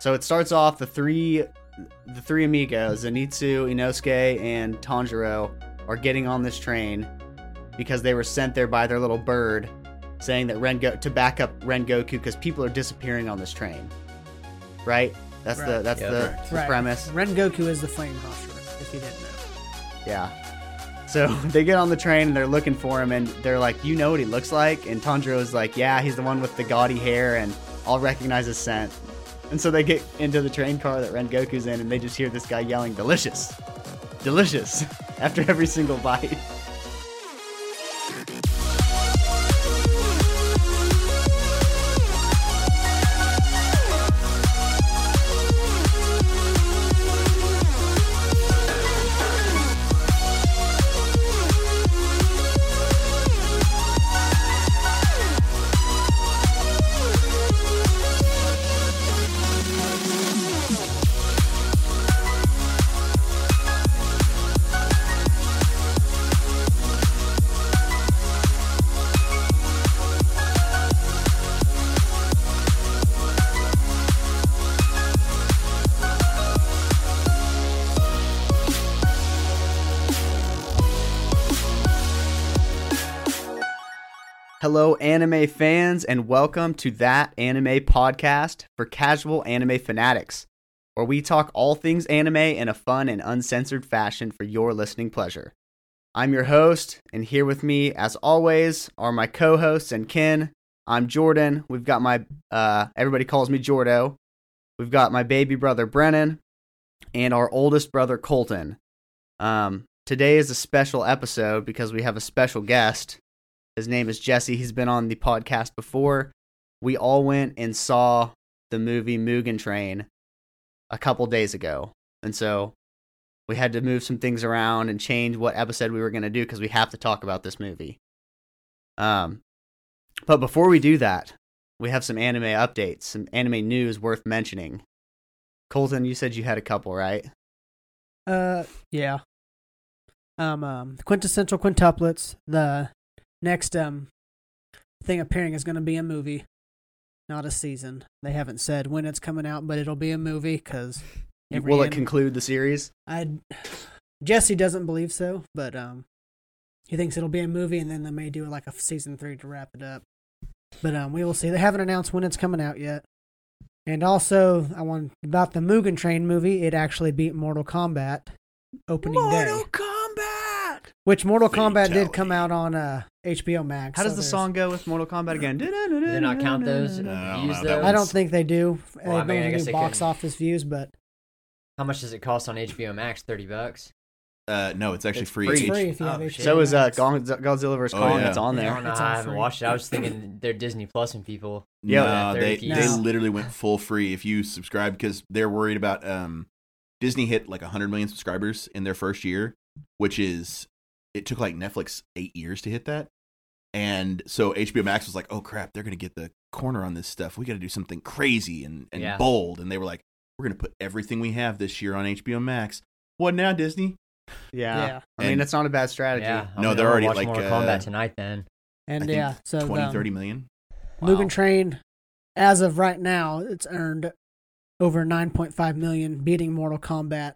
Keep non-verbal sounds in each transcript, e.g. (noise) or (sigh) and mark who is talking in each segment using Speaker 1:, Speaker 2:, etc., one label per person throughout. Speaker 1: So it starts off the three the three amigos, Zenitsu, Inosuke, and Tanjiro, are getting on this train because they were sent there by their little bird saying that Rengo to back up Rengoku because people are disappearing on this train. Right? That's the
Speaker 2: Right.
Speaker 1: that's
Speaker 3: Yeah.
Speaker 1: the, the premise.
Speaker 2: Ren Goku is the flame crosser, if you didn't know.
Speaker 1: Yeah. So (laughs) they get on the train and they're looking for him and they're like, You know what he looks like? And Tanjiro's like, Yeah, he's the one with the gaudy hair and I'll recognize his scent. And so they get into the train car that Rengoku's in and they just hear this guy yelling, Delicious! Delicious! (laughs) after every single bite. Hello, anime fans, and welcome to That Anime Podcast for casual anime fanatics, where we talk all things anime in a fun and uncensored fashion for your listening pleasure. I'm your host, and here with me, as always, are my co hosts and kin. I'm Jordan. We've got my, uh, everybody calls me Jordo. We've got my baby brother, Brennan, and our oldest brother, Colton. Um, today is a special episode because we have a special guest. His name is Jesse. He's been on the podcast before. We all went and saw the movie Mugen Train a couple days ago. And so we had to move some things around and change what episode we were going to do because we have to talk about this movie. Um, but before we do that, we have some anime updates, some anime news worth mentioning. Colton, you said you had a couple, right?
Speaker 2: Uh, yeah. Um, um, quintessential quintuplets. The next um thing appearing is going to be a movie, not a season. They haven't said when it's coming out, but it'll be a movie because
Speaker 1: Will it conclude the series?
Speaker 2: I Jesse doesn't believe so, but um, he thinks it'll be a movie, and then they may do like a season three to wrap it up. But um, we will see. They haven't announced when it's coming out yet. And also, I want about the Mugen Train movie. It actually beat Mortal Kombat opening day,
Speaker 1: Kombat!
Speaker 2: which Mortal Kombat did come out on uh, HBO Max.
Speaker 1: How
Speaker 2: so
Speaker 1: does the
Speaker 2: there's-
Speaker 1: song go with Mortal Kombat again?
Speaker 2: (laughs)
Speaker 1: Do
Speaker 3: Do they not count those?
Speaker 4: No, I don't
Speaker 3: Use
Speaker 4: know, that
Speaker 3: those?
Speaker 2: I don't think they do. uh,
Speaker 3: Well, I
Speaker 2: they
Speaker 3: mean, I
Speaker 2: don't
Speaker 3: guess
Speaker 2: do
Speaker 3: they
Speaker 2: box
Speaker 3: couldn't.
Speaker 2: office views, but
Speaker 3: How much does it cost on HBO Max? Thirty bucks.
Speaker 4: Uh, no, it's actually
Speaker 1: It's
Speaker 4: free.
Speaker 1: free.
Speaker 2: it's
Speaker 4: H-
Speaker 2: free if you have
Speaker 3: Oh,
Speaker 2: HBO.
Speaker 3: shit.
Speaker 1: So is uh,
Speaker 2: Max.
Speaker 1: Gon- Godzilla vs
Speaker 4: Oh,
Speaker 1: Kong.
Speaker 4: yeah.
Speaker 1: It's on
Speaker 3: I
Speaker 1: there.
Speaker 3: don't know.
Speaker 2: It's on
Speaker 3: I haven't
Speaker 2: free.
Speaker 3: watched it. I
Speaker 2: (laughs)
Speaker 3: was thinking they're Disney Plus and people.
Speaker 1: Yeah,
Speaker 4: no,
Speaker 3: they're
Speaker 4: they
Speaker 3: huge.
Speaker 4: they
Speaker 2: No.
Speaker 4: literally went full free if you subscribe because they're worried about um Disney hit like 100 million subscribers in their first year, which is it took like Netflix 8 years to hit that. And so HBO Max was like, "Oh crap, they're going to get the corner on this stuff. We got to do something crazy and and
Speaker 3: Yeah.
Speaker 4: bold." And they were like, "We're going to put everything we have this year on HBO Max." What now, Disney?
Speaker 1: Yeah.
Speaker 2: yeah.
Speaker 1: I mean,
Speaker 4: And-
Speaker 1: that's not a bad strategy.
Speaker 3: Yeah. I'm
Speaker 4: No,
Speaker 3: gonna
Speaker 4: they're already,
Speaker 3: watch
Speaker 4: like,
Speaker 3: Mortal
Speaker 4: uh,
Speaker 3: Kombat tonight. Then
Speaker 4: I
Speaker 2: And
Speaker 4: think
Speaker 2: yeah, so
Speaker 4: 20,
Speaker 2: um,
Speaker 4: 30 million.
Speaker 2: Mugen
Speaker 3: Wow.
Speaker 2: Train, as of right now, it's earned over 9.5 million, beating Mortal Kombat,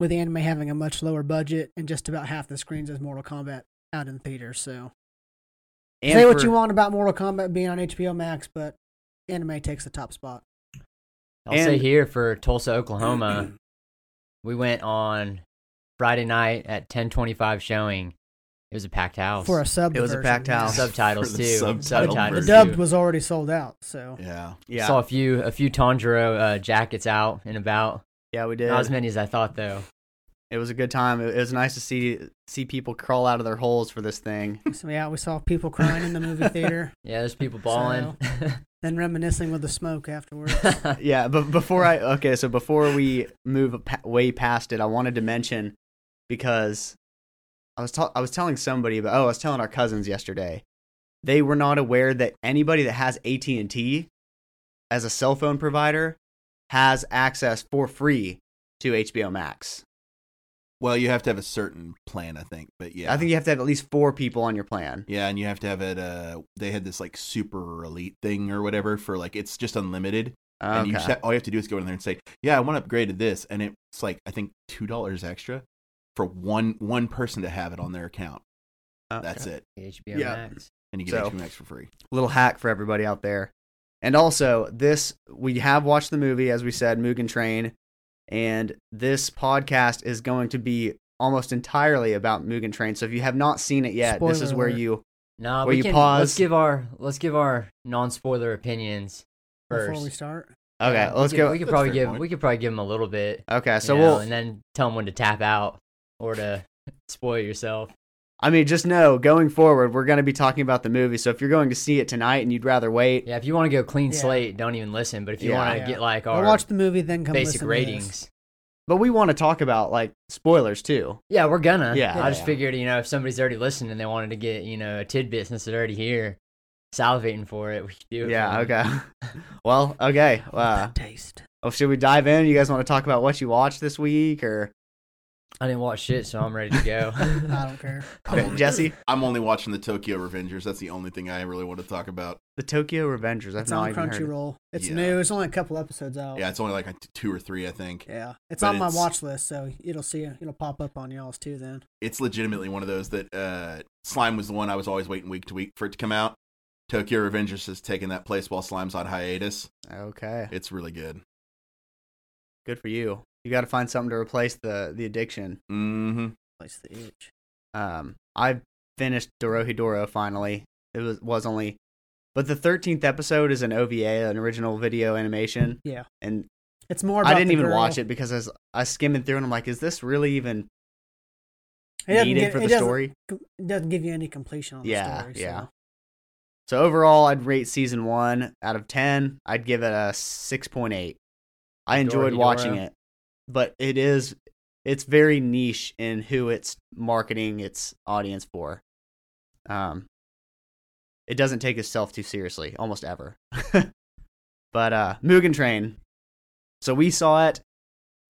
Speaker 2: with the anime having a much lower budget and just about half the screens as Mortal Kombat out in theaters. So
Speaker 1: And
Speaker 2: say what
Speaker 1: for-
Speaker 2: you want about Mortal Kombat being on HBO Max, but anime takes the top spot.
Speaker 3: I'll say
Speaker 1: And-
Speaker 3: here for Tulsa, Oklahoma, we went on Friday night at ten twenty-five showing. It was a packed house.
Speaker 2: For a sub,
Speaker 1: Oh, It was a
Speaker 2: version,
Speaker 1: packed
Speaker 2: yeah.
Speaker 1: house.
Speaker 3: (laughs) subtitles
Speaker 4: For
Speaker 3: too.
Speaker 4: the subtitle
Speaker 2: The
Speaker 3: subtitles
Speaker 4: version.
Speaker 3: too.
Speaker 2: dubbed was already sold out. So
Speaker 4: Yeah.
Speaker 1: Yeah.
Speaker 3: Saw a few a few Tanjiro uh, jackets out and about.
Speaker 1: yeah, we did.
Speaker 3: Not as many as I thought though.
Speaker 1: it was a good time. It, it was nice to see see people crawl out of their holes for this thing. (laughs)
Speaker 2: so yeah, we saw people crying in the movie theater, (laughs)
Speaker 3: Yeah, there's people bawling.
Speaker 2: then reminiscing with the
Speaker 1: (laughs)
Speaker 2: smoke afterwards. (laughs)
Speaker 3: (laughs)
Speaker 1: yeah, but before I okay, so before we move pa- way past it, I wanted to mention because I was ta- I was telling somebody, but oh, I was telling our cousins yesterday. They were not aware that anybody that has AT and T as a cell phone provider has access for free to HBO Max.
Speaker 4: Well, you have to have a certain plan, I think. But yeah,
Speaker 1: I think you have to have at least four people on your plan.
Speaker 4: yeah, and you have to have it. Uh, they had this like super elite thing or whatever for like it's just unlimited,
Speaker 1: Okay.
Speaker 4: And you just have, all you have to do is go in there and say, "Yeah, I want to upgrade to this," and it's like I think two dollars extra for one one person to have it on their account. That's it,
Speaker 3: HBO
Speaker 1: Yeah.
Speaker 3: Max.
Speaker 4: and you get
Speaker 1: So-
Speaker 4: HBO Max for free.
Speaker 1: little hack for everybody out there. And also, this we have watched the movie as we said, Mugen Train, and this podcast is going to be almost entirely about Mugen Train. So if you have not seen it yet, this
Speaker 2: Spoiler
Speaker 1: is where
Speaker 2: alert.
Speaker 1: you
Speaker 3: No,
Speaker 1: Will
Speaker 3: we
Speaker 1: you
Speaker 3: can, Let's
Speaker 1: pause?
Speaker 3: give our let's give our non spoiler opinions first.
Speaker 2: Before we start,
Speaker 1: okay.
Speaker 3: Yeah, we
Speaker 1: let's
Speaker 3: could-
Speaker 1: go.
Speaker 3: We could
Speaker 4: That's a
Speaker 3: probably
Speaker 4: fair
Speaker 3: give
Speaker 4: point.
Speaker 3: we could probably give them a little bit.
Speaker 1: okay, so
Speaker 3: you know,
Speaker 1: we'll.
Speaker 3: and then tell them when to tap out or to (laughs) spoil yourself.
Speaker 1: I mean, just know going forward, we're going to be talking about the movie. So if you're going to see it tonight and you'd rather wait,
Speaker 3: Yeah, if you want to go clean
Speaker 2: Yeah.
Speaker 3: slate, don't even listen. But if you
Speaker 1: Yeah.
Speaker 3: want to
Speaker 2: Yeah.
Speaker 3: get like
Speaker 2: I'll
Speaker 3: our
Speaker 2: watch the movie, then come listen
Speaker 3: basic
Speaker 2: to this.
Speaker 3: ratings,
Speaker 1: but we want to talk about like spoilers too.
Speaker 3: yeah, we're gonna.
Speaker 1: Yeah.
Speaker 3: I just
Speaker 4: Yeah.
Speaker 3: figured you know if somebody's already listening and they wanted to get you know a tidbit since they're already here, salivating for it, we could do it.
Speaker 1: Yeah.
Speaker 3: for them.
Speaker 1: Okay. (laughs) well. Okay.
Speaker 2: Love
Speaker 1: Uh,
Speaker 2: that taste.
Speaker 1: oh, should we dive in? You guys want to talk about what you watched this week or
Speaker 3: I didn't watch shit, so I'm ready to go.
Speaker 2: (laughs)
Speaker 3: (laughs)
Speaker 2: I don't care.
Speaker 1: (laughs) Jesse?
Speaker 4: I'm only watching the Tokyo Revengers. That's the only thing I really want to talk about.
Speaker 1: The Tokyo Revengers. I've
Speaker 2: It's
Speaker 1: not
Speaker 2: on
Speaker 1: even heard of it.
Speaker 2: Crunchyroll. It's
Speaker 4: Yeah.
Speaker 2: new. It's only a couple episodes
Speaker 1: Oh.
Speaker 2: out.
Speaker 4: Yeah, it's only like two or three, I think.
Speaker 2: Yeah. It's
Speaker 4: But
Speaker 2: on my
Speaker 4: it's-
Speaker 2: watch list, so it'll see it'll pop up on y'all's too then.
Speaker 4: It's legitimately one of those that uh, Slime was the one I was always waiting week to week for it to come out. Tokyo Revengers has taken that place while Slime's on hiatus.
Speaker 1: Okay,
Speaker 4: It's really good.
Speaker 1: good for you. You got to find something to replace the the addiction.
Speaker 4: Mm-hmm.
Speaker 2: Place the itch.
Speaker 1: Um, I finished Dorohedoro finally. It was was only, but the thirteenth episode is an OVA, an original video animation.
Speaker 2: Yeah.
Speaker 1: and
Speaker 2: It's more about
Speaker 1: I didn't
Speaker 2: the
Speaker 1: even
Speaker 2: girl.
Speaker 1: watch it because I was I was skimming through and I'm like, is this really even
Speaker 2: It doesn't
Speaker 1: needed
Speaker 2: get-
Speaker 1: for
Speaker 2: it
Speaker 1: the
Speaker 2: doesn't-
Speaker 1: story?
Speaker 2: It doesn't give you any completion on
Speaker 1: Yeah,
Speaker 2: the story.
Speaker 1: yeah.
Speaker 2: So.
Speaker 1: So overall, I'd rate season one out of ten. I'd give it a six point eight. I enjoyed
Speaker 3: Dorohedoro.
Speaker 1: watching it, but it is it's very niche in who it's marketing its audience for. Um, it doesn't take itself too seriously almost ever. (laughs) but uh, Mugen Train. So we saw it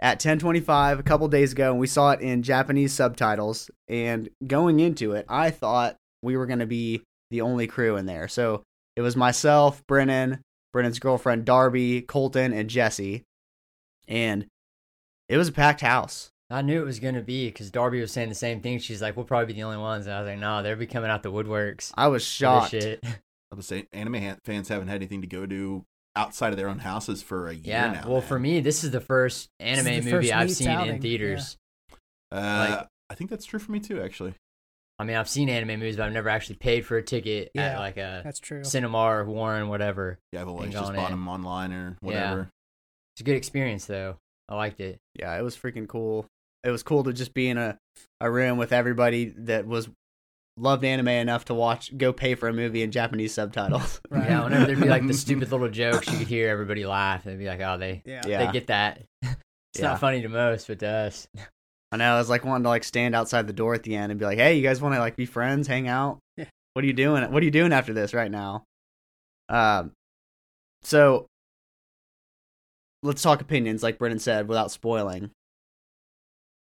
Speaker 1: at 10:25 a couple days ago, and we saw it in Japanese subtitles. And going into it, I thought we were going to be the only crew in there. So it was myself, Brennan, Brennan's girlfriend Darby, Colton, and Jesse, and it was a packed house.
Speaker 3: I knew it was gonna be because Darby was saying the same thing. She's like, "We'll probably be the only ones." And I was like, "No, they'll be coming out the woodworks."
Speaker 1: I was
Speaker 3: for this
Speaker 1: shocked.
Speaker 3: Shit. (laughs)
Speaker 4: I was saying, anime ha- fans haven't had anything to go to outside of their own houses for a year
Speaker 3: Yeah.
Speaker 4: now.
Speaker 3: well,
Speaker 4: man.
Speaker 3: for me, this is the first
Speaker 2: is
Speaker 3: anime
Speaker 2: the
Speaker 3: movie
Speaker 2: first
Speaker 3: I've
Speaker 2: meets
Speaker 3: seen
Speaker 2: outing,
Speaker 3: in theaters.
Speaker 4: uh,
Speaker 3: like-
Speaker 4: I think that's true for me too, actually.
Speaker 3: I mean, I've seen anime movies, but I've never actually paid for a ticket at
Speaker 2: Yeah.
Speaker 3: like a
Speaker 2: That's true.
Speaker 3: cinema or Warren, whatever.
Speaker 4: Yeah, I've always
Speaker 3: Ain't
Speaker 4: just
Speaker 3: gone
Speaker 4: bought
Speaker 3: in.
Speaker 4: them online or whatever.
Speaker 3: It's a good experience though. I liked
Speaker 2: (laughs)
Speaker 3: it.
Speaker 1: Yeah, it was freaking cool. It was cool to just be in a, a room with everybody that was loved anime enough to watch go pay for a movie in Japanese subtitles. (laughs)
Speaker 2: Right.
Speaker 3: Yeah, whenever there'd be like
Speaker 2: (laughs)
Speaker 3: the stupid little jokes, you could hear everybody laugh and be like, "Oh, they
Speaker 2: Yeah.
Speaker 1: Yeah.
Speaker 3: they get that." (laughs) it's
Speaker 1: Yeah.
Speaker 3: not funny to most, but to us,
Speaker 1: I know I was like wanting to like stand outside the door at the end and be like, "Hey, you guys want to like be friends, hang out?
Speaker 2: Yeah.
Speaker 1: What are you doing? What are you doing after this right now?" Um, so let's talk opinions, like Brennan said, without spoiling.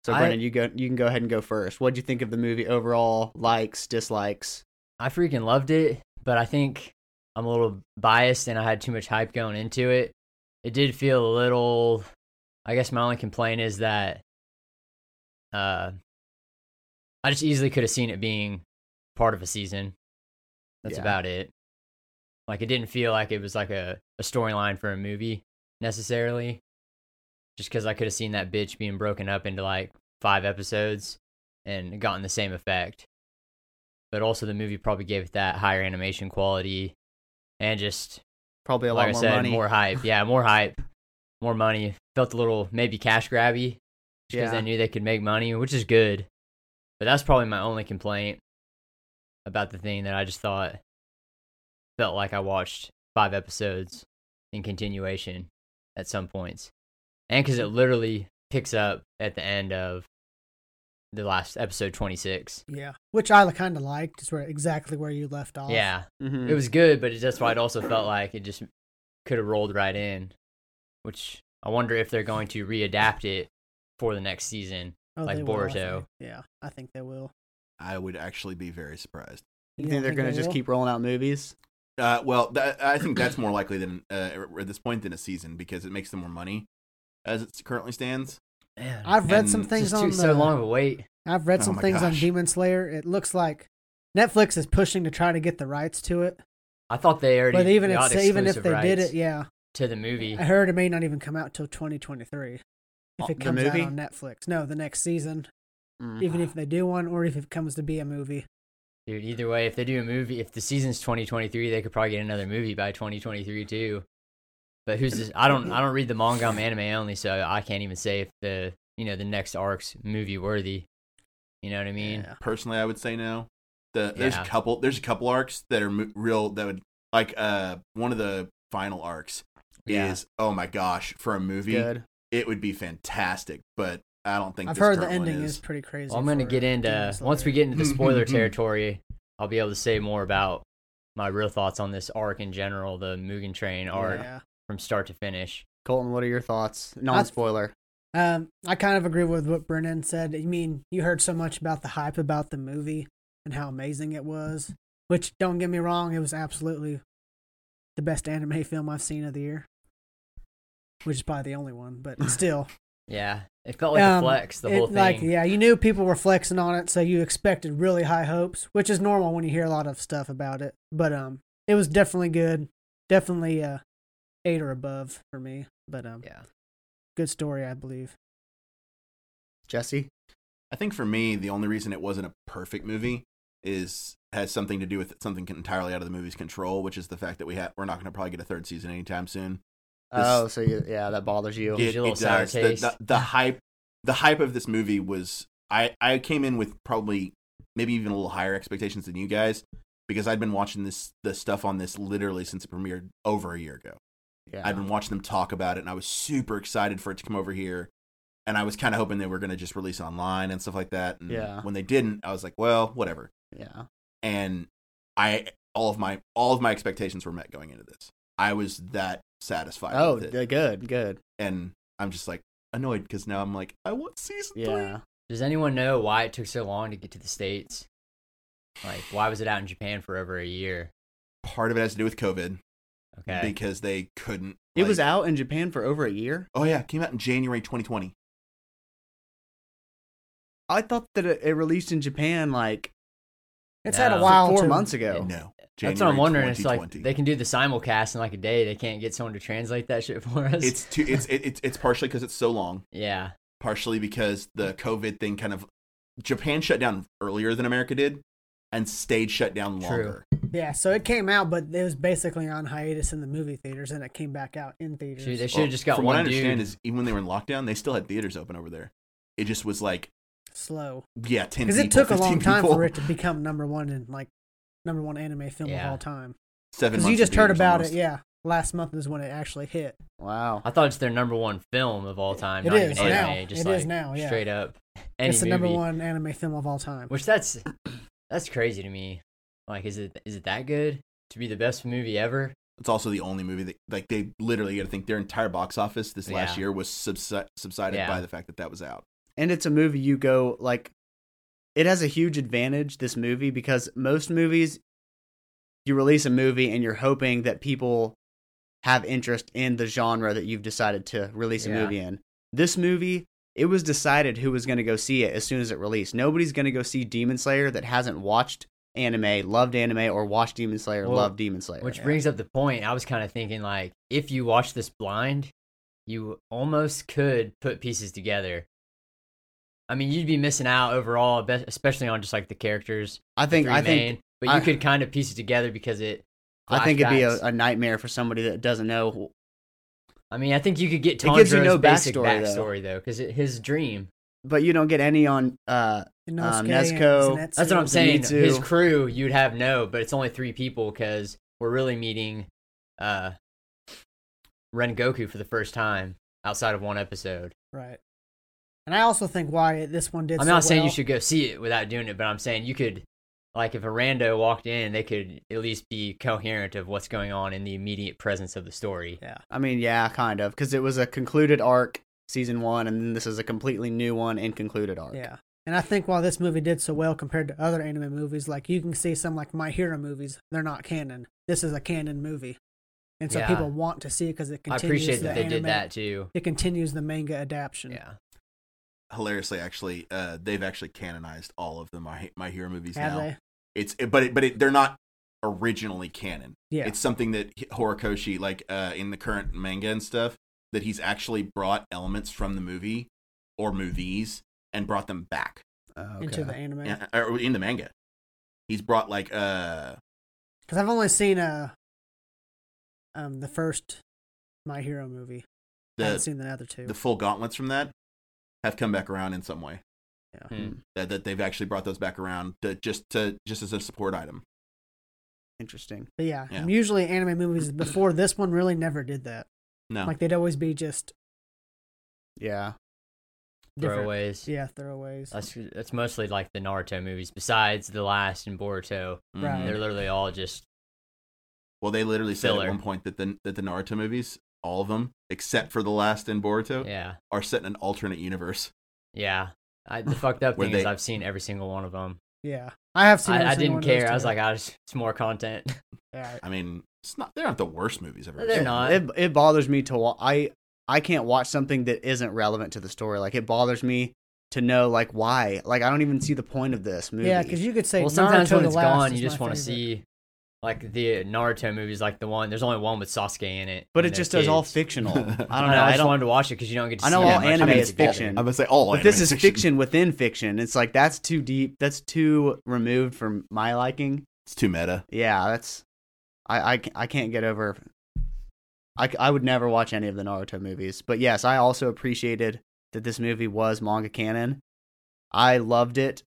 Speaker 1: So
Speaker 3: I-
Speaker 1: Brennan, you go. You can go ahead and go first. What do you think of the movie overall? Likes, dislikes.
Speaker 3: I freaking loved it, but I think I'm a little biased and I had too much hype going into it. It did feel a little I guess my only complaint is that uh I just easily could have seen it being part of a season. That's
Speaker 1: Yeah.
Speaker 3: about it. Like it didn't feel like it was like a, a storyline for a movie necessarily. Just because I could have seen that bitch being broken up into like five episodes and gotten the same effect but also the movie probably gave it that higher animation quality and just
Speaker 1: Probably a
Speaker 3: like I
Speaker 1: lot more
Speaker 3: said,
Speaker 1: money.
Speaker 3: more hype. Yeah, more hype, more money. Felt a little maybe cash grabby because
Speaker 1: yeah.
Speaker 3: I knew they could make money, which is good. But that's probably my only complaint about the thing that I just thought felt like I watched five episodes in continuation at some points, and because it literally picks up at the end of the last episode twenty six.
Speaker 2: Yeah. Which I kind of liked. Is where exactly where you left off.
Speaker 3: Yeah,
Speaker 1: Mhm.
Speaker 3: it was good, but it, that's why it also felt like it just could have rolled right in. Which I wonder if they're going to readapt it for the next season.
Speaker 2: Oh,
Speaker 3: like
Speaker 2: they will, I
Speaker 3: Boruto.
Speaker 2: think. Yeah. I think they will.
Speaker 4: I would actually be very surprised.
Speaker 1: You think they're
Speaker 2: don't
Speaker 1: gonna just
Speaker 2: will?
Speaker 1: keep rolling out movies?
Speaker 4: Uh, well, that, I think that's more likely than uh, at this point than a season because it makes them more money as it currently stands.
Speaker 3: Man,
Speaker 2: I've read
Speaker 4: And
Speaker 2: some
Speaker 4: it's
Speaker 2: things
Speaker 3: just
Speaker 2: on
Speaker 3: too,
Speaker 2: the,
Speaker 3: so long of a wait.
Speaker 2: I've read
Speaker 4: Oh
Speaker 2: some
Speaker 4: my
Speaker 2: things on
Speaker 4: gosh.
Speaker 2: Demon Slayer. It looks like Netflix is pushing to try to get the rights to it.
Speaker 3: I thought they already
Speaker 2: But even
Speaker 3: got
Speaker 2: if even if
Speaker 3: exclusive
Speaker 2: they did
Speaker 3: rights
Speaker 2: it, yeah,
Speaker 3: to
Speaker 2: (laughs)
Speaker 3: the movie.
Speaker 2: I heard it may not even come out till 2023 if
Speaker 1: Oh,
Speaker 2: it
Speaker 1: the
Speaker 2: comes out
Speaker 1: movie?
Speaker 2: on Netflix. No, the next season,
Speaker 1: Mm.
Speaker 3: Mm-hmm.
Speaker 2: even if they do one, or if it comes to be a movie.
Speaker 3: Dude, either way, if they do a movie, if the season's 2023, they could probably get another movie by 2023 too. But who's this? I don't I don't read the manga I'm anime only, so I can't even say if the you know the next arc's movie worthy. You know what I mean?
Speaker 2: Yeah.
Speaker 4: Personally, I would say no. The there's a
Speaker 3: Yeah.
Speaker 4: couple there's a couple arcs that are mo- real that would like uh one of the final arcs
Speaker 3: Yeah.
Speaker 4: is oh my gosh for a movie
Speaker 1: good.
Speaker 4: it would be fantastic, but I don't think
Speaker 2: I've
Speaker 4: this
Speaker 2: heard the
Speaker 4: current one
Speaker 2: ending
Speaker 4: is.
Speaker 2: is pretty crazy.
Speaker 3: Well, I'm gonna
Speaker 2: for
Speaker 3: get
Speaker 2: Demon
Speaker 3: into
Speaker 2: Slayer.
Speaker 3: once we get into the
Speaker 4: (laughs)
Speaker 3: spoiler territory, I'll be able to say more about my real thoughts on this arc in general, the Mugen Train arc
Speaker 2: Yeah.
Speaker 3: from start to finish.
Speaker 1: Colton, what are your thoughts? Non spoiler.
Speaker 2: Um, I kind of agree with what Brennan said. I mean, you heard so much about the hype about the movie and how amazing it was, which don't get me wrong, it was absolutely the best anime film I've seen of the year, which is probably the only one,
Speaker 3: (laughs)
Speaker 2: but still.
Speaker 3: Yeah, it felt like a
Speaker 2: Um,
Speaker 3: flex the
Speaker 2: it-
Speaker 3: whole thing.
Speaker 2: Like, yeah, you knew people were flexing on it, so you expected really high hopes, which is normal when you hear a lot of stuff about it. But um, it was definitely good, definitely uh, eight or above for me. But um,
Speaker 3: Yeah.
Speaker 2: good story, I believe.
Speaker 1: Jesse?
Speaker 4: I think for me, the only reason it wasn't a perfect movie is has something to do with something entirely out of the movie's control, which is the fact that we have we're not going to probably get a third season anytime soon. This-
Speaker 1: Oh, so you, yeah, that bothers you.
Speaker 3: Yeah. gives you a little sour
Speaker 4: The-
Speaker 3: taste.
Speaker 4: The, the hype, the hype of this movie was. I I came in with probably maybe even a little higher expectations than you guys because I'd been watching this the stuff on this literally since it premiered over a year ago.
Speaker 1: Yeah.
Speaker 4: I'd been watching them talk about it, and I was super excited for it to come over here. And I was kind of hoping they were going to just release it online and stuff like that. And
Speaker 1: Yeah.
Speaker 4: when they didn't, I was like, well, whatever.
Speaker 1: yeah.
Speaker 4: And I all of my all of my expectations were met going into this. I was that satisfied.
Speaker 1: Oh,
Speaker 4: with it.
Speaker 1: d- good, good.
Speaker 4: and I'm just like annoyed because now I'm like, I want season
Speaker 1: Yeah.
Speaker 3: Does anyone know why it took so long to get to the states? Like, why was it out in Japan for over a year?
Speaker 4: three. Part of it has to do with COVID
Speaker 3: Okay,
Speaker 4: because they couldn't.
Speaker 1: It was
Speaker 4: like-
Speaker 1: out in Japan for over a year.
Speaker 4: Oh yeah, it came out in January 2020.
Speaker 1: I thought that it, it released in Japan like
Speaker 2: It's had a
Speaker 3: No.
Speaker 2: while.
Speaker 1: four
Speaker 2: to-
Speaker 1: months ago.
Speaker 4: No,
Speaker 3: that's what I'm
Speaker 4: January
Speaker 3: wondering. It's like
Speaker 4: 2020.
Speaker 3: they can do the simulcast in like a day. They can't get someone to translate that shit for us.
Speaker 4: it's too, it's it, it's it's partially because it's so long.
Speaker 3: (laughs) yeah,
Speaker 4: partially because the
Speaker 2: Mm.
Speaker 4: COVID thing kind of Japan shut down earlier than America did, and stayed shut down
Speaker 3: True.
Speaker 4: longer.
Speaker 2: Yeah, so it came out, but it was basically on hiatus in the movie theaters, and it came back out in theaters.
Speaker 3: Shoot, they should have
Speaker 4: Well,
Speaker 3: just got
Speaker 4: Oh, from
Speaker 3: one
Speaker 4: what I understand
Speaker 3: dude.
Speaker 4: is even when they were in lockdown, they still had theaters open over there. It just was like
Speaker 2: slow
Speaker 4: yeah, ten
Speaker 2: because
Speaker 4: because
Speaker 2: it took a long time for it to become number one in like number one anime film
Speaker 3: Yeah.
Speaker 2: of all time.
Speaker 4: (laughs) Seven.
Speaker 2: Because
Speaker 4: Because
Speaker 2: you just heard about it, yeah. Last month is when it actually hit.
Speaker 1: Wow.
Speaker 3: I thought it's their number one film of all time.
Speaker 2: It
Speaker 3: not
Speaker 2: is
Speaker 3: even
Speaker 4: now.
Speaker 3: anime, just
Speaker 2: It
Speaker 3: like
Speaker 2: is now, yeah.
Speaker 3: straight up. Any
Speaker 2: it's the number
Speaker 3: movie.
Speaker 2: one anime film of all time.
Speaker 3: Which that's that's crazy to me. Like, is it is it that good to be the best movie ever?
Speaker 4: It's also the only movie that like they literally. I think their entire box office this last
Speaker 3: Yeah.
Speaker 4: year was subsi- subsided
Speaker 3: Yeah.
Speaker 4: by the fact that that was out.
Speaker 1: and it's a movie you go like it has a huge advantage this movie because most movies you release a movie and you're hoping that people have interest in the genre that you've decided to release a
Speaker 3: Yeah.
Speaker 1: movie in this movie it was decided who was going to go see it as soon as it released nobody's going to go see demon slayer that hasn't watched anime loved anime or watched demon slayer
Speaker 3: Well,
Speaker 1: loved demon slayer
Speaker 3: Which brings up the point. I was kind of thinking like, if you watch this blind, you almost could put pieces together. I mean, you'd be missing out overall, be- especially on just like the characters.
Speaker 1: i
Speaker 3: the
Speaker 1: think
Speaker 3: three
Speaker 1: i think
Speaker 3: main, but you
Speaker 1: I-
Speaker 3: could kind of piece it together because it.
Speaker 1: i think it'd be
Speaker 3: flashbacks.
Speaker 1: a, a nightmare for somebody that doesn't know
Speaker 3: I mean, I think you could get
Speaker 1: It gives you
Speaker 3: Tanjiro's
Speaker 1: no backstory,
Speaker 3: basic
Speaker 1: though.
Speaker 3: backstory though, because his dream.
Speaker 1: but you don't get any on uh
Speaker 2: And
Speaker 1: um,
Speaker 2: Nosuke and
Speaker 1: Nezuko-
Speaker 2: Zenitsu.
Speaker 3: That's what I'm saying.
Speaker 1: Zenitsu.
Speaker 3: His crew, you'd have no, but it's only three people because we're really meeting, uh, Ren Goku for the first time outside of one episode.
Speaker 2: Right. And I also think why this one did.
Speaker 3: I'm
Speaker 2: so
Speaker 3: not saying you
Speaker 2: well-
Speaker 3: should go see it without doing it, but I'm saying you could, like, if a rando walked in, they could at least be coherent of what's going on in the immediate presence of the story.
Speaker 2: Yeah.
Speaker 1: I mean, yeah, kind of, because it was a concluded arc, season one, and then this is a completely new one and concluded arc.
Speaker 2: Yeah. And I think while this movie did so well compared to other anime movies, like you can see some like My Hero movies, they're not canon. This is a canon movie, and so
Speaker 3: Yeah.
Speaker 2: people want to see it because it
Speaker 3: I
Speaker 2: continues.
Speaker 3: appreciate
Speaker 2: the
Speaker 3: that they
Speaker 2: anime,
Speaker 3: did that too.
Speaker 2: It continues the manga adaptation.
Speaker 3: Yeah.
Speaker 4: Hilariously, actually, uh, they've actually canonized all of the My, My Hero movies
Speaker 2: Have
Speaker 4: now.
Speaker 2: they?
Speaker 4: It's it, but it, but it, they're not originally canon.
Speaker 2: Yeah.
Speaker 4: It's something that Horikoshi, like uh, in the current manga and stuff, that he's actually brought elements from the movie or movies and brought them back
Speaker 1: Oh,
Speaker 2: into the anime. Because
Speaker 4: Yeah, or in the manga. He's brought like uh
Speaker 2: I've only seen uh um the first My Hero movie. I haven't
Speaker 4: the
Speaker 2: seen the other two.
Speaker 4: the full gauntlets from that have come back around in some way.
Speaker 2: yeah.
Speaker 3: Hmm.
Speaker 4: That that they've actually brought those back around to just to just as a support item.
Speaker 1: Interesting.
Speaker 2: But yeah,
Speaker 4: Yeah.
Speaker 2: and usually anime movies before this one really never did that.
Speaker 4: No.
Speaker 2: Like they'd always be just
Speaker 1: Yeah.
Speaker 2: different.
Speaker 3: Throwaways.
Speaker 2: Yeah, throwaways.
Speaker 3: That's that's mostly like the Naruto movies. Besides the last and Boruto,
Speaker 4: Mhm.
Speaker 2: Right.
Speaker 3: they're literally all just
Speaker 4: Well, they literally said
Speaker 3: Filler.
Speaker 4: at one point that the that the Naruto movies, all of them except for the last in Boruto,
Speaker 3: yeah,
Speaker 4: are set in an alternate universe.
Speaker 3: yeah. I, the fucked up
Speaker 4: Were
Speaker 3: thing is
Speaker 4: they-
Speaker 3: I've seen every single one of them.
Speaker 2: Yeah, I have seen. every
Speaker 3: I, I
Speaker 2: single
Speaker 3: didn't
Speaker 2: one of those
Speaker 3: care. I was
Speaker 2: too.
Speaker 3: like, I just, it's more content.
Speaker 2: yeah,
Speaker 4: I mean, it's not they aren't the worst movies I've ever.
Speaker 3: They're
Speaker 4: seen.
Speaker 3: not.
Speaker 1: It it bothers me to wa- I I can't watch something that isn't relevant to the story. Like it bothers me to know like why. Like I don't even see the point of this movie.
Speaker 2: yeah, because you could say
Speaker 3: well, sometimes
Speaker 2: Naruto
Speaker 3: when
Speaker 2: the
Speaker 3: it's
Speaker 2: Last
Speaker 3: gone,
Speaker 2: is
Speaker 3: you just
Speaker 2: my
Speaker 3: want to
Speaker 2: favorite.
Speaker 3: see like the Naruto movies, like the one. There's only one with Sasuke in it,
Speaker 1: but
Speaker 3: and
Speaker 1: it
Speaker 3: they're
Speaker 1: just is all
Speaker 3: kids.
Speaker 1: fictional. I don't know.
Speaker 3: (laughs) I, know, I
Speaker 1: I
Speaker 3: just
Speaker 1: don't.
Speaker 3: wanted to watch it because you don't get to.
Speaker 1: I know
Speaker 3: see
Speaker 1: all
Speaker 3: that much
Speaker 1: anime
Speaker 3: of it.
Speaker 1: is fiction.
Speaker 4: I'm gonna say all.
Speaker 1: But this
Speaker 4: anime
Speaker 1: is fiction within fiction. It's like that's too deep. That's too removed from my liking.
Speaker 4: It's too meta.
Speaker 1: Yeah, that's I I, ca- I can't get over. I c- I would never watch any of the Naruto movies, but yes, I also appreciated that this movie was manga canon. I loved it,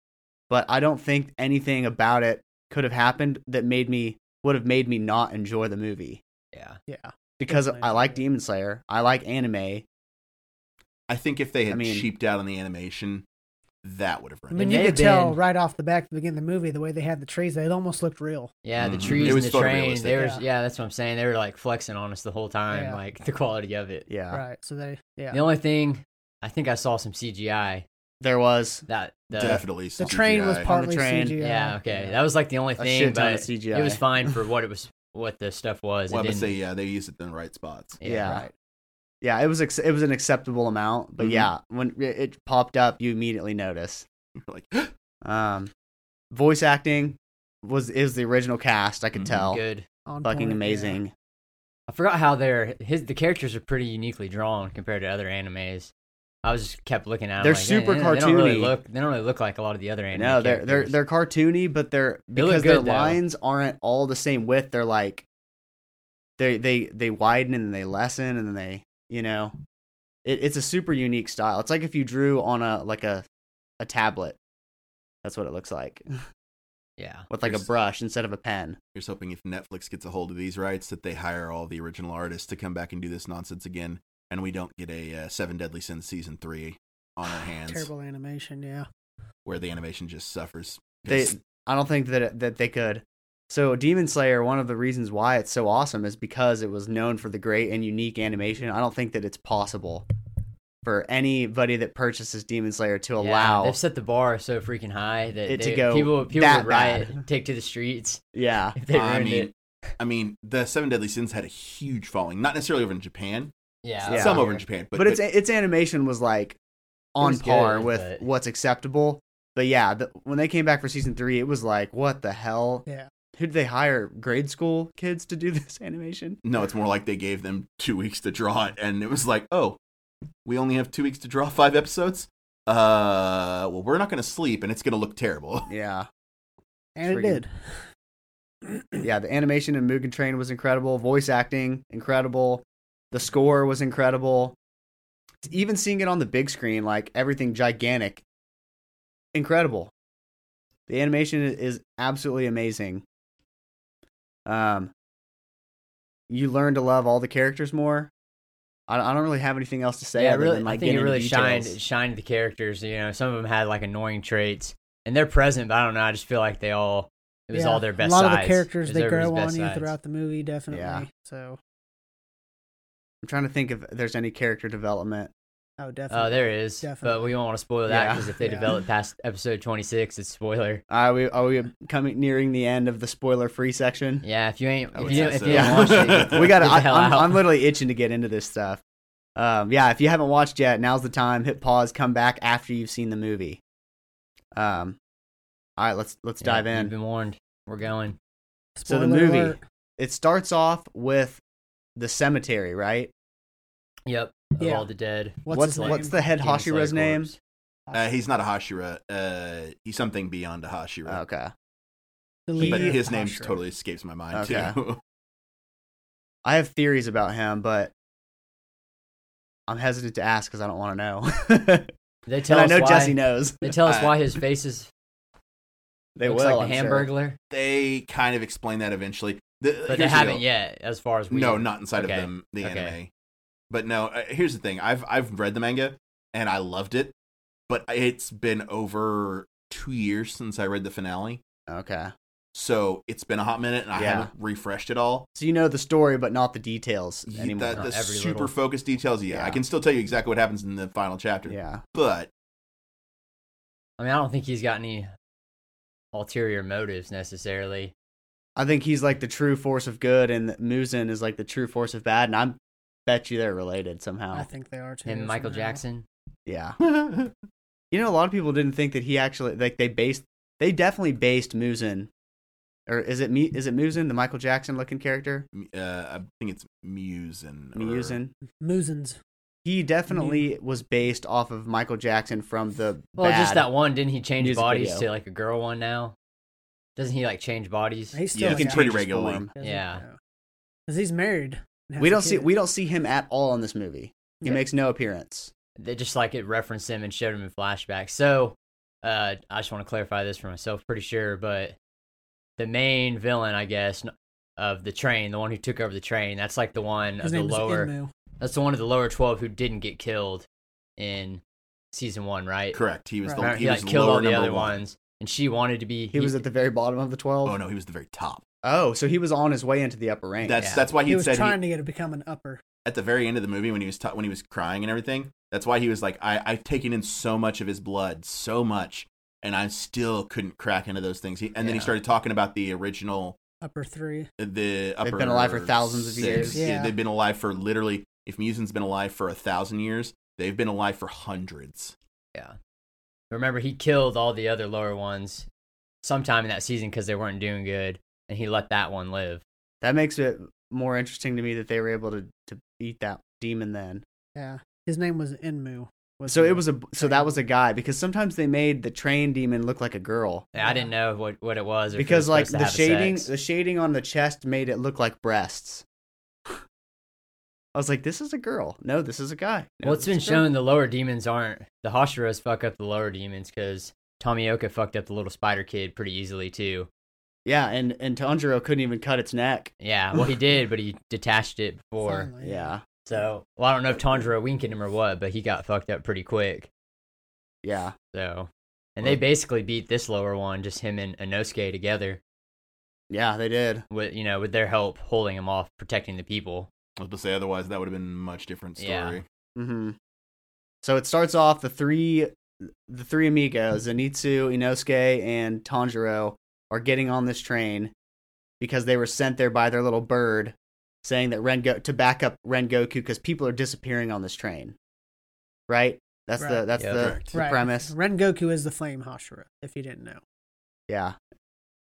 Speaker 1: but I don't think anything about it could have happened that made me would have made me not enjoy the movie
Speaker 3: Yeah,
Speaker 2: Yeah,
Speaker 1: because
Speaker 2: Definitely
Speaker 1: I like
Speaker 2: agree.
Speaker 1: Demon Slayer, I like anime.
Speaker 4: I think if they had
Speaker 1: I mean-
Speaker 4: cheaped out on the animation, that would have
Speaker 2: I
Speaker 4: ruined.
Speaker 2: mean,
Speaker 3: It
Speaker 2: you
Speaker 3: may
Speaker 2: could
Speaker 3: have
Speaker 2: tell
Speaker 3: been-
Speaker 2: right off the back at the beginning of the movie the way they had the trees; they almost looked real.
Speaker 3: yeah. The
Speaker 4: Mhm. It
Speaker 3: trees and
Speaker 4: was
Speaker 3: the trains. They were,
Speaker 2: photorealistic.
Speaker 3: yeah. that's what I'm saying. They were like flexing on us the whole time,
Speaker 2: Yeah.
Speaker 3: like the quality of it.
Speaker 1: Yeah,
Speaker 2: Right, so they yeah.
Speaker 3: The only thing I think I saw some CGI
Speaker 1: there was
Speaker 3: that the,
Speaker 4: Definitely,
Speaker 2: the
Speaker 4: some
Speaker 2: train was
Speaker 4: CGI.
Speaker 1: part-
Speaker 2: partly
Speaker 1: train.
Speaker 2: CGI.
Speaker 3: yeah okay that was like the only
Speaker 1: a
Speaker 3: thing
Speaker 1: shit ton
Speaker 3: but
Speaker 1: of CGI.
Speaker 3: it was fine for what it was what the stuff was
Speaker 4: Well,
Speaker 3: it
Speaker 4: I'm gonna
Speaker 3: didn't,
Speaker 4: say yeah, they used it in the right spots.
Speaker 1: Yeah. Yeah, it was ex- it was an acceptable amount, but
Speaker 3: Mm-hmm.
Speaker 4: Mhm.
Speaker 1: yeah, when it- it popped up, you immediately notice.
Speaker 4: (laughs) like (gasps)
Speaker 1: Um, voice acting was is the original cast. I could
Speaker 4: Mhm.
Speaker 3: Mm-hmm.
Speaker 1: tell,
Speaker 3: good
Speaker 2: On
Speaker 1: fucking
Speaker 2: point, yeah.
Speaker 1: amazing.
Speaker 3: I forgot how they're his the characters are pretty uniquely drawn compared to other animes I was just kept looking at 'em
Speaker 1: They're
Speaker 3: like,
Speaker 1: super
Speaker 3: "Man, they don't really
Speaker 1: cartoony."
Speaker 3: look they don't really look like a lot of the other anime
Speaker 1: No, they're they're
Speaker 3: characters."
Speaker 1: they're cartoony, but they're
Speaker 3: They look
Speaker 1: because their
Speaker 3: good, though.
Speaker 1: lines aren't all the same width. They're like they they they widen and then they lessen and then they you know it, it's a super unique style. It's like if you drew on a like a a tablet. That's what it looks like
Speaker 3: yeah
Speaker 1: with like a
Speaker 4: There's-
Speaker 1: brush instead of a pen.
Speaker 4: Here's hoping if Netflix gets a hold of these rights that they hire all the original artists to come back and do this nonsense again, and we don't get a uh, Seven Deadly Sins season three on
Speaker 3: (sighs)
Speaker 4: our hands,
Speaker 2: Terrible animation, yeah.
Speaker 4: where the animation just suffers.
Speaker 1: They
Speaker 4: 'Cause-
Speaker 1: I don't think that it, that they could. So Demon Slayer, one of the reasons why it's so awesome is because it was known for the great and unique animation. I don't think that it's possible for anybody that purchases Demon Slayer to
Speaker 3: Yeah,
Speaker 1: allow
Speaker 3: they've set the bar so freaking high that
Speaker 1: It to
Speaker 3: they-
Speaker 1: go
Speaker 3: people people
Speaker 1: that
Speaker 3: would riot
Speaker 1: bad.
Speaker 3: take to the streets
Speaker 1: (laughs) Yeah.
Speaker 3: if they ruined
Speaker 4: I mean,
Speaker 3: it
Speaker 4: I mean, the Seven Deadly Sins had a huge following, not necessarily over in Japan,
Speaker 3: yeah,
Speaker 1: Yeah.
Speaker 4: some over in Japan, but,
Speaker 1: But, its its animation was like on
Speaker 3: was
Speaker 1: par
Speaker 3: good,
Speaker 1: with
Speaker 3: but-
Speaker 1: what's acceptable. But yeah, the, when they came back for season 3, it was like, what the hell?
Speaker 2: Yeah.
Speaker 1: Who did they hire? Grade school kids to do (laughs) this animation?
Speaker 4: no, it's more like they gave them two weeks to draw it, and it was like, oh, we only have two weeks to draw five episodes. Uh, well, we're not going to sleep, and it's going to look terrible.
Speaker 1: Yeah.
Speaker 2: And
Speaker 1: Freaking-
Speaker 2: it did.
Speaker 1: (clears throat) Yeah, the animation in Mugen Train was incredible. Voice acting, incredible. The score was incredible. Even seeing it on the big screen, like everything gigantic, incredible. The animation i- is absolutely amazing. Um, you learn to love all the characters more. I, I don't really have anything else to say.
Speaker 3: yeah, it
Speaker 1: other
Speaker 3: really,
Speaker 1: than, like,
Speaker 3: I think it
Speaker 1: getting into
Speaker 3: really shined
Speaker 1: details.
Speaker 3: shined the characters. You know, some of them had like annoying traits, and they're present, but I don't know. I just feel like they all it was
Speaker 2: Yeah,
Speaker 3: all their best.
Speaker 2: A lot
Speaker 3: sides.
Speaker 2: of the
Speaker 3: It
Speaker 2: characters
Speaker 3: was
Speaker 2: they
Speaker 3: everybody's
Speaker 2: grow on
Speaker 3: best
Speaker 2: you
Speaker 3: sides.
Speaker 2: throughout the movie, definitely.
Speaker 1: Yeah.
Speaker 2: So
Speaker 1: I'm trying to think if there's any character development.
Speaker 2: Oh, definitely.
Speaker 3: Oh, there it is. But
Speaker 2: Definitely.
Speaker 3: we won't want to spoil that
Speaker 1: Yeah.
Speaker 3: because if they
Speaker 2: Yeah.
Speaker 3: develop past episode 26, it's spoiler.
Speaker 1: Are we are we coming nearing the end of the spoiler free section?
Speaker 3: Yeah, if you ain't,
Speaker 4: I
Speaker 3: if
Speaker 4: would
Speaker 3: you,
Speaker 4: say
Speaker 3: don't- if
Speaker 4: so.
Speaker 3: you haven't watched
Speaker 1: (laughs)
Speaker 3: it, (laughs) get
Speaker 1: we got. to
Speaker 3: the hell
Speaker 1: I'm,
Speaker 3: out.
Speaker 1: I'm literally itching to get into this stuff. Um, yeah, if you haven't watched yet, now's the time. Hit pause. Come back after you've seen the movie. Um, all right, let's let's
Speaker 3: Yeah,
Speaker 1: dive in.
Speaker 3: You've been warned. We're going.
Speaker 1: so the
Speaker 2: Spoiler
Speaker 1: movie.
Speaker 2: alert.
Speaker 1: It starts off with the cemetery, right?
Speaker 3: Yep. Of
Speaker 2: Yeah.
Speaker 3: all the dead.
Speaker 2: What's,
Speaker 1: what's
Speaker 2: his name?
Speaker 1: what's the head
Speaker 3: Demon Slayer
Speaker 1: Hashira's name?
Speaker 3: corpse.
Speaker 4: (laughs) Uh, he's not a Hashira. Uh, he's something beyond a Hashira.
Speaker 1: Okay,
Speaker 2: The
Speaker 4: but
Speaker 2: leader.
Speaker 4: his name
Speaker 2: Hashira.
Speaker 4: totally escapes my mind
Speaker 1: Okay.
Speaker 4: too. (laughs)
Speaker 1: I have theories about him, but I'm hesitant to ask because I don't want to know. (laughs)
Speaker 3: They tell
Speaker 1: and I
Speaker 3: us
Speaker 1: know
Speaker 3: why,
Speaker 1: Jesse knows.
Speaker 3: They tell us
Speaker 4: I-
Speaker 3: why his face is
Speaker 1: They
Speaker 3: looks
Speaker 1: will.
Speaker 3: like the
Speaker 1: I'm sure.
Speaker 3: Hamburglar,
Speaker 4: they kind of explain that eventually. The,
Speaker 3: but
Speaker 4: here's
Speaker 3: they
Speaker 4: the
Speaker 3: haven't
Speaker 4: deal.
Speaker 3: yet, as far as we
Speaker 4: No, not inside
Speaker 3: Okay.
Speaker 4: of them the
Speaker 3: Okay.
Speaker 4: anime. But no, uh, here's the thing. I've I've read the manga and I loved it, but it's been over 2 years since I read the finale.
Speaker 1: Okay.
Speaker 4: So, it's been a hot minute and I
Speaker 1: Yeah.
Speaker 4: haven't refreshed it all.
Speaker 1: So you know the story, but not the details
Speaker 4: Ye-
Speaker 1: anymore.
Speaker 4: that-
Speaker 3: Not
Speaker 4: the
Speaker 3: every
Speaker 4: super
Speaker 3: little-
Speaker 4: focused details, yeah,
Speaker 1: Yeah.
Speaker 4: I can still tell you exactly what happens in the final chapter.
Speaker 1: yeah.
Speaker 4: But
Speaker 3: I mean, I don't think he's got any ulterior motives necessarily.
Speaker 1: I think he's like the true force of good, and Muzin is like the true force of bad, and I bet you they're related somehow.
Speaker 2: I think they are too.
Speaker 3: Him and Michael
Speaker 2: somehow.
Speaker 3: Jackson.
Speaker 1: yeah.
Speaker 4: yeah,
Speaker 1: (laughs) You know, a lot of people didn't think that he actually like they based they definitely based Muzin, or is it me? Is it Muzin, the Michael Jackson looking character?
Speaker 4: uh, I think it's Musen. or-
Speaker 1: Muzin.
Speaker 2: Moosins.
Speaker 1: He definitely was based off of Michael Jackson from the
Speaker 3: Well,
Speaker 1: bad.
Speaker 3: just that one. Didn't he change
Speaker 1: music
Speaker 3: bodies
Speaker 1: video.
Speaker 3: to like a girl one now? Doesn't he like change bodies?
Speaker 2: He's
Speaker 4: Yeah,
Speaker 2: still
Speaker 4: it's
Speaker 2: a guy,
Speaker 4: pretty
Speaker 1: Changes
Speaker 4: regularly.
Speaker 1: form.
Speaker 2: isn't he?
Speaker 3: Yeah.
Speaker 2: No. 'Cause he's married. and has
Speaker 1: We
Speaker 2: a
Speaker 1: don't see
Speaker 2: kid.
Speaker 1: we don't see him at all in this movie. He
Speaker 2: Yeah.
Speaker 1: makes no appearance.
Speaker 3: They just like it referenced him and showed him in flashbacks. So, uh, I just want to clarify this for myself. Pretty sure, but the main villain, I guess, n- of the train, the one who took over the train, that's like the one
Speaker 2: His
Speaker 3: of the
Speaker 2: name is
Speaker 3: lower.
Speaker 2: Inmu.
Speaker 3: That's the one of the lower twelve who didn't get killed in season one, right?
Speaker 4: Correct. He was
Speaker 2: Right.
Speaker 4: the
Speaker 3: Remember,
Speaker 4: he,
Speaker 3: he
Speaker 4: was
Speaker 3: like killed all
Speaker 4: lower
Speaker 3: the
Speaker 4: number
Speaker 3: other
Speaker 4: one.
Speaker 3: ones, and she wanted to be.
Speaker 1: He, was at the very bottom of the twelve.
Speaker 4: Oh no, he was the very top.
Speaker 1: Oh, so he was on his way into the upper rank.
Speaker 4: That's
Speaker 3: Yeah.
Speaker 4: that's why he,
Speaker 2: He was
Speaker 4: said he,
Speaker 2: trying to get to become an upper.
Speaker 4: at the very end of the movie when he was ta- when he was crying and everything. That's why he was like, I I've taken in so much of his blood, so much, and I still couldn't crack into those things. He, and then he
Speaker 3: Yeah.
Speaker 4: started talking about the original,
Speaker 2: Upper three.
Speaker 4: the upper.
Speaker 1: been alive for thousands of
Speaker 4: six.
Speaker 1: years.
Speaker 2: Yeah.
Speaker 4: they've been alive for literally. If Musin's been alive for a thousand years, they've been alive for hundreds.
Speaker 3: Remember, he killed all the other lower ones sometime in that season because they weren't doing good, and he let that one live.
Speaker 1: That makes it more interesting to me that they were able to to beat that demon then.
Speaker 2: Yeah. His name was Inmu. Was
Speaker 1: So
Speaker 2: the-
Speaker 1: it was a so that was a guy because sometimes they made the train demon look like a girl
Speaker 3: And I didn't know what, what it was or if it
Speaker 1: because
Speaker 3: was
Speaker 1: like
Speaker 3: supposed to
Speaker 1: the
Speaker 3: have a
Speaker 1: shading
Speaker 3: sex.
Speaker 1: the shading on the chest made it look like breasts. I was like, this is a girl. No, this is a guy. No,
Speaker 3: well, it's
Speaker 1: this
Speaker 3: been
Speaker 1: is a girl.
Speaker 3: shown the lower demons aren't the Hashiras fuck up the lower demons because Tomioka fucked up the little spider kid pretty easily too.
Speaker 1: Yeah, and and Tanjiro couldn't even cut its neck. (laughs)
Speaker 3: Yeah, well he did, but he detached it before.
Speaker 2: Finally.
Speaker 1: Yeah,
Speaker 3: So well, I don't know if Tanjiro winked at him or what, but he got fucked up pretty quick.
Speaker 1: yeah.
Speaker 3: So, and they
Speaker 1: Well-
Speaker 3: basically beat this lower one, just him and Inosuke together.
Speaker 1: Yeah, they did.
Speaker 3: with you know with their help holding him off protecting the people
Speaker 4: I was gonna say otherwise that would have been a much different story.
Speaker 3: Yeah.
Speaker 1: Mm-hmm. So it starts off the three, the three amigos, Zenitsu, Inosuke, and Tanjiro, are getting on this train because they were sent there by their little bird, saying that Rengo to back up Rengoku because people are disappearing on this train. Right. That's the
Speaker 2: Right.
Speaker 1: that's
Speaker 3: Yeah.
Speaker 1: the,
Speaker 4: Correct.
Speaker 1: the
Speaker 2: Right.
Speaker 1: premise.
Speaker 2: Ren Goku is the flame Hashira, if you didn't know.
Speaker 1: Yeah.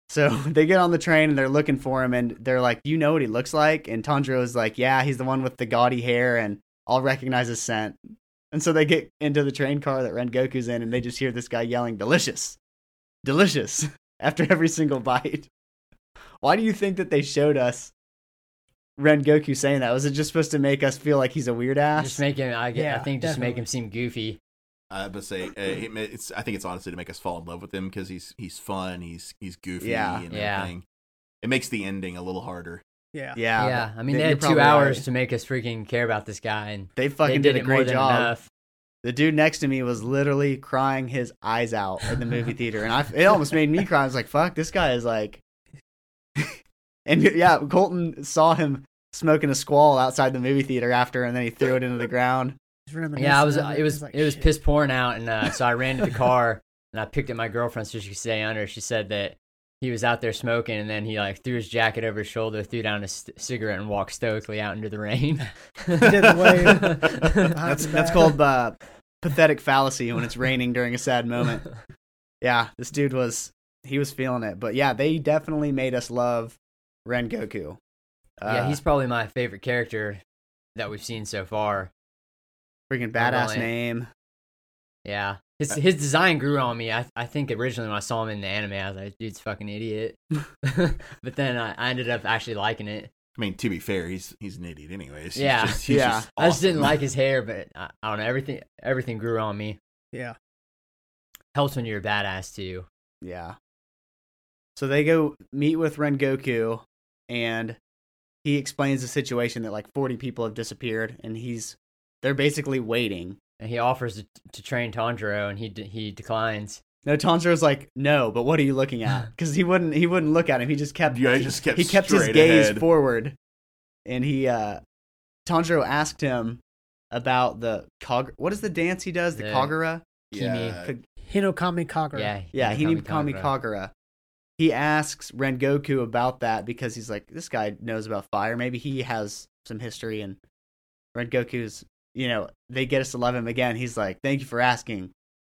Speaker 1: So (laughs) they get on the train and they're looking for him and they're like, "You know what he looks like?" And Tanjiro is like, "Yeah, he's the one with the gaudy hair and I'll recognize his scent." And so they get into the train car that Rengoku's in and they just hear this guy yelling, "Delicious. Delicious." (laughs) after every single bite. Why do you think that they showed us Rengoku saying that? Was it just supposed to make us feel like he's a weird ass?
Speaker 3: just make him i, gue- I
Speaker 2: Yeah,
Speaker 3: think just make
Speaker 2: definitely.
Speaker 3: him seem goofy
Speaker 4: I would say uh,
Speaker 1: (clears throat)
Speaker 4: it ma- it's. I think it's honestly to make us fall in love with him because he's he's fun, he's he's goofy,
Speaker 1: Yeah.
Speaker 4: and
Speaker 3: Yeah.
Speaker 4: everything. It makes the ending a little harder.
Speaker 2: Yeah.
Speaker 1: yeah.
Speaker 3: yeah,
Speaker 1: that-
Speaker 3: i mean they
Speaker 1: you're
Speaker 3: had two
Speaker 1: probably
Speaker 3: hours
Speaker 1: right.
Speaker 3: to make us freaking care about this guy and
Speaker 1: They fucking
Speaker 3: they
Speaker 1: did,
Speaker 3: did
Speaker 1: a
Speaker 3: it more
Speaker 1: great
Speaker 3: than
Speaker 1: job.
Speaker 3: enough
Speaker 1: The dude next to me was literally crying his eyes out in the movie theater, and I it almost made me cry. I was like, "Fuck, this guy is like," (laughs) and yeah, Colton saw him smoking a squall outside the movie theater after, and then he threw it into the ground.
Speaker 2: Just reminiscing
Speaker 3: Yeah, I was.
Speaker 2: of
Speaker 3: It was.
Speaker 2: It's like,
Speaker 3: it was
Speaker 2: shit.
Speaker 3: piss pouring out, and uh, so I ran to the car (laughs) and I picked up my girlfriend so she could stay under. She said that he was out there smoking, and then he like threw his jacket over his shoulder, threw down his c- cigarette, and walked stoically out into the
Speaker 1: (laughs)
Speaker 3: rain.
Speaker 2: did the
Speaker 3: (laughs)
Speaker 1: That's
Speaker 2: Behind the
Speaker 1: that's
Speaker 2: back.
Speaker 1: called uh, pathetic fallacy when it's raining during a sad moment. (laughs) Yeah, this dude was he was feeling it, but yeah, they definitely made us love Uh, Ren Goku.
Speaker 3: yeah, he's probably my favorite character that we've seen so far.
Speaker 1: freaking badass
Speaker 3: Definitely.
Speaker 1: name.
Speaker 3: Yeah, his his design grew on me. I I think originally when I saw him in the anime, I was like, "Dude's a fucking idiot," (laughs) but then I, I ended up actually liking it.
Speaker 4: I mean, to be fair, he's he's an idiot, anyways. He's
Speaker 3: Yeah.
Speaker 4: just- he's
Speaker 1: Yeah.
Speaker 4: just
Speaker 3: I just didn't
Speaker 4: awesome.
Speaker 3: like his hair, but I, I don't know. Everything everything grew on me.
Speaker 2: Yeah.
Speaker 3: Helps when you're a badass too.
Speaker 1: Yeah. So they go meet with Ren Goku and he explains the situation that like 40 people have disappeared and he's they're basically waiting.
Speaker 3: And he offers to, to train Tanjiro, and he de- he declines.
Speaker 1: No, Tanjiro's like, "No, but what are you looking
Speaker 4: (laughs)
Speaker 1: at?" Cuz he wouldn't he wouldn't look at him. He just kept
Speaker 4: Yeah, he just kept
Speaker 1: he kept his
Speaker 4: straight
Speaker 1: gaze
Speaker 4: ahead.
Speaker 1: forward and he uh Tanjiro asked him about the Kag- what is the dance he does? The,
Speaker 3: The-
Speaker 1: Kagura?
Speaker 4: Yeah.
Speaker 1: Could-
Speaker 2: Hinokami Kagura.
Speaker 3: Yeah,
Speaker 1: Yeah, he named Kami
Speaker 3: Kagura.
Speaker 1: Kagura. He asks Ren Goku about that because he's like, this guy knows about fire. Maybe he has some history. And Ren Goku's, you know, they get us to love him again. He's like, thank you for asking,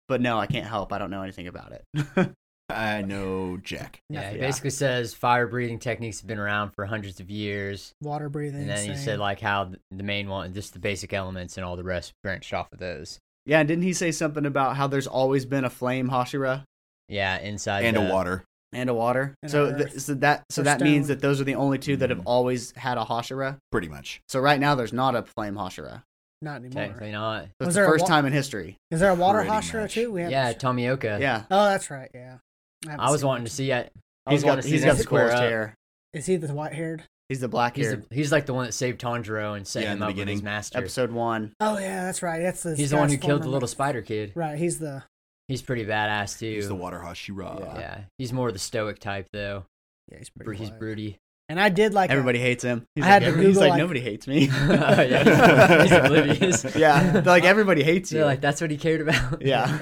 Speaker 1: but no, I can't help. I don't know anything about it. (laughs)
Speaker 4: I know Jack.
Speaker 3: Yeah, he
Speaker 1: Yeah.
Speaker 3: basically says fire breathing techniques have been around for hundreds of years,
Speaker 2: Water breathing.
Speaker 3: and then he
Speaker 2: same.
Speaker 3: said like how th- the main one, just the basic elements, and all the rest branched off of those.
Speaker 1: yeah, and didn't he say something about how there's always been a flame, Hashira,
Speaker 3: Yeah, inside
Speaker 4: And
Speaker 3: the,
Speaker 4: a water.
Speaker 1: and a water?
Speaker 2: And
Speaker 1: so,
Speaker 2: an
Speaker 1: th-
Speaker 2: earth.
Speaker 1: so that so
Speaker 2: Or
Speaker 1: that means
Speaker 2: stone.
Speaker 1: that those are the only two that have
Speaker 4: Mhm.
Speaker 1: always had a Hashira.
Speaker 4: Pretty much.
Speaker 1: So right now there's not a flame Hashira.
Speaker 2: Not anymore.
Speaker 3: Technically not.
Speaker 1: So
Speaker 2: Was
Speaker 1: it's the
Speaker 2: there a
Speaker 1: first
Speaker 2: wa-
Speaker 1: time in history.
Speaker 2: Is there a water
Speaker 4: Pretty
Speaker 2: Hashira
Speaker 4: much.
Speaker 2: too? We
Speaker 3: Yeah,
Speaker 2: haven't seen-
Speaker 3: Tomioka.
Speaker 1: Yeah,
Speaker 2: Oh, that's right. Yeah. haven't
Speaker 3: I was
Speaker 2: seen
Speaker 3: wanting
Speaker 2: that.
Speaker 3: to see. I, I
Speaker 1: he's
Speaker 3: was wanting
Speaker 1: got
Speaker 3: to see
Speaker 1: he's
Speaker 3: them
Speaker 1: got the
Speaker 3: square
Speaker 1: coolest
Speaker 3: up.
Speaker 1: hair.
Speaker 2: Is he the white haired?
Speaker 1: He's the black
Speaker 3: He's,
Speaker 1: hair.
Speaker 3: the, he's like the one that saved Tanjiro and set
Speaker 4: Yeah, in
Speaker 3: him
Speaker 4: the
Speaker 3: up with his
Speaker 4: beginning.
Speaker 3: master.
Speaker 1: Episode one.
Speaker 2: Oh yeah, that's right. That's the.
Speaker 3: He's the one
Speaker 2: guy's
Speaker 3: who killed the
Speaker 2: former-
Speaker 3: little spider kid.
Speaker 2: Right. He's the.
Speaker 3: He's pretty badass too.
Speaker 4: He's the water Hashira.
Speaker 1: Yeah.
Speaker 3: Yeah, he's more the stoic type though.
Speaker 2: Yeah, he's
Speaker 3: Br-
Speaker 2: pretty.
Speaker 3: He's
Speaker 2: quiet.
Speaker 3: broody. (laughs)
Speaker 2: And I did like
Speaker 1: Everybody hates him. He's
Speaker 2: I
Speaker 1: like,
Speaker 2: had to
Speaker 1: "Every- he's
Speaker 2: Google,
Speaker 1: like,
Speaker 2: like-
Speaker 1: nobody hates me.
Speaker 3: (laughs)
Speaker 1: (laughs)
Speaker 3: yeah, he's oblivious.
Speaker 1: yeah,
Speaker 3: (laughs)
Speaker 1: they're like everybody hates you.
Speaker 3: They're like that's what he cared about.
Speaker 1: Yeah.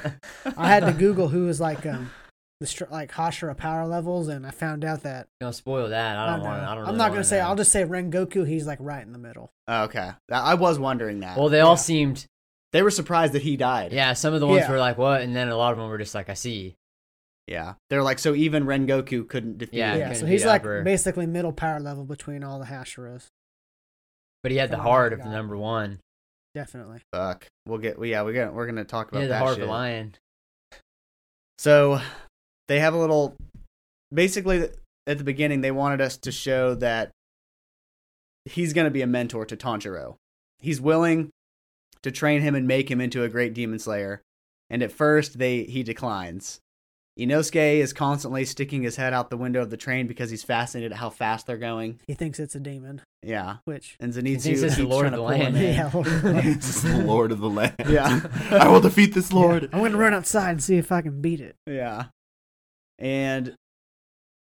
Speaker 2: A, I had to Google who was like um, the str- like Hashira power levels, and I found out that
Speaker 3: (laughs) don't spoil that. I don't want. I don't.
Speaker 2: am
Speaker 3: really
Speaker 2: not
Speaker 3: wanna
Speaker 2: gonna say.
Speaker 3: know.
Speaker 2: I'll just say Ren Goku. He's like right in the middle.
Speaker 1: Oh, okay, I I was wondering that.
Speaker 3: Well, they all
Speaker 2: Yeah.
Speaker 3: seemed.
Speaker 1: they were surprised that he died.
Speaker 3: Yeah, some of the ones
Speaker 2: Yeah.
Speaker 3: were like what, and then a lot of them were just like I see.
Speaker 1: yeah. They're like, so even Ren Goku couldn't defeat.
Speaker 3: Yeah,
Speaker 1: him.
Speaker 2: yeah.
Speaker 3: couldn't
Speaker 2: So he's
Speaker 3: beat
Speaker 2: like
Speaker 3: up or-
Speaker 2: basically middle power level between all the Hashiras.
Speaker 3: But he had the
Speaker 2: Come on,
Speaker 3: heart of
Speaker 2: Oh God.
Speaker 3: the number one.
Speaker 2: Definitely.
Speaker 1: Fuck. We'll get. well, Yeah, we're gonna we're gonna talk
Speaker 3: He
Speaker 1: about
Speaker 3: had the
Speaker 1: that
Speaker 3: heart
Speaker 1: shit.
Speaker 3: of a lion.
Speaker 1: So they have a little. Basically, at the beginning, they wanted us to show that he's going to be a mentor to Tanjiro. He's willing to train him and make him into a great demon slayer. And at first, they he declines. Inosuke is constantly sticking his head out the window of the train because he's fascinated at how fast they're going.
Speaker 2: He thinks it's a demon,
Speaker 1: Yeah,
Speaker 2: which
Speaker 1: and
Speaker 3: He
Speaker 1: Zenitsu
Speaker 3: thinks
Speaker 1: keeps
Speaker 3: it's the Lord
Speaker 1: trying
Speaker 3: of
Speaker 1: to
Speaker 3: the
Speaker 1: pull him
Speaker 3: land.
Speaker 1: in.
Speaker 2: Yeah, Lord of the Land.
Speaker 3: (laughs)
Speaker 4: (laughs) This is the Lord of the land.
Speaker 1: Yeah.
Speaker 4: (laughs) I will defeat this Lord.
Speaker 2: I'm gonna run outside and see if I can beat it.
Speaker 1: Yeah. And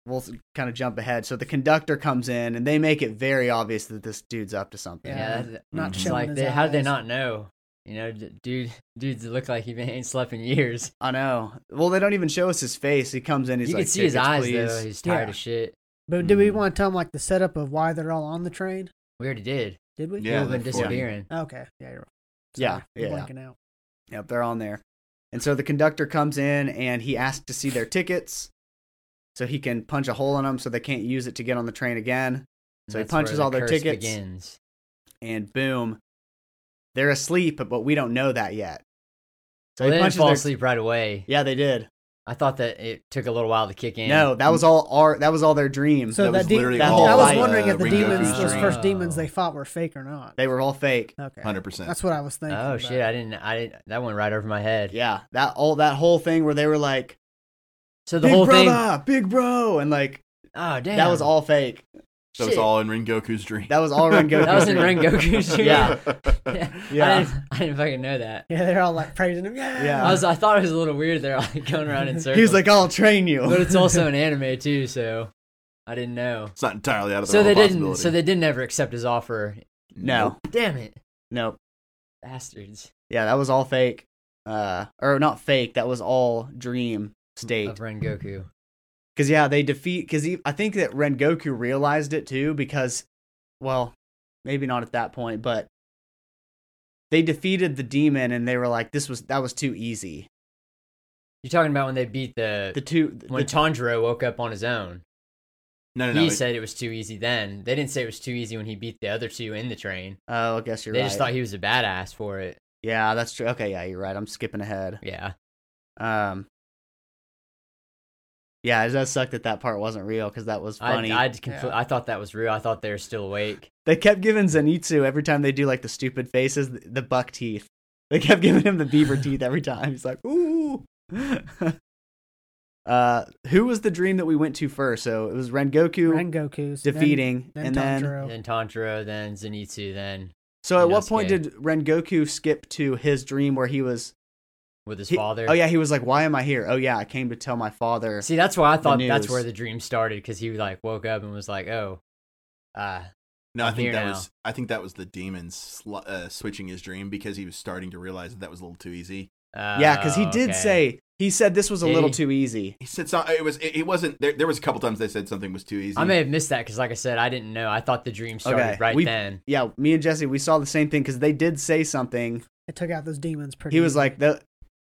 Speaker 1: we'll kind of jump ahead. So the conductor comes in and they make it very obvious that this dude's up to something.
Speaker 3: Yeah,
Speaker 2: Yeah.
Speaker 3: that-
Speaker 2: Not
Speaker 4: Mhm.
Speaker 3: it's
Speaker 2: showing
Speaker 3: like
Speaker 2: his
Speaker 3: they, how did they
Speaker 2: eyes.
Speaker 3: not know? You know, d- dude, dudes look like he (laughs) ain't slept in years.
Speaker 1: I know. Well, they don't even show us his face. He comes in, he's
Speaker 3: you
Speaker 1: like,
Speaker 3: can see his
Speaker 1: "Tickets,
Speaker 3: eyes
Speaker 1: please."
Speaker 3: though. He's tired
Speaker 2: Yeah.
Speaker 3: of shit.
Speaker 2: But did we
Speaker 3: Hmm.
Speaker 4: Mhm.
Speaker 2: want to tell him like the setup of why they're all on the train?
Speaker 3: We already did.
Speaker 2: Did we?
Speaker 4: Yeah,
Speaker 3: We've been
Speaker 4: the forty.
Speaker 3: disappearing.
Speaker 2: Okay. Yeah. You're right.
Speaker 1: Yeah,
Speaker 2: Sorry, I'm
Speaker 1: yeah, yeah.
Speaker 2: Blanking out.
Speaker 1: Yep, they're on there. And so the conductor comes in and he asks to see their tickets so he can punch a hole in them so they can't use it to get on the train again. So he
Speaker 3: That's where
Speaker 1: punches
Speaker 3: the
Speaker 1: all their
Speaker 3: curse
Speaker 1: tickets.
Speaker 3: Begins.
Speaker 1: And boom, they're asleep, but we don't know that yet. So
Speaker 3: Well,
Speaker 1: he
Speaker 3: they didn't
Speaker 1: punches
Speaker 3: fall
Speaker 1: their-
Speaker 3: asleep right away.
Speaker 1: Yeah, they did.
Speaker 3: I thought that it took a little while to kick in.
Speaker 1: No, that was all our. That was all their dream.
Speaker 2: So
Speaker 4: That
Speaker 2: that,
Speaker 4: was
Speaker 2: de-
Speaker 4: literally
Speaker 1: that
Speaker 4: all
Speaker 1: whole
Speaker 2: I was
Speaker 1: fight,
Speaker 2: wondering
Speaker 4: uh,
Speaker 2: if the
Speaker 4: Rengoku's
Speaker 2: demons, those
Speaker 4: dream.
Speaker 2: first demons they fought, were fake or not.
Speaker 1: uh, They were all fake.
Speaker 2: okay,
Speaker 4: 100%.
Speaker 2: that's what I was thinking.
Speaker 3: Oh
Speaker 2: but-
Speaker 3: shit! I didn't. I didn't, that went right over my head.
Speaker 1: Yeah, that all that whole thing where they were like,
Speaker 3: So the
Speaker 1: "Big
Speaker 3: whole thing.
Speaker 1: brother, big bro," and like
Speaker 3: Oh damn!
Speaker 1: that was
Speaker 3: (laughs)
Speaker 1: all (laughs) fake.
Speaker 4: that was
Speaker 3: shit.
Speaker 4: all in Rengoku's dream.
Speaker 1: That was all Ren
Speaker 4: (laughs)
Speaker 1: Goku's
Speaker 3: That was in
Speaker 1: dream.
Speaker 3: Rengoku's dream.
Speaker 1: Yeah. Yeah.
Speaker 3: I didn't, I didn't fucking know that.
Speaker 2: Yeah, they're all like praising him. Yeah.
Speaker 1: Yeah.
Speaker 3: I was. I thought it was a little weird. They're (laughs) like going around in circles.
Speaker 1: He was like, (laughs) "I'll train you."
Speaker 3: but it's also an anime too, so I didn't know.
Speaker 4: It's not entirely out of the
Speaker 3: So
Speaker 4: realm
Speaker 3: they
Speaker 4: of
Speaker 3: didn't.
Speaker 4: possibility.
Speaker 3: So they didn't ever accept his offer.
Speaker 1: no,
Speaker 3: Damn it!
Speaker 1: no.
Speaker 3: Bastards
Speaker 1: Yeah, that was all fake. Uh, or not fake. That was all dream state.
Speaker 3: of Ren Goku.
Speaker 1: Because yeah, they defeat. Because I think that Rengoku realized it too. Because, well, maybe not at that point, but they defeated the demon, and they were like, "This was that was too easy."
Speaker 3: You're talking about when they beat the,
Speaker 1: The two,
Speaker 3: when
Speaker 1: the,
Speaker 3: Tanjiro woke up on his own.
Speaker 4: No, no, no.
Speaker 3: He
Speaker 4: it-
Speaker 3: said it was too easy then. They didn't say it was too easy when he beat the other two in the train.
Speaker 1: oh, I guess you're
Speaker 3: they
Speaker 1: right.
Speaker 3: just thought he was a badass for it.
Speaker 1: yeah, that's true. Okay, yeah, you're right. I'm skipping ahead.
Speaker 3: Yeah.
Speaker 1: Um, yeah, it does suck that that part wasn't real because that was
Speaker 3: I,
Speaker 1: funny.
Speaker 3: I, compl-
Speaker 2: Yeah.
Speaker 3: I thought that was real. I thought they were still awake.
Speaker 1: They kept giving Zenitsu every time they do like the stupid faces, the, the buck teeth. They kept giving him the beaver teeth every time. He's like, ooh. (laughs) uh, who was the dream that we went to first? So it was Rengoku
Speaker 2: Rengoku's then-
Speaker 1: defeating, and then
Speaker 2: Tanjiro.
Speaker 3: Then Tanjiro, then Zenitsu, then
Speaker 1: so at what
Speaker 3: Inosuke.
Speaker 1: point did Rengoku skip to his dream where he was?
Speaker 3: with his
Speaker 1: he-
Speaker 3: father.
Speaker 1: Oh yeah, he was like, why am I here? Oh yeah, I came to tell my father.
Speaker 3: See, that's why I thought that's
Speaker 1: news.
Speaker 3: where the dream started because he like woke up and was like, "Oh, uh,
Speaker 4: No, I
Speaker 3: I'm
Speaker 4: think
Speaker 3: here
Speaker 4: that
Speaker 3: now.
Speaker 4: was I think that was the demon sl- uh, switching his dream because he was starting to realize that that was a little too easy.
Speaker 3: uh
Speaker 1: yeah, because he did
Speaker 3: okay.
Speaker 1: say he said this was a
Speaker 3: Did
Speaker 1: little
Speaker 3: he?
Speaker 1: too easy.
Speaker 4: He said so, it was it, it wasn't there, there was a couple times they said something was too easy.
Speaker 3: I may have missed that because, like I said, I didn't know. I thought the dream started
Speaker 1: Okay,
Speaker 3: right
Speaker 1: we-
Speaker 3: then.
Speaker 1: Yeah, me and Jesse we saw the same thing because they did say something
Speaker 2: It took out those demons pretty.
Speaker 1: he was
Speaker 2: easy.
Speaker 1: like the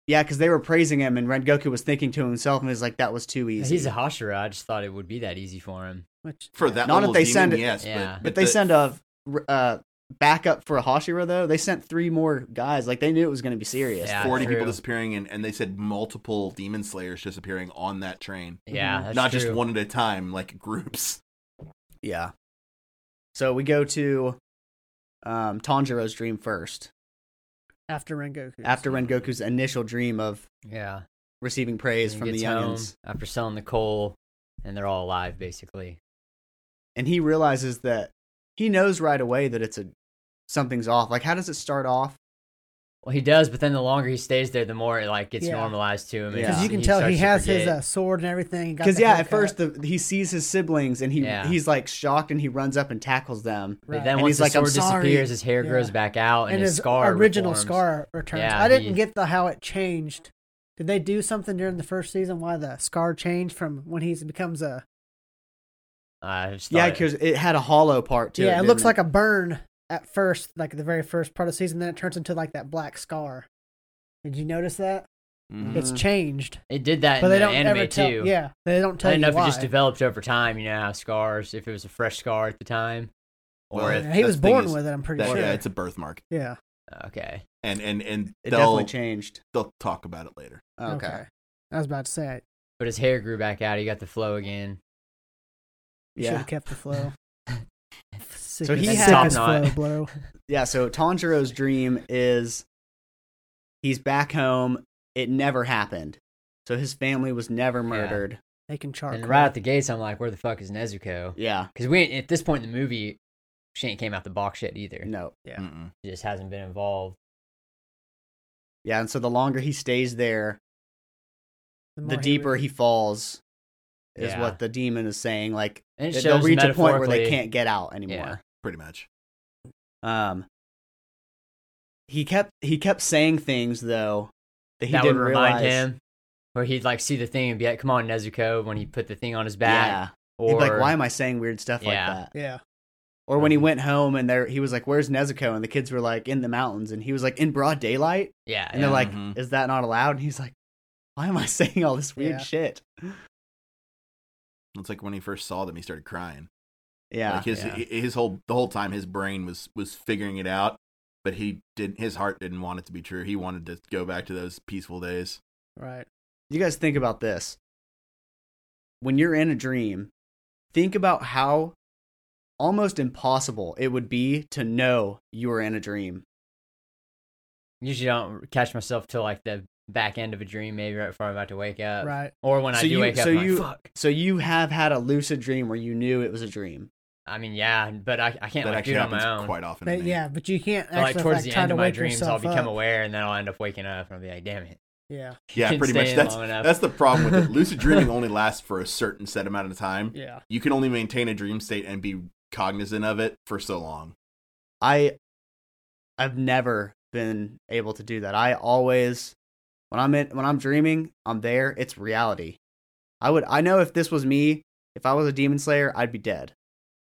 Speaker 1: yeah because they were praising him and ren goku was thinking to himself and he was like that was too easy
Speaker 3: He's a Hashira. I just thought it would be that easy for him.
Speaker 2: which
Speaker 4: for that
Speaker 1: Not if
Speaker 4: level
Speaker 1: they
Speaker 4: of demon,
Speaker 1: send it-
Speaker 4: yes,
Speaker 3: Yeah.
Speaker 4: but,
Speaker 1: but they
Speaker 4: the-
Speaker 1: sent a uh, backup for hashira though they sent three more guys like they knew it was going to be serious
Speaker 3: Yeah.
Speaker 4: forty people
Speaker 3: true.
Speaker 4: disappearing and, and they said multiple demon slayers just appearing on that train,
Speaker 1: Mm-hmm.
Speaker 3: Yeah, that's
Speaker 4: not
Speaker 3: true.
Speaker 4: just one at a time like groups.
Speaker 1: yeah so we go to um, tanjiro's dream first
Speaker 2: after Rengoku.
Speaker 1: after ren goku's initial dream of
Speaker 3: Yeah,
Speaker 1: receiving praise
Speaker 3: And
Speaker 1: from
Speaker 3: he
Speaker 1: the
Speaker 3: gets home
Speaker 1: youngins
Speaker 3: after selling the coal, and they're all alive basically.
Speaker 1: and he realizes that he knows right away that it's a something's off like how does it start off
Speaker 3: Well, he does, but then the longer he stays there, the more it like gets
Speaker 2: Yeah.
Speaker 3: normalized to him. and
Speaker 1: Yeah.
Speaker 2: because you can tell
Speaker 3: starts
Speaker 2: he
Speaker 3: to
Speaker 2: has his
Speaker 3: forget.
Speaker 2: uh, sword and everything.
Speaker 1: Because yeah, at first the, he sees his siblings and he
Speaker 3: Yeah.
Speaker 1: he's like shocked and he runs up and tackles them.
Speaker 3: But
Speaker 2: right.
Speaker 3: Then
Speaker 1: And
Speaker 3: once
Speaker 1: he's
Speaker 3: the
Speaker 1: like, "I'm
Speaker 3: sword
Speaker 1: sorry."
Speaker 3: disappears, his hair
Speaker 2: Yeah.
Speaker 3: grows back out, and,
Speaker 2: and
Speaker 3: his,
Speaker 2: his
Speaker 3: scar
Speaker 2: original
Speaker 3: reforms.
Speaker 2: scar returns.
Speaker 3: Yeah,
Speaker 2: I didn't
Speaker 3: he-
Speaker 2: get the how it changed. Did they do something during the first season? Why the scar changed from when he becomes a?
Speaker 3: Uh, I just
Speaker 1: Yeah,
Speaker 3: thought it-
Speaker 1: because it had a hollow part to it.
Speaker 2: yeah, it
Speaker 1: didn't
Speaker 2: looks like a burn at first, like the very first part of the season. Then it turns into like that black scar. Did you notice that? It's
Speaker 1: Mhm.
Speaker 2: changed,
Speaker 3: It did that
Speaker 2: but
Speaker 3: in
Speaker 2: they
Speaker 3: Mm-hmm. the
Speaker 2: don't
Speaker 3: anime
Speaker 2: ever tell.
Speaker 3: too.
Speaker 2: Yeah, they don't
Speaker 3: I
Speaker 2: tell
Speaker 3: didn't
Speaker 2: you
Speaker 3: know if
Speaker 2: why.
Speaker 3: it just developed over time. You know how scars, if it was a fresh scar at the time, or
Speaker 4: Well,
Speaker 3: if
Speaker 2: Yeah, he
Speaker 4: That's
Speaker 2: was
Speaker 4: the thing
Speaker 2: born
Speaker 4: is
Speaker 2: with it. I'm pretty
Speaker 4: That,
Speaker 2: sure.
Speaker 4: Yeah, it's a birthmark,
Speaker 2: yeah.
Speaker 3: okay,
Speaker 4: and and and
Speaker 1: It
Speaker 4: they'll
Speaker 1: definitely changed.
Speaker 4: they'll talk about it later.
Speaker 1: Okay.
Speaker 2: I was about to say I
Speaker 3: but his hair grew back out. He got the flow again.
Speaker 2: should
Speaker 1: Yeah.
Speaker 2: have kept the
Speaker 3: (laughs)
Speaker 2: flow. Sick
Speaker 1: So
Speaker 2: as-
Speaker 1: he
Speaker 2: sick
Speaker 1: had-
Speaker 2: as
Speaker 3: Top
Speaker 2: flow,
Speaker 3: knot.
Speaker 2: bro.
Speaker 1: Yeah, so Tanjiro's dream is he's back home. It never happened. So his family was never murdered.
Speaker 2: They can charge.
Speaker 3: And right out the gates, I'm like, where the fuck is Nezuko?
Speaker 1: Oh, Yeah.
Speaker 3: Because we ain't- at this point in the movie, she ain't came out the box yet either.
Speaker 1: No. Mm.
Speaker 2: Yeah.
Speaker 4: Mm-mm.
Speaker 3: She just hasn't been involved.
Speaker 1: Yeah, and so the longer he stays there, the deeper he falls is
Speaker 3: Yeah.
Speaker 1: what the demon is saying. Like
Speaker 3: And it
Speaker 1: they'll
Speaker 3: shows
Speaker 1: reach a point where they
Speaker 3: metaphorically-
Speaker 1: can't get out anymore.
Speaker 3: Yeah.
Speaker 4: Pretty much.
Speaker 1: Um, he kept he kept saying things though that he
Speaker 3: that would
Speaker 1: didn't
Speaker 3: remind
Speaker 1: realize.
Speaker 3: him, where he'd like see the thing and be like, "Come on, Nezuko!" When he put the thing on his
Speaker 1: Yeah,
Speaker 3: back,
Speaker 1: he'd
Speaker 3: or
Speaker 1: be like, "Why am I saying weird stuff
Speaker 3: Yeah.
Speaker 1: like that?"
Speaker 2: Yeah.
Speaker 1: Or when he
Speaker 3: Mhm.
Speaker 1: went home and there he was like, "Where's Nezuko?" and the kids were like, "In the mountains," and he was like, "In broad daylight,"
Speaker 3: yeah,
Speaker 1: and they're
Speaker 3: yeah. mm-hmm.
Speaker 1: like,
Speaker 4: Mhm.
Speaker 1: "Is that not allowed?" And he's like, "Why am I (laughs) saying all this weird
Speaker 2: Yeah.
Speaker 1: shit?"
Speaker 4: It's like when he first saw them, he started crying.
Speaker 1: Yeah,
Speaker 4: like his
Speaker 3: yeah.
Speaker 4: hi- his whole the whole time his brain was was figuring it out, but he did his heart didn't want it to be true. He wanted to go back to those peaceful days.
Speaker 2: Right.
Speaker 1: you guys think about this. When you're in a dream, think about how almost impossible it would be to know you were in a dream.
Speaker 3: usually don't catch myself till like the back end of a dream, maybe right before I'm about to wake up,
Speaker 2: Right.
Speaker 3: or when I
Speaker 1: So
Speaker 3: do
Speaker 1: you-
Speaker 3: wake up.
Speaker 1: so
Speaker 3: I'm like,
Speaker 1: you-
Speaker 3: fuck.
Speaker 1: So you have had a lucid dream where you knew it was a dream.
Speaker 3: I mean, yeah, but I, I can't like
Speaker 4: that
Speaker 3: do
Speaker 4: actually
Speaker 3: it on
Speaker 4: happens
Speaker 3: my own.
Speaker 4: quite often. to
Speaker 2: But,
Speaker 4: me.
Speaker 2: yeah, but you can't
Speaker 3: But, like
Speaker 2: actually
Speaker 3: towards
Speaker 2: like,
Speaker 3: the
Speaker 2: try
Speaker 3: end
Speaker 2: to
Speaker 3: of my
Speaker 2: wake
Speaker 3: dreams, I'll
Speaker 2: yourself
Speaker 3: become
Speaker 2: up.
Speaker 3: aware, and then I'll end up waking up, and I'll be like, "Damn it!"
Speaker 2: Yeah.
Speaker 4: (laughs) yeah,
Speaker 3: Didn't
Speaker 4: pretty
Speaker 3: stay
Speaker 4: much.
Speaker 3: in
Speaker 4: That's
Speaker 3: long enough.
Speaker 4: that's the problem with it. Lucid dreaming only lasts for a certain set amount of time.
Speaker 2: Yeah.
Speaker 4: You can only maintain a dream state and be cognizant of it for so long.
Speaker 1: I I've never been able to do that. I always when I'm in, when I'm dreaming, I'm there. It's reality. I would I know if this was me, if I was a demon slayer, I'd be dead.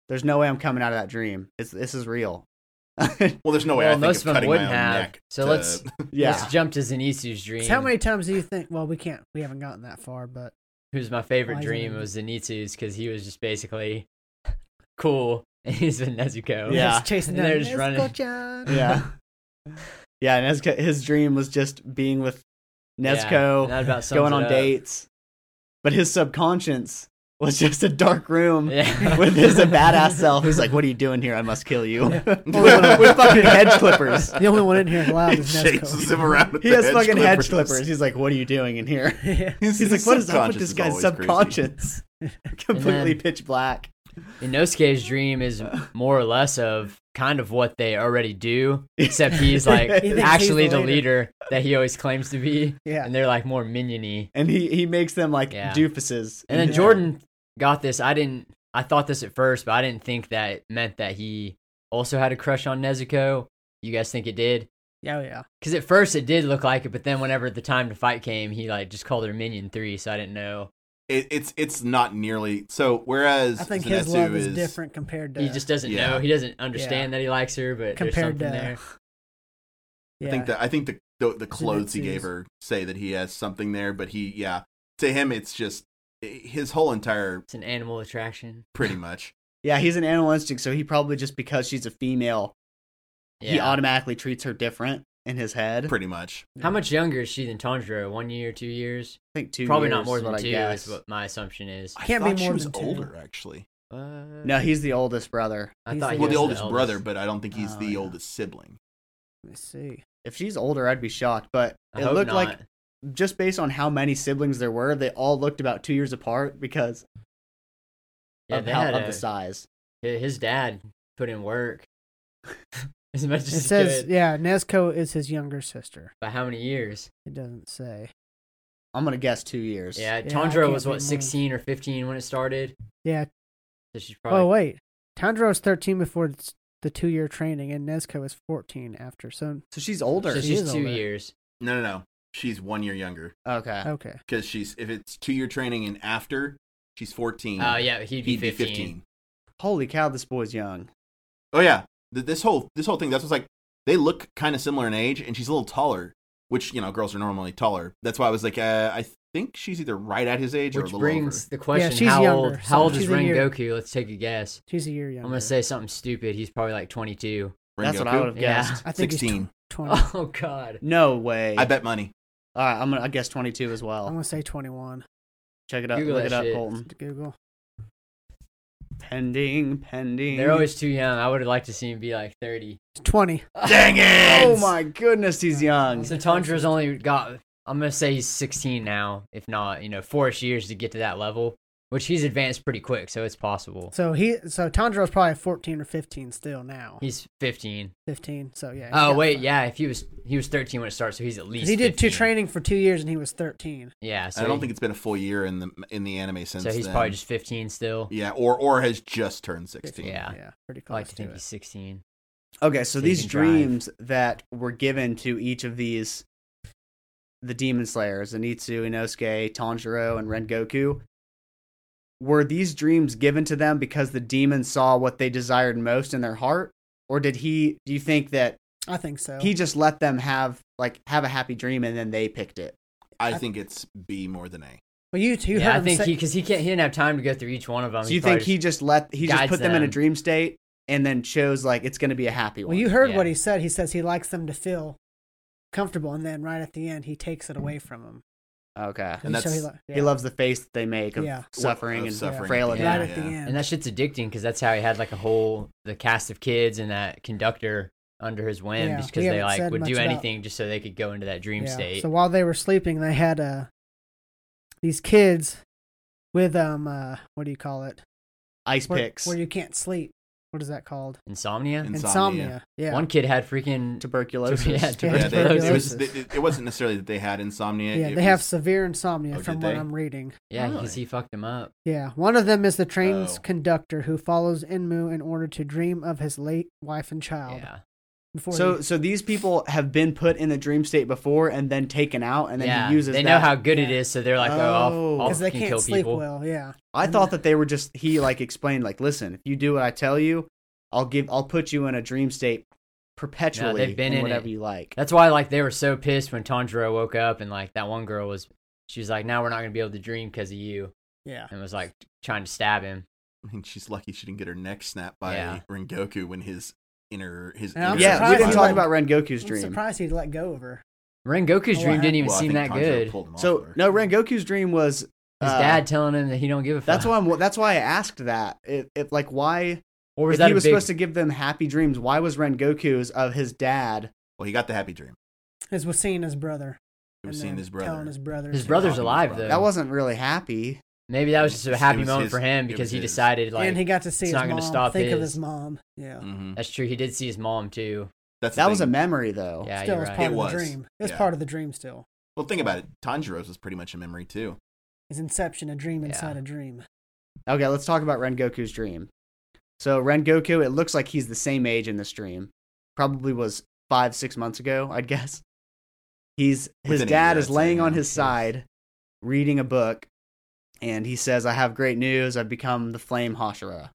Speaker 1: There's no way I'm coming out of that dream. It's this is real.
Speaker 4: Well, there's no way.
Speaker 3: Well,
Speaker 4: I think
Speaker 3: most
Speaker 4: of
Speaker 3: of 'em
Speaker 4: cutting
Speaker 3: wouldn't
Speaker 4: my own
Speaker 3: have.
Speaker 4: neck.
Speaker 3: So
Speaker 4: to- (laughs)
Speaker 3: let's-
Speaker 1: yeah.
Speaker 3: Let's jump to Zenitsu's dream.
Speaker 2: So how many times do you think? Well, we can't. We haven't gotten that far, but
Speaker 3: Who's my favorite
Speaker 2: Why is it
Speaker 3: dream
Speaker 2: in-
Speaker 3: was Zenitsu's because he was just basically (laughs) cool (laughs) and he's in Nezuko.
Speaker 1: Yeah.
Speaker 2: Just chasing
Speaker 3: And
Speaker 2: down
Speaker 3: they're just running.
Speaker 2: Nezuko-chan. (laughs)
Speaker 3: (laughs)
Speaker 1: Yeah. Yeah, and Nezuko, his dream was just being with
Speaker 3: Yeah,
Speaker 1: Nezuko,
Speaker 3: that about sums
Speaker 1: going
Speaker 3: it
Speaker 1: on
Speaker 3: up.
Speaker 1: dates. But his subconscious was (laughs) just a dark room (laughs)
Speaker 3: (laughs) Yeah.
Speaker 1: with his badass self who's like, What are you doing here? I must kill you. (laughs)
Speaker 2: Or
Speaker 1: with fucking hedge (laughs) clippers.
Speaker 2: The only one in here loud
Speaker 4: he
Speaker 2: is
Speaker 4: chases
Speaker 2: Nezuko.
Speaker 4: him around. With
Speaker 1: He
Speaker 4: the
Speaker 1: has
Speaker 4: hedge
Speaker 1: fucking
Speaker 4: clippers.
Speaker 1: hedge clippers. He's like, What are you doing in here?
Speaker 2: Yeah.
Speaker 4: His-
Speaker 1: He's like,
Speaker 4: his
Speaker 1: What is up with
Speaker 4: subconscious
Speaker 1: this
Speaker 4: is
Speaker 1: guy's
Speaker 4: always
Speaker 1: (laughs)
Speaker 4: crazy.
Speaker 1: subconscious? Completely pitch black.
Speaker 3: Inosuke's dream is more or less of kind of what they
Speaker 2: (laughs)
Speaker 3: already do, except he's like
Speaker 2: He thinks he's
Speaker 3: actually
Speaker 2: the
Speaker 3: the leader that he always claims to be,
Speaker 2: Yeah.
Speaker 3: and they're like more miniony.
Speaker 1: And he, he makes them like
Speaker 3: Yeah.
Speaker 1: doofuses.
Speaker 3: And then
Speaker 1: Yeah.
Speaker 3: Jordan got this. I didn't. I thought this at first, but I didn't think that it meant that he also had a crush on Nezuko. You guys think it did?
Speaker 2: Yeah, oh, yeah.
Speaker 3: Because at first it did look like it, but then whenever the time to fight came, he like just called her Minion Three. So I didn't know.
Speaker 4: It, it's it's not nearly so. Whereas
Speaker 2: I think
Speaker 4: Zenetsu
Speaker 2: his love is,
Speaker 4: is
Speaker 2: different compared to.
Speaker 3: He just doesn't
Speaker 4: Yeah.
Speaker 3: know. He doesn't understand that he likes her, but
Speaker 2: Compared
Speaker 3: there's something
Speaker 2: to-
Speaker 3: there.
Speaker 2: yeah.
Speaker 4: I think that I think the the, the clothes he gave
Speaker 2: Zenitsu's.
Speaker 4: her say that he has something there, but he yeah to him it's just his whole entire
Speaker 3: It's an animal attraction.
Speaker 2: (laughs)
Speaker 4: pretty much.
Speaker 1: Yeah, he's an animal instinct, so he probably just because she's a female,
Speaker 3: Yeah.
Speaker 1: he automatically treats her different in his head.
Speaker 4: Pretty much.
Speaker 3: How much younger is she than Tanjiro? One year, two years?
Speaker 1: I think two.
Speaker 3: Probably
Speaker 1: years
Speaker 3: not more
Speaker 1: is
Speaker 3: than
Speaker 1: what I
Speaker 3: two.
Speaker 1: guess.
Speaker 3: Is what my assumption is.
Speaker 4: I
Speaker 2: Can't be
Speaker 4: thought she
Speaker 2: more
Speaker 4: was
Speaker 2: than two.
Speaker 4: older actually.
Speaker 1: No, he's the oldest brother.
Speaker 3: I
Speaker 2: he's
Speaker 3: thought
Speaker 2: the-
Speaker 3: he
Speaker 4: well,
Speaker 3: was
Speaker 4: the oldest brother,
Speaker 3: oldest.
Speaker 4: but I don't think he's
Speaker 1: Oh,
Speaker 4: the
Speaker 1: yeah.
Speaker 4: oldest sibling.
Speaker 2: Let me see.
Speaker 1: If she's older, I'd be shocked. But
Speaker 3: I
Speaker 1: it
Speaker 3: hope
Speaker 1: looked
Speaker 3: not.
Speaker 1: like just based on how many siblings there were, they all looked about two years apart because
Speaker 3: yeah,
Speaker 1: of,
Speaker 3: they
Speaker 1: how,
Speaker 3: had
Speaker 1: of
Speaker 3: a-
Speaker 1: the size.
Speaker 3: hi- his dad put in work (laughs) as much as
Speaker 2: it
Speaker 3: he
Speaker 2: says,
Speaker 3: could.
Speaker 2: yeah, Nezuko is his younger sister.
Speaker 3: But how many years?
Speaker 2: It doesn't say.
Speaker 1: I'm gonna guess two years.
Speaker 3: Yeah,
Speaker 2: Yeah, I
Speaker 3: Tondra
Speaker 2: can't
Speaker 3: was
Speaker 2: be more.
Speaker 3: what sixteen or fifteen when it started.
Speaker 2: Yeah.
Speaker 3: So she's
Speaker 2: Oh,
Speaker 3: probably
Speaker 2: wait. Tanjiro's 13 before it's the two year training, and Nezuko is 14 after. So,
Speaker 1: So she's older.
Speaker 3: so
Speaker 2: She
Speaker 3: she's
Speaker 2: is
Speaker 3: two
Speaker 2: older.
Speaker 3: years.
Speaker 4: No, no, no. She's one year younger
Speaker 1: okay.
Speaker 3: Oh.
Speaker 2: okay.
Speaker 4: because she's if it's two year training and after, she's fourteen.
Speaker 3: Oh yeah, he'd be, 15.
Speaker 1: Holy cow, this boy's young.
Speaker 4: Oh yeah, Th- this whole this whole thing. That's what's like. They look kind of similar in age, and she's a little taller, which you know girls are normally taller. That's why I was like, uh, I think she's either right at his age or a
Speaker 3: Which
Speaker 4: little
Speaker 3: brings the question:
Speaker 2: she's
Speaker 3: How
Speaker 2: younger,
Speaker 3: old?
Speaker 2: so
Speaker 3: How old is
Speaker 2: she's a year-
Speaker 3: Rengoku? Let's take a guess.
Speaker 2: She's a year
Speaker 3: I'm
Speaker 2: younger.
Speaker 3: gonna say something stupid. He's probably like 22.
Speaker 4: over.
Speaker 1: That's what I
Speaker 4: Rengoku?
Speaker 1: would have
Speaker 3: Yeah.
Speaker 1: guessed.
Speaker 2: I think he's tw-
Speaker 4: 16.
Speaker 3: (laughs)
Speaker 2: 20.
Speaker 3: Oh God.
Speaker 1: No way.
Speaker 4: I bet money.
Speaker 1: All right, I'm gonna I guess 22 as
Speaker 2: I'm
Speaker 1: well.
Speaker 2: going to say 21.
Speaker 3: Mm-hmm.
Speaker 1: Check it up.
Speaker 3: Google
Speaker 1: Look it
Speaker 3: that
Speaker 1: up,
Speaker 3: shit.
Speaker 1: Colton.
Speaker 2: Google.
Speaker 1: Pending, pending.
Speaker 3: They're always too young. I would have liked to see him be like 30.
Speaker 2: 20.
Speaker 4: Dang it!
Speaker 1: Oh my goodness, he's young.
Speaker 3: So Tundra's only got, I'm going to say he's 16 now, if not, you know, four-ish years to get to that level, which he's advanced pretty quick, so it's possible.
Speaker 2: So, he, so Tanjiro's probably 14 or 15 still now.
Speaker 3: He's 15.
Speaker 2: 15. So, yeah. he's
Speaker 3: Oh,
Speaker 2: got
Speaker 3: wait,
Speaker 2: five.
Speaker 3: yeah, if he was he was 13 when it starts, so he's at
Speaker 2: 'Cause
Speaker 3: least
Speaker 2: He did two
Speaker 3: 15.
Speaker 2: training for two years and he was 13.
Speaker 3: Yeah, so
Speaker 4: I don't
Speaker 3: he-
Speaker 4: think it's been a full year in the in the anime since.
Speaker 3: so he's
Speaker 4: then.
Speaker 3: probably just 15 still.
Speaker 4: yeah, or or has just turned sixteen.
Speaker 3: Yeah.
Speaker 2: Yeah. Pretty
Speaker 3: I
Speaker 2: close
Speaker 3: like to
Speaker 2: to
Speaker 3: think
Speaker 2: it.
Speaker 3: he's 16.
Speaker 1: Okay, so
Speaker 3: So you
Speaker 1: these
Speaker 3: can drive.
Speaker 1: dreams that were given to each of these, the Demon Slayers, Zenitsu, Inosuke, Tanjiro, and Rengoku, were these dreams given to them because the demon saw what they desired most in their heart? Or did he, do you think that
Speaker 2: I think so.
Speaker 1: he just let them have, like, have a happy dream and then they picked it?
Speaker 4: I think it's B more than A.
Speaker 2: well, you, you heard
Speaker 3: yeah, I
Speaker 2: him
Speaker 3: think
Speaker 2: say-
Speaker 3: he, because he can't, he didn't have time to go through each one of them.
Speaker 1: so you think
Speaker 3: probably
Speaker 1: he just let, he just
Speaker 3: guides
Speaker 1: put them, in a
Speaker 3: them.
Speaker 1: dream state and then chose, like, it's going to be a happy one?
Speaker 2: Well, you heard
Speaker 3: Yeah.
Speaker 2: what he said. He says he likes them to feel comfortable, and then right at the end, he takes it away from them.
Speaker 1: okay.
Speaker 4: And
Speaker 2: So
Speaker 4: that's-
Speaker 2: li-
Speaker 1: He
Speaker 2: yeah.
Speaker 1: loves the face that they make of
Speaker 2: Yeah.
Speaker 1: suffering
Speaker 4: Of
Speaker 1: and
Speaker 4: suffering.
Speaker 1: frailty.
Speaker 3: Yeah.
Speaker 2: right at the
Speaker 4: Yeah.
Speaker 2: end.
Speaker 3: And that shit's addicting because that's how he had like a whole the cast of kids and that conductor under his whim
Speaker 2: Yeah,
Speaker 3: because
Speaker 2: we
Speaker 3: they
Speaker 2: haven't
Speaker 3: like
Speaker 2: said
Speaker 3: would
Speaker 2: much
Speaker 3: do
Speaker 2: about-
Speaker 3: anything just so they could go into that dream
Speaker 2: Yeah.
Speaker 3: state.
Speaker 2: So while they were sleeping, they had uh, these kids with um uh, what do you call it?
Speaker 1: Ice
Speaker 2: Where,
Speaker 1: picks.
Speaker 2: where you can't sleep. What is that called?
Speaker 3: Insomnia.
Speaker 4: In-
Speaker 2: Insomnia.
Speaker 4: Insomnia.
Speaker 2: Yeah.
Speaker 3: One kid had freaking
Speaker 1: tuberculosis.
Speaker 3: (laughs) yeah,
Speaker 4: Yeah, they, it, was,
Speaker 2: Tuberculosis.
Speaker 4: it, it wasn't necessarily that they had insomnia.
Speaker 2: yeah,
Speaker 4: it
Speaker 2: they have
Speaker 4: was-
Speaker 2: severe insomnia
Speaker 4: Oh,
Speaker 2: from
Speaker 4: did
Speaker 2: what
Speaker 4: they?
Speaker 2: I'm reading.
Speaker 3: yeah because
Speaker 4: Really?
Speaker 3: he fucked him up.
Speaker 2: Yeah, one of them is the train's
Speaker 4: Oh.
Speaker 2: conductor who follows Inmu in order to dream of his late wife and child.
Speaker 3: Yeah,
Speaker 2: before.
Speaker 1: So
Speaker 2: you-
Speaker 1: so these people have been put in the dream state before and then taken out and then
Speaker 3: yeah,
Speaker 1: he uses
Speaker 3: they
Speaker 1: that.
Speaker 3: know how good it is, so they're like,
Speaker 1: Oh.
Speaker 3: "Oh, I'll, I'll
Speaker 2: 'cause they
Speaker 3: fucking
Speaker 2: can't
Speaker 3: kill
Speaker 2: sleep
Speaker 3: people."
Speaker 2: well. Yeah,
Speaker 1: I thought that they were just he like explained like listen, if you do what I tell you, I'll give I'll put you in a dream state perpetually
Speaker 3: they've been
Speaker 1: and
Speaker 3: in
Speaker 1: whatever
Speaker 3: it.
Speaker 1: you like.
Speaker 3: That's why like they were so pissed when Tanjiro woke up and like that one girl was she was like, Now we're not gonna be able to dream because of you
Speaker 2: yeah.
Speaker 3: and was like trying to stab him.
Speaker 4: I mean, she's lucky she didn't get her neck snapped by
Speaker 3: Yeah.
Speaker 4: Rengoku when his inner his.
Speaker 2: And I'm
Speaker 4: inner-
Speaker 1: yeah, we
Speaker 2: surprised
Speaker 1: didn't
Speaker 2: he
Speaker 1: talk
Speaker 2: let-
Speaker 1: about Rengoku's
Speaker 2: I'm
Speaker 1: dream.
Speaker 2: surprised he let go of her.
Speaker 3: Rengoku's
Speaker 2: Oh,
Speaker 3: dream
Speaker 2: wow.
Speaker 3: didn't even
Speaker 4: Well, I
Speaker 3: seem
Speaker 4: think
Speaker 3: that
Speaker 4: Tanjiro
Speaker 3: good. His
Speaker 4: pulled him off of
Speaker 1: So
Speaker 4: her.
Speaker 1: no, Rengoku's dream was uh,
Speaker 3: dad telling him that he don't give a fuck.
Speaker 1: That's why I'm, that's why I asked that. If, if like why
Speaker 3: or was
Speaker 1: if
Speaker 3: that
Speaker 1: he
Speaker 3: a
Speaker 1: was
Speaker 3: big,
Speaker 1: supposed to give them happy dreams, why was Rengoku's of his dad?
Speaker 4: Well, he got the happy dream.
Speaker 2: As was seeing his brother.
Speaker 4: He
Speaker 2: and
Speaker 4: was seeing
Speaker 2: then
Speaker 4: his brother.
Speaker 2: Telling his brother.
Speaker 3: his
Speaker 2: to-
Speaker 3: brother's
Speaker 4: Talking
Speaker 3: alive
Speaker 4: about
Speaker 3: though?
Speaker 4: it.
Speaker 1: That wasn't really happy.
Speaker 3: Maybe that was just
Speaker 4: It
Speaker 3: a happy
Speaker 4: was
Speaker 3: moment
Speaker 4: his-
Speaker 3: for him
Speaker 4: it
Speaker 3: because
Speaker 4: was
Speaker 3: he
Speaker 4: his.
Speaker 3: decided like
Speaker 2: and he got to see
Speaker 3: it's
Speaker 2: his
Speaker 3: not
Speaker 2: mom.
Speaker 3: gonna stop
Speaker 2: think of
Speaker 3: his- Mm,
Speaker 2: his mom. Yeah.
Speaker 4: Mhm.
Speaker 3: that's true, he did see his mom too.
Speaker 4: That's the
Speaker 1: That was a
Speaker 4: thing.
Speaker 1: memory though.
Speaker 3: Yeah,
Speaker 2: still,
Speaker 3: you're
Speaker 2: it's
Speaker 3: right.
Speaker 2: part of
Speaker 4: It was.
Speaker 2: the dream. It's
Speaker 4: Yeah.
Speaker 2: part of the dream still.
Speaker 4: Well, think about it. Tanjiro's was pretty much a memory too.
Speaker 2: Is Inception a dream
Speaker 3: Yeah.
Speaker 2: inside a dream?
Speaker 1: Okay, let's talk about Rengoku's dream. So Rengoku, it looks like he's the same age in this dream. Probably was five, six months ago, I'd guess. He's his
Speaker 4: Within a
Speaker 1: dad
Speaker 4: year,
Speaker 1: is
Speaker 4: I'd say,
Speaker 1: laying on
Speaker 4: yeah,
Speaker 1: his
Speaker 4: yeah.
Speaker 1: side, reading a book, and he says, "I have great news. I've become the Flame Hashira."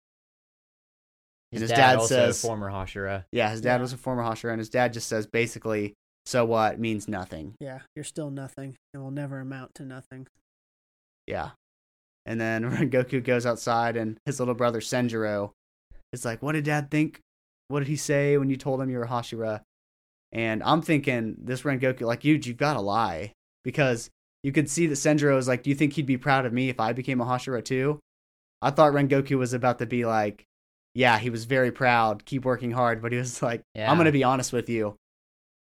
Speaker 3: His,
Speaker 1: his
Speaker 3: dad,
Speaker 1: dad
Speaker 3: also
Speaker 1: says-
Speaker 3: former Hashira.
Speaker 1: Yeah, his dad
Speaker 2: Yeah.
Speaker 1: was a former Hashira, and his dad just says basically, "So what?" means nothing.
Speaker 2: Yeah, you're still nothing and will never amount to nothing.
Speaker 1: Yeah. And then (laughs) Rengoku goes outside, and his little brother Senjiro is like, What did dad think? What did he say when you told him you were Hashira? And I'm thinking, this Rengoku, like, dude, you've got to lie. Because you could see that Senjiro is like, Do you think he'd be proud of me if I became a Hashira too? I thought Rengoku was about to be like, Yeah, he was very proud, keep working hard. But he was like,
Speaker 3: Yeah.
Speaker 1: I'm going to be honest with you.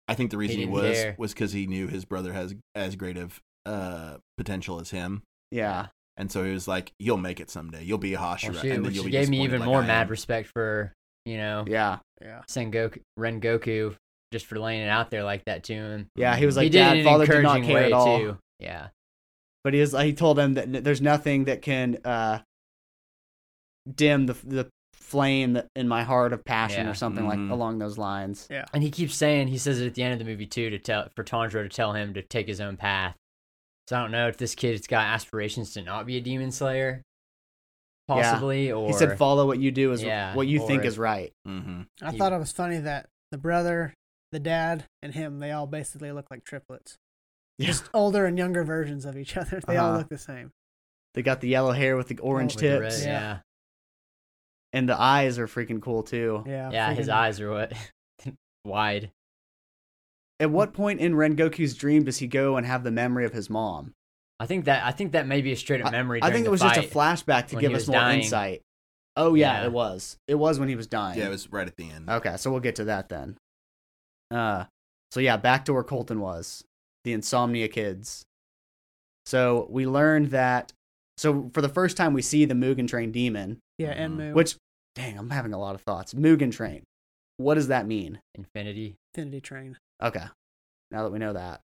Speaker 4: I think the reason he,
Speaker 3: didn't
Speaker 4: was
Speaker 3: care.
Speaker 4: was because he knew his brother has as great of uh, potential as him,
Speaker 1: Yeah.
Speaker 4: and so he was like, "You'll make it someday. You'll be a
Speaker 3: Well,
Speaker 4: Hashira."
Speaker 3: Oh, shoot,
Speaker 4: and then
Speaker 3: which
Speaker 4: you'll be
Speaker 3: gave me
Speaker 4: disappointed
Speaker 3: even
Speaker 4: like
Speaker 3: more
Speaker 4: I am."
Speaker 3: mad respect for you know
Speaker 1: Yeah.
Speaker 2: Yeah.
Speaker 3: Sengoku Rengoku just for laying it out there like that to him.
Speaker 1: Yeah. He was like,
Speaker 3: he did it in
Speaker 1: Dad,
Speaker 3: an
Speaker 1: father did not
Speaker 3: encouraging
Speaker 1: care
Speaker 3: way
Speaker 1: at all.
Speaker 3: too. Yeah.
Speaker 1: but he was he told him that n- there's nothing that can uh dim the the flame that in my heart of passion
Speaker 3: Yeah. mm-hmm.
Speaker 1: or something
Speaker 4: Mhm.
Speaker 1: like along those lines.
Speaker 3: And he keeps saying he says it at the end of the movie too to tell for Tanjiro to tell him to take his own path. So I don't know if this kid's got aspirations to not be a demon slayer,
Speaker 1: Yeah.
Speaker 3: possibly, or
Speaker 1: he said, "Follow what you do is
Speaker 3: Yeah,
Speaker 1: what you
Speaker 3: or
Speaker 1: think
Speaker 3: if-
Speaker 1: is right."
Speaker 4: Mhm.
Speaker 2: I
Speaker 3: He-
Speaker 2: thought it was funny that the brother, the dad, and him, they all basically look like triplets.
Speaker 1: Yeah.
Speaker 2: Just older and younger versions of each (laughs) other. They all
Speaker 1: Uh-huh.
Speaker 2: look the same.
Speaker 1: They got the yellow hair with the orange
Speaker 3: Oh, with the red-
Speaker 1: tips,
Speaker 3: yeah,
Speaker 1: and the eyes are freaking cool too.
Speaker 2: Yeah.
Speaker 3: yeah. his
Speaker 2: freaking-
Speaker 3: eyes are what (laughs) wide.
Speaker 1: At what point in Rengoku's dream does he go and have the memory of his mom?
Speaker 3: I think that I think that may be a straight up memory.
Speaker 1: I
Speaker 3: during
Speaker 1: think
Speaker 3: the
Speaker 1: it was
Speaker 3: fight.
Speaker 1: just a flashback to
Speaker 3: when
Speaker 1: give
Speaker 3: he
Speaker 1: us
Speaker 3: was
Speaker 1: more
Speaker 3: dying.
Speaker 1: insight. Oh yeah,
Speaker 3: Yeah.
Speaker 1: it was. It was when he was dying.
Speaker 4: Yeah, it was right at the end.
Speaker 1: Okay, so we'll get to that then. Uh, so yeah, back to where Colton was, the Insomnia Kids. So we learned that. So for the first time, we see the Mugen Train demon,
Speaker 2: Yeah, and
Speaker 4: Mhm.
Speaker 2: Moo.
Speaker 1: Uh-huh. which, dang, I'm having a lot of thoughts. Mugen Train, what does that mean?
Speaker 3: Infinity.
Speaker 2: Infinity Train.
Speaker 1: Okay, now that we know that,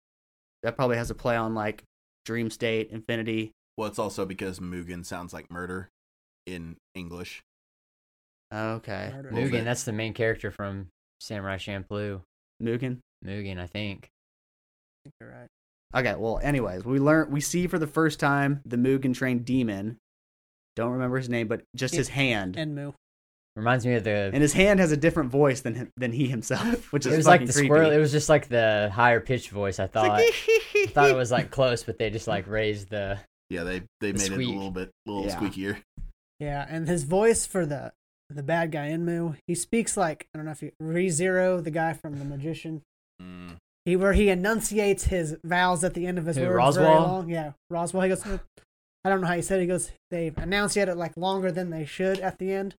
Speaker 1: that probably has a play on like Dream State, Infinity.
Speaker 4: Well, it's also because Mugen sounds like murder in English.
Speaker 1: Okay,
Speaker 2: Murder.
Speaker 4: Little
Speaker 3: Mugen,
Speaker 4: bit.
Speaker 3: that's the main character from Samurai Champloo.
Speaker 1: Mugen.
Speaker 3: Mugen, I think.
Speaker 2: I think you're right.
Speaker 1: Okay, well, anyways, we learn we see for the first time the Mugen Train demon. Don't remember his name, but just his hand.
Speaker 2: And Moo.
Speaker 3: Reminds me of the.
Speaker 1: And his hand has a different voice than him, than he himself, (laughs) which is
Speaker 3: it was
Speaker 1: fucking
Speaker 3: like the
Speaker 1: creepy.
Speaker 3: squirrel. It was just like the higher pitched voice. I thought. I thought
Speaker 1: (laughs)
Speaker 3: it was like close, but they just like raised the.
Speaker 4: Yeah, they they
Speaker 3: The
Speaker 4: made it a
Speaker 3: squeak.
Speaker 4: little bit little
Speaker 1: Yeah.
Speaker 4: squeakier.
Speaker 2: Yeah, and his voice for the the bad guy Enmu, he speaks like I don't know if you ReZero, the guy from The Magician.
Speaker 4: Mm.
Speaker 2: He where he enunciates his vowels at the end of his
Speaker 3: Who,
Speaker 2: words very
Speaker 3: Roswell?
Speaker 2: long. Yeah, Roswell. He goes, "Mm." I don't know how he said. It. He goes, they enunciate it like longer than they should at the end.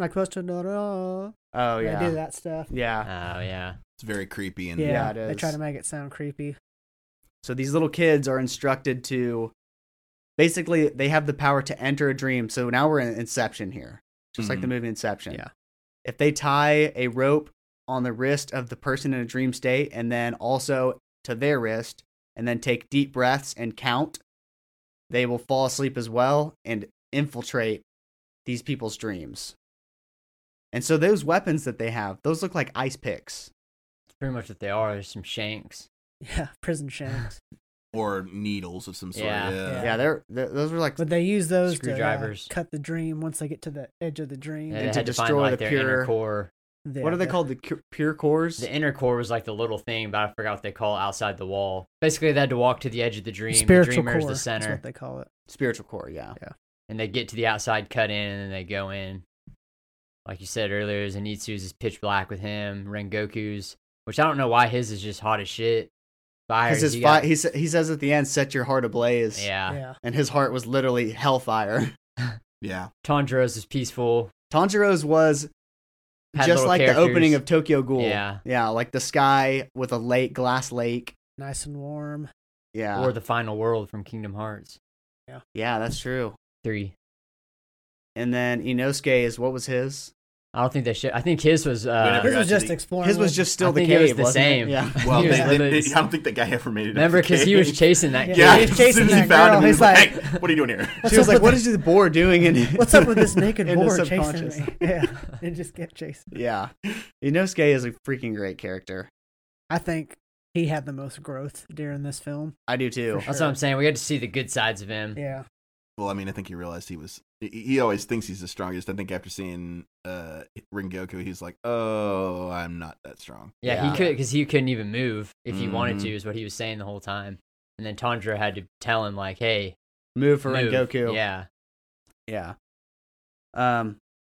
Speaker 2: Like question, oh
Speaker 1: Oh
Speaker 2: yeah,
Speaker 1: yeah,
Speaker 2: they do that stuff.
Speaker 3: Oh
Speaker 1: yeah.
Speaker 3: yeah.
Speaker 4: It's very creepy and
Speaker 2: Yeah,
Speaker 1: Yeah, it
Speaker 2: they try
Speaker 1: is.
Speaker 2: to make it sound creepy. (laughs)
Speaker 1: So these little kids are instructed to, basically, they have the power to enter a dream. So now we're in Inception here, just like the movie Inception.
Speaker 2: Mm-hmm. Yeah.
Speaker 1: If they tie a rope on the wrist of the person in a dream state, and then also to their wrist, and then take deep breaths and count, they will fall asleep as well and infiltrate these people's dreams. And so those weapons that they have, those look like ice picks.
Speaker 3: It's pretty much what they are. There's some shanks.
Speaker 2: Yeah,
Speaker 3: (sighs)
Speaker 2: prison shanks.
Speaker 4: or needles of some sort.
Speaker 3: Yeah.
Speaker 4: Yeah.
Speaker 2: Yeah.
Speaker 1: Yeah, they're, they those were like
Speaker 2: But they use those
Speaker 3: Screwdrivers.
Speaker 2: to uh, cut the dream once they get to the edge of the dream.
Speaker 3: And
Speaker 1: And
Speaker 3: they
Speaker 1: to
Speaker 3: had to find
Speaker 1: destroy
Speaker 3: like
Speaker 1: the
Speaker 3: their
Speaker 1: pure-
Speaker 3: inner core.
Speaker 2: Yeah,
Speaker 1: what are they
Speaker 2: the-
Speaker 1: called? The cu- pure cores.
Speaker 3: The inner core was like the little thing, but I forgot what they call outside the wall. Basically, they had to walk to the edge of the dream. the
Speaker 2: Spiritual
Speaker 3: dreamer
Speaker 2: core.
Speaker 3: is the
Speaker 2: That's
Speaker 3: center,
Speaker 2: what they call it.
Speaker 1: spiritual core. Yeah.
Speaker 3: and they get to the outside, cut in, and then they go in. Like you said earlier, Zenitsu's is pitch black with him. Rengoku's, which I don't know why his is just hot as shit. But I
Speaker 1: Because
Speaker 3: heard
Speaker 1: his
Speaker 3: he
Speaker 1: fi-
Speaker 3: got-
Speaker 1: he sa- he says at the end, "Set your heart ablaze."
Speaker 3: yeah.
Speaker 2: yeah.
Speaker 1: And his heart was literally hellfire. (laughs)
Speaker 4: (laughs) Yeah.
Speaker 3: Tanjiro's is peaceful.
Speaker 1: Tanjiro's was
Speaker 3: Had
Speaker 1: just
Speaker 3: little
Speaker 1: like
Speaker 3: characters.
Speaker 1: the opening of Tokyo Ghoul.
Speaker 3: Yeah.
Speaker 1: Yeah, like the sky with a lake, glass lake.
Speaker 2: Nice and warm.
Speaker 1: Yeah.
Speaker 3: or the final world from Kingdom Hearts
Speaker 1: yeah, that's true.
Speaker 3: three.
Speaker 1: And then Inosuke is what was his?
Speaker 3: I don't think they should. I think his was.
Speaker 4: never
Speaker 3: Uh,
Speaker 2: His
Speaker 4: got
Speaker 2: was
Speaker 4: to
Speaker 2: just
Speaker 4: the-
Speaker 2: exploring.
Speaker 1: His was
Speaker 2: wasn't (laughs)
Speaker 1: just still
Speaker 3: I
Speaker 1: the
Speaker 3: think it
Speaker 1: cave.
Speaker 3: was the
Speaker 1: wasn't
Speaker 3: same.
Speaker 1: Yeah.
Speaker 3: He
Speaker 4: Well, they,
Speaker 3: was
Speaker 4: they,
Speaker 3: literally-
Speaker 4: they- I don't think that guy ever made it.
Speaker 3: remember, because he was chasing that.
Speaker 2: Yeah.
Speaker 3: kid.
Speaker 4: Yeah, (laughs)
Speaker 2: he was
Speaker 4: as soon
Speaker 2: chasing
Speaker 4: as he
Speaker 2: that
Speaker 4: found
Speaker 2: girl.
Speaker 4: him, he
Speaker 2: He's
Speaker 4: was like,
Speaker 2: like-
Speaker 4: "Hey, what are you doing here?"
Speaker 2: (laughs) What's
Speaker 1: She was
Speaker 2: up
Speaker 1: like,
Speaker 2: with
Speaker 1: "What is this boar doing?"
Speaker 2: (laughs)
Speaker 1: In
Speaker 2: What's up
Speaker 1: (laughs)
Speaker 2: with this naked
Speaker 1: in the
Speaker 2: boar chasing
Speaker 1: subconscious. (laughs)
Speaker 2: me? Yeah, it just kept chasing.
Speaker 1: Yeah, (laughs) Inosuke is a freaking great character.
Speaker 2: I think he had the most growth during this film.
Speaker 1: I do too.
Speaker 2: For
Speaker 3: That's
Speaker 2: sure.
Speaker 3: what I'm saying. We got to see the good sides of him.
Speaker 2: Yeah,
Speaker 4: (laughs) Well, I mean, I think he realized he was. He, he always thinks he's the strongest. I think after seeing uh Rengoku, he's like, "Oh, I'm not that strong."
Speaker 3: Yeah,
Speaker 1: Yeah.
Speaker 3: he could because he couldn't even move if he wanted
Speaker 4: Mhm.
Speaker 2: Mm-hmm.
Speaker 3: to, is what he was saying the whole time. And then Tanjiro had to tell him like, "Hey,
Speaker 1: Move for
Speaker 3: move.
Speaker 1: Rengoku.
Speaker 3: Yeah,
Speaker 1: Yeah. Um.